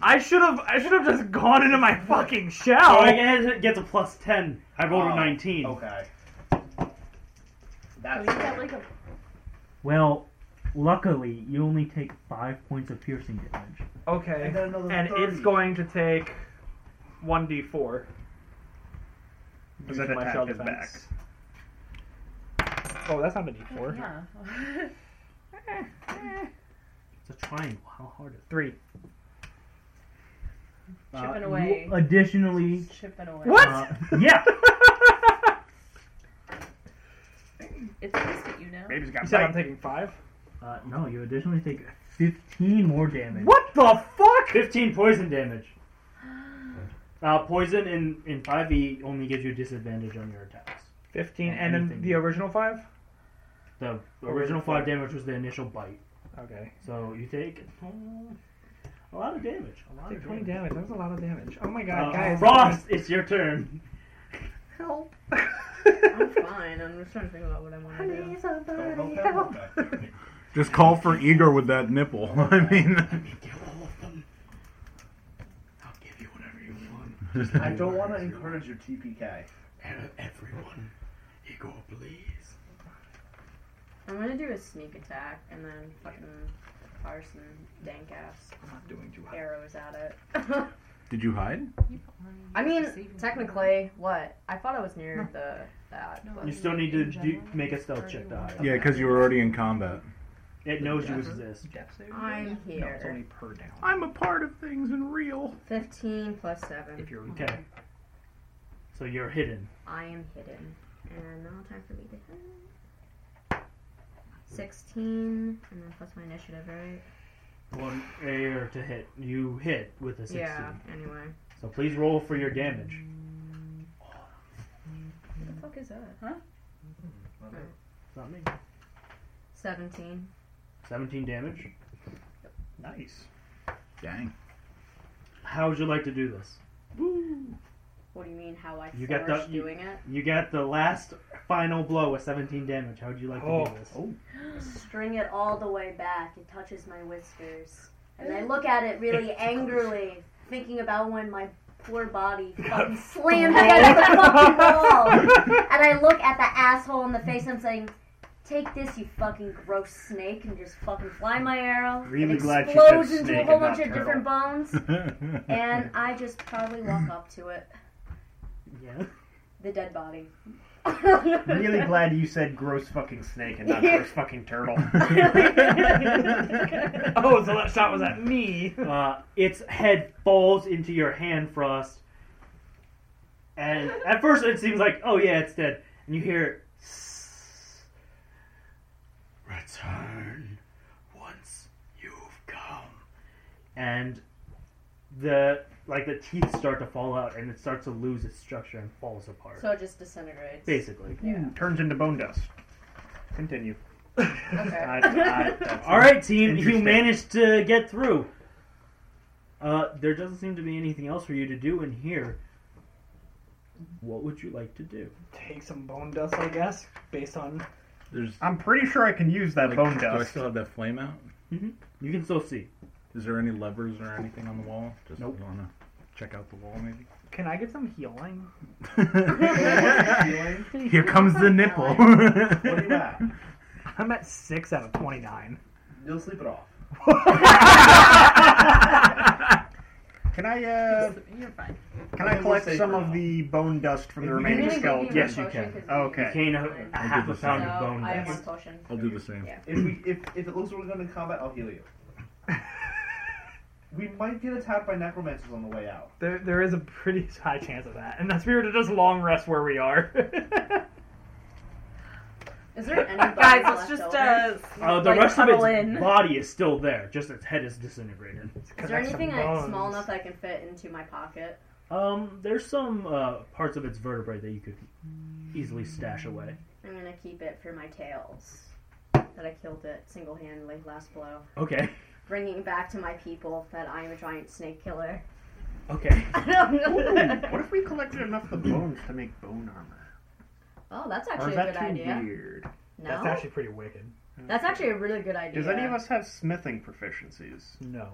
I should have I should have just gone into my fucking
Oh,
shell.
it gets a plus ten. I rolled
Oh,
a nineteen.
Okay.
Oh,
That's
you got like a
Well, luckily you only take five points of piercing damage.
Okay.
I got another
And
30.
it's going to take one d four.
Does that attack his
Oh, that's not a d four.
yeah.
Uh, It's a triangle. How hard is
Three.
it? Uh,
Chipping
you
away.
Additionally,
Chipping away.
What?
uh, yeah.
It's pissed at you now.
Baby's got
You said I'm
bite.
taking five.
Uh, no, you additionally take fifteen more damage.
What the fuck?
15 poison damage. Uh, poison in, in 5e only gives you disadvantage on your attacks.
Fifteen, and then
Anything.
the original five.
The original 5 damage was the initial bite.
Okay.
So you take. A lot of damage. A lot
Take
of
20
damage.
damage. That was a lot of damage. Oh my god,
Uh,
guys.
Frost, it's your turn.
Help.
I'm fine. I'm just trying to think about what I want to do.
Oh,
somebody help.
Just call for Igor with that nipple. I mean,
I'll give you whatever you want.
Just
I don't want to encourage your TPK.
Everyone, Igor, please.
I'm gonna do a sneak attack and then fucking fire some dank ass
I'm not doing too hot.
arrows at it.
did you hide?
I mean, technically, what? I thought I was near the that. but-
You still need to do, make a stealth check to hide.
Yeah, because you were already in combat.
It knows you exist.
Death save?
I'm
No, it's
here.
only per down.
I'm a part of things and real.
Fifteen plus seven.
If you're
Okay. So you're hidden.
I am hidden. And now time for me to hide. 16, and then plus my initiative, right?
One air to hit. You hit with a 16.
Yeah, anyway.
So please roll for your damage.
What the fuck is that? Huh?
It's not me.
17.
17 damage.
Nice. Dang.
How would you like to do this?
What do you mean, how I
You
flourish
got the- you-
doing it?
You got the last final blow with 17 damage. How would you like to do this?
String it all the way back. It touches my whiskers. And I look at it really angrily, thinking about when my poor body fucking slammed against the fucking wall. And I look at the asshole in the face and I'm saying, Take this, you fucking gross snake, and just fucking fly my arrow.
Really
it
glad she said
explodes into a
snake
whole
and
bunch
not
of different bones. And I just probably walk up to it,
Yeah.
the dead body.
Really glad you said gross fucking snake and not gross fucking turtle.
Oh, so that shot was at me.
Uh, its head falls into your hand, Frost. And at first it seems like, oh yeah, it's dead. And you hear, "Sss."
Return once you've come.
and the like the teeth start to fall out, and it starts to lose its structure and falls apart.
So it just disintegrates.
basically.
Yeah.
Turns into bone dust. Continue. I,
Okay.
I, that's
All right, team, you
Interesting.
managed to get through. Uh, there doesn't seem to be anything else for you to do in here. What would you like to do?
Take some bone dust, I guess, based on.
There's.
I'm pretty sure I can use that
like,
bone
Do I
dust.
still have that flame out?
You can still see.
Is there any levers or anything on the wall? Just
Nope.
wanna check out the wall, maybe.
Can I get some healing?
Here comes the nipple.
What are you at?
I'm at 6 out of 29.
You'll sleep it off.
Can I uh,
You're fine.
can I collect some of the bone dust from the
I'm
remaining
gonna give
skeleton?
Yes,
a
you can.
potion 'cause
Okay.
You gain a, a half a
the
pound
So,
of bone
I have one
dust.
potion.
I'll do the same.
Yeah.
If we if, if it looks like we're going to combat, I'll heal you. we might get attacked by necromancers on the way out.
There, there is a pretty high chance of that. And that's weird to just long rest where we are.
Is there any
Guys,
bones
let's
left
just
over?
uh,
Uh, the
like,
rest of its
cuddle in.
body is still there, just its head is disintegrated.
Is there anything I, small enough that I can fit into my pocket?
Um, there's some uh, parts of its vertebrae that you could easily stash away.
I'm gonna keep it for my tails. That I killed it single-handedly last blow,
Okay,
bringing back to my people that I am a giant snake killer.
okay.
What if we collected enough of the bones to make bone armor?
Oh, that's
Or
actually
is
a good
that too
idea.
weird?
No,
That's actually pretty wicked.
That's actually a really good idea.
Does any of us have smithing proficiencies?
No.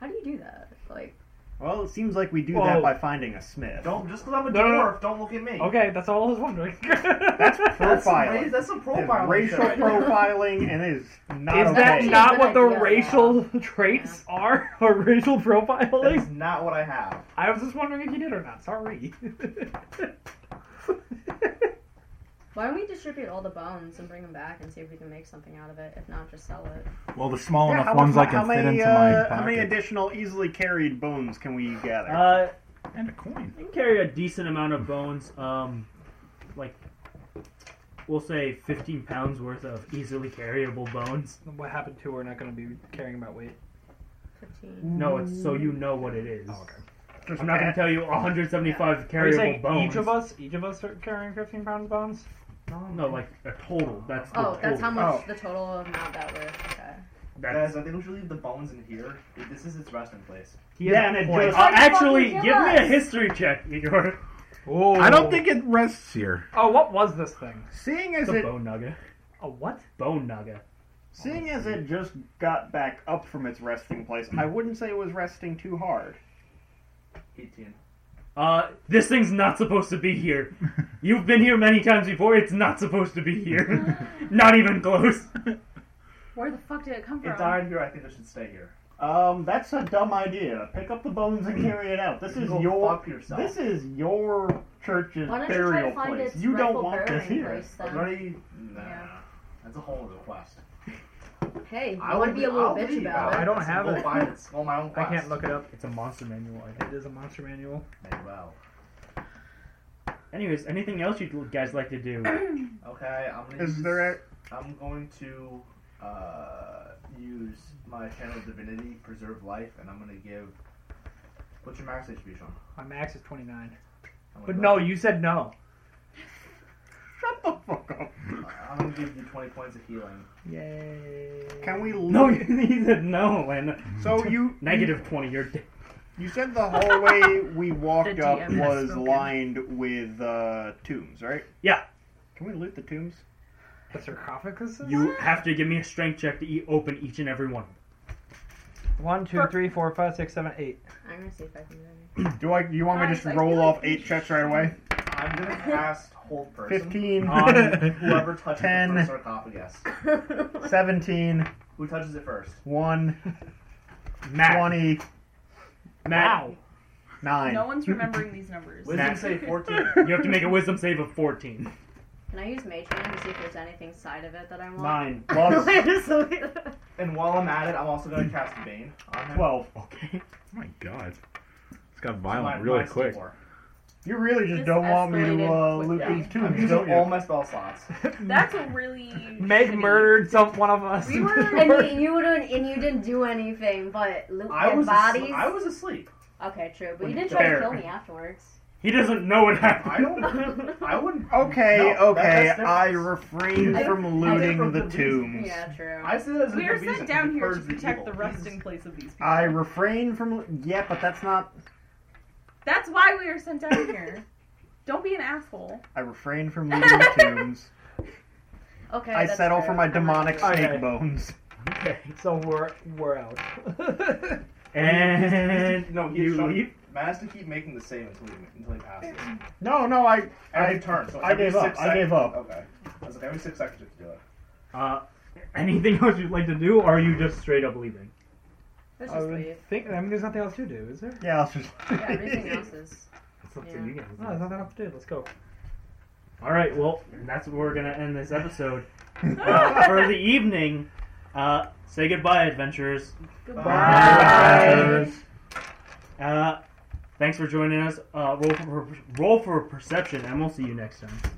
How do you do that? Like,
Well, it seems like we do
Whoa.
that by finding a smith.
Don't just because I'm a
No, no, no.
dwarf, don't look at me.
Okay, that's all I was wondering.
That's some,
Profiling.
ra- that's some
It's
profiling.
racial
shit right there.
profiling, and it is not
Is that
okay.
not what the
Good idea.
racial traits are? Or racial
That
profiling?
is not what I have.
I was just wondering if you did or not. Sorry.
why don't we distribute all the bones and bring them back and see if we can make something out of it? If not, just sell it.
Well, the small
Yeah,
enough
how
ones
much-
I can
how
fit
many,
into my
uh,
pocket.
How many additional easily carried bones can we gather?
Uh,
and a coin.
You can carry a decent amount of bones, um, like we'll say 15 pounds worth of easily carryable bones.
what happened to her? Not going to be carrying about weight.
Fifteen.
No, it's so you know what it is.
Just
I'm not gonna
add-
tell you 175
Are you
carryable
saying
bones.
each of us, each of us are carrying 15 pounds of bones?
No, like a total. That's the
Oh, that's
total.
how much
Oh.
the total amount that was. Okay.
Guys, I think we should leave the bones in here. This is its resting place.
yeah, and it just,
Oh,
uh, actually, give me a history check, Igor.
Oh. I don't think it rests here.
Oh, what was this thing?
Seeing as
It's a
it
bone nugget.
A what?
Bone nugget.
seeing as it just got back up from its resting place, I wouldn't say it was resting too hard.
18.
Uh, this thing's not supposed to be here. You've been here many times before. It's not supposed to be here. not even close.
Where the fuck did it come from?
It died here. I think it should stay here.
Um, that's a dumb idea. Pick up the bones and carry it out. This
You
is
go
your
fuck yourself.
this is your church's
Why don't you try
burial
to find
place.
its
You don't
rightful
want this
burial
here.
place
But
then?
Ready? Nah. That's a whole other quest.
Hey, you
I
want
would
to be a little
I'll
bitch
leave.
about
I
it.
don't
I'll
have
go
it.
Find it. Small my own
I
quest.
can't look it up.
It's a monster manual. I think.
It is a monster manual.
Very well.
Anyways, anything else you guys like to do?
Okay, I'm gonna
Is
use,
there a-
I'm going to uh, use my channel divinity, preserve life, and I'm gonna give. What's your max HP, Sean?
My max is 29.
I'm gonna
But
go-
no, you said no.
Shut the fuck up.
I'm gonna give you 20 points of healing.
Yay.
Can we
No,
look?
he said no, and
so you
negative twenty. You're dead.
You said the hallway we walked
The
up
DM has
was
spoken.
lined with uh, tombs, right?
Yeah.
Can we loot the tombs?
The sarcophagus?
You have to give me a strength check to e- open each and every one.
One, two, three, four, five, six, seven, eight.
I'm gonna see if I can do
Do I? You want me to
Guys,
just
I feel
roll
like
off
we
eight checks right away? Um,
I'm gonna cast hold person.
Fifteen,
On whoever touches
Ten.
the first sarcophagus.
seventeen,
Who touches it first?
one,
Matt,
twenty,
Matt,
nine.
No one's remembering these numbers.
Wisdom save 14.
you have to make a wisdom save of fourteen.
Can I use Mage Hand to see if there's anything side of it that I want?
Nine plus
Just look at that.
And while I'm at it, I'm also gonna cast Bane on him.
twelve.
Okay.
Oh my god. It's got
So
violent
my-
really
mine's
quick.
four.
You really just
This
don't want me to uh,
escalated
loot
quickly.
these
I'm
tombs, don't
using all
you?
my spell slots.
That's a really
Meg
shitty-
murdered some one of us.
We were-
And you, you wouldn't, and you didn't do anything but loot
I
dead
was,
bodies.
asleep. I was asleep.
Okay, true, but
When
you
you
didn't try to
care.
kill me afterwards.
He doesn't know what
I
happened.
don't. I wouldn't.
Okay,
No, that-
okay.
that's different.
I refrained
I-
from looting
different
the
from the
tombs.
Yeah, true.
I see that as
We
a
are
reason
sent down here to
purge
protect
evil.
the resting place of these people.
I refrained from. Yeah, but that's not.
That's why we are sent down here. Don't be an asshole.
I refrained from looting the tombs.
Okay,
I
that's
settle
fair.
for my demonic
Okay.
snake bones.
Okay.
so we're, we're out.
And
No, he
you
shot-
leave.
Man has to keep making the save until he until he passes.
No, Oh, no, I
Every
I-
turn. So
I
every
gave up,
six
I gave up.
Okay. I was like every six seconds you have to do it.
Uh, anything else you'd like to do, or are you just straight up leaving?
Let's
I
just
would
leave.
think, I mean, there's nothing else to do, is there?
yeah, I'll just.
Yeah, everything else is.
It's up to
Yeah.
you guys.
No, there's nothing else to do. Let's go.
All right, well, that's where we're gonna end this episode uh, for the evening. Uh, say goodbye, adventurers.
Goodbye.
Uh, thanks for joining us. Uh, roll for roll for perception, and we'll see you next time.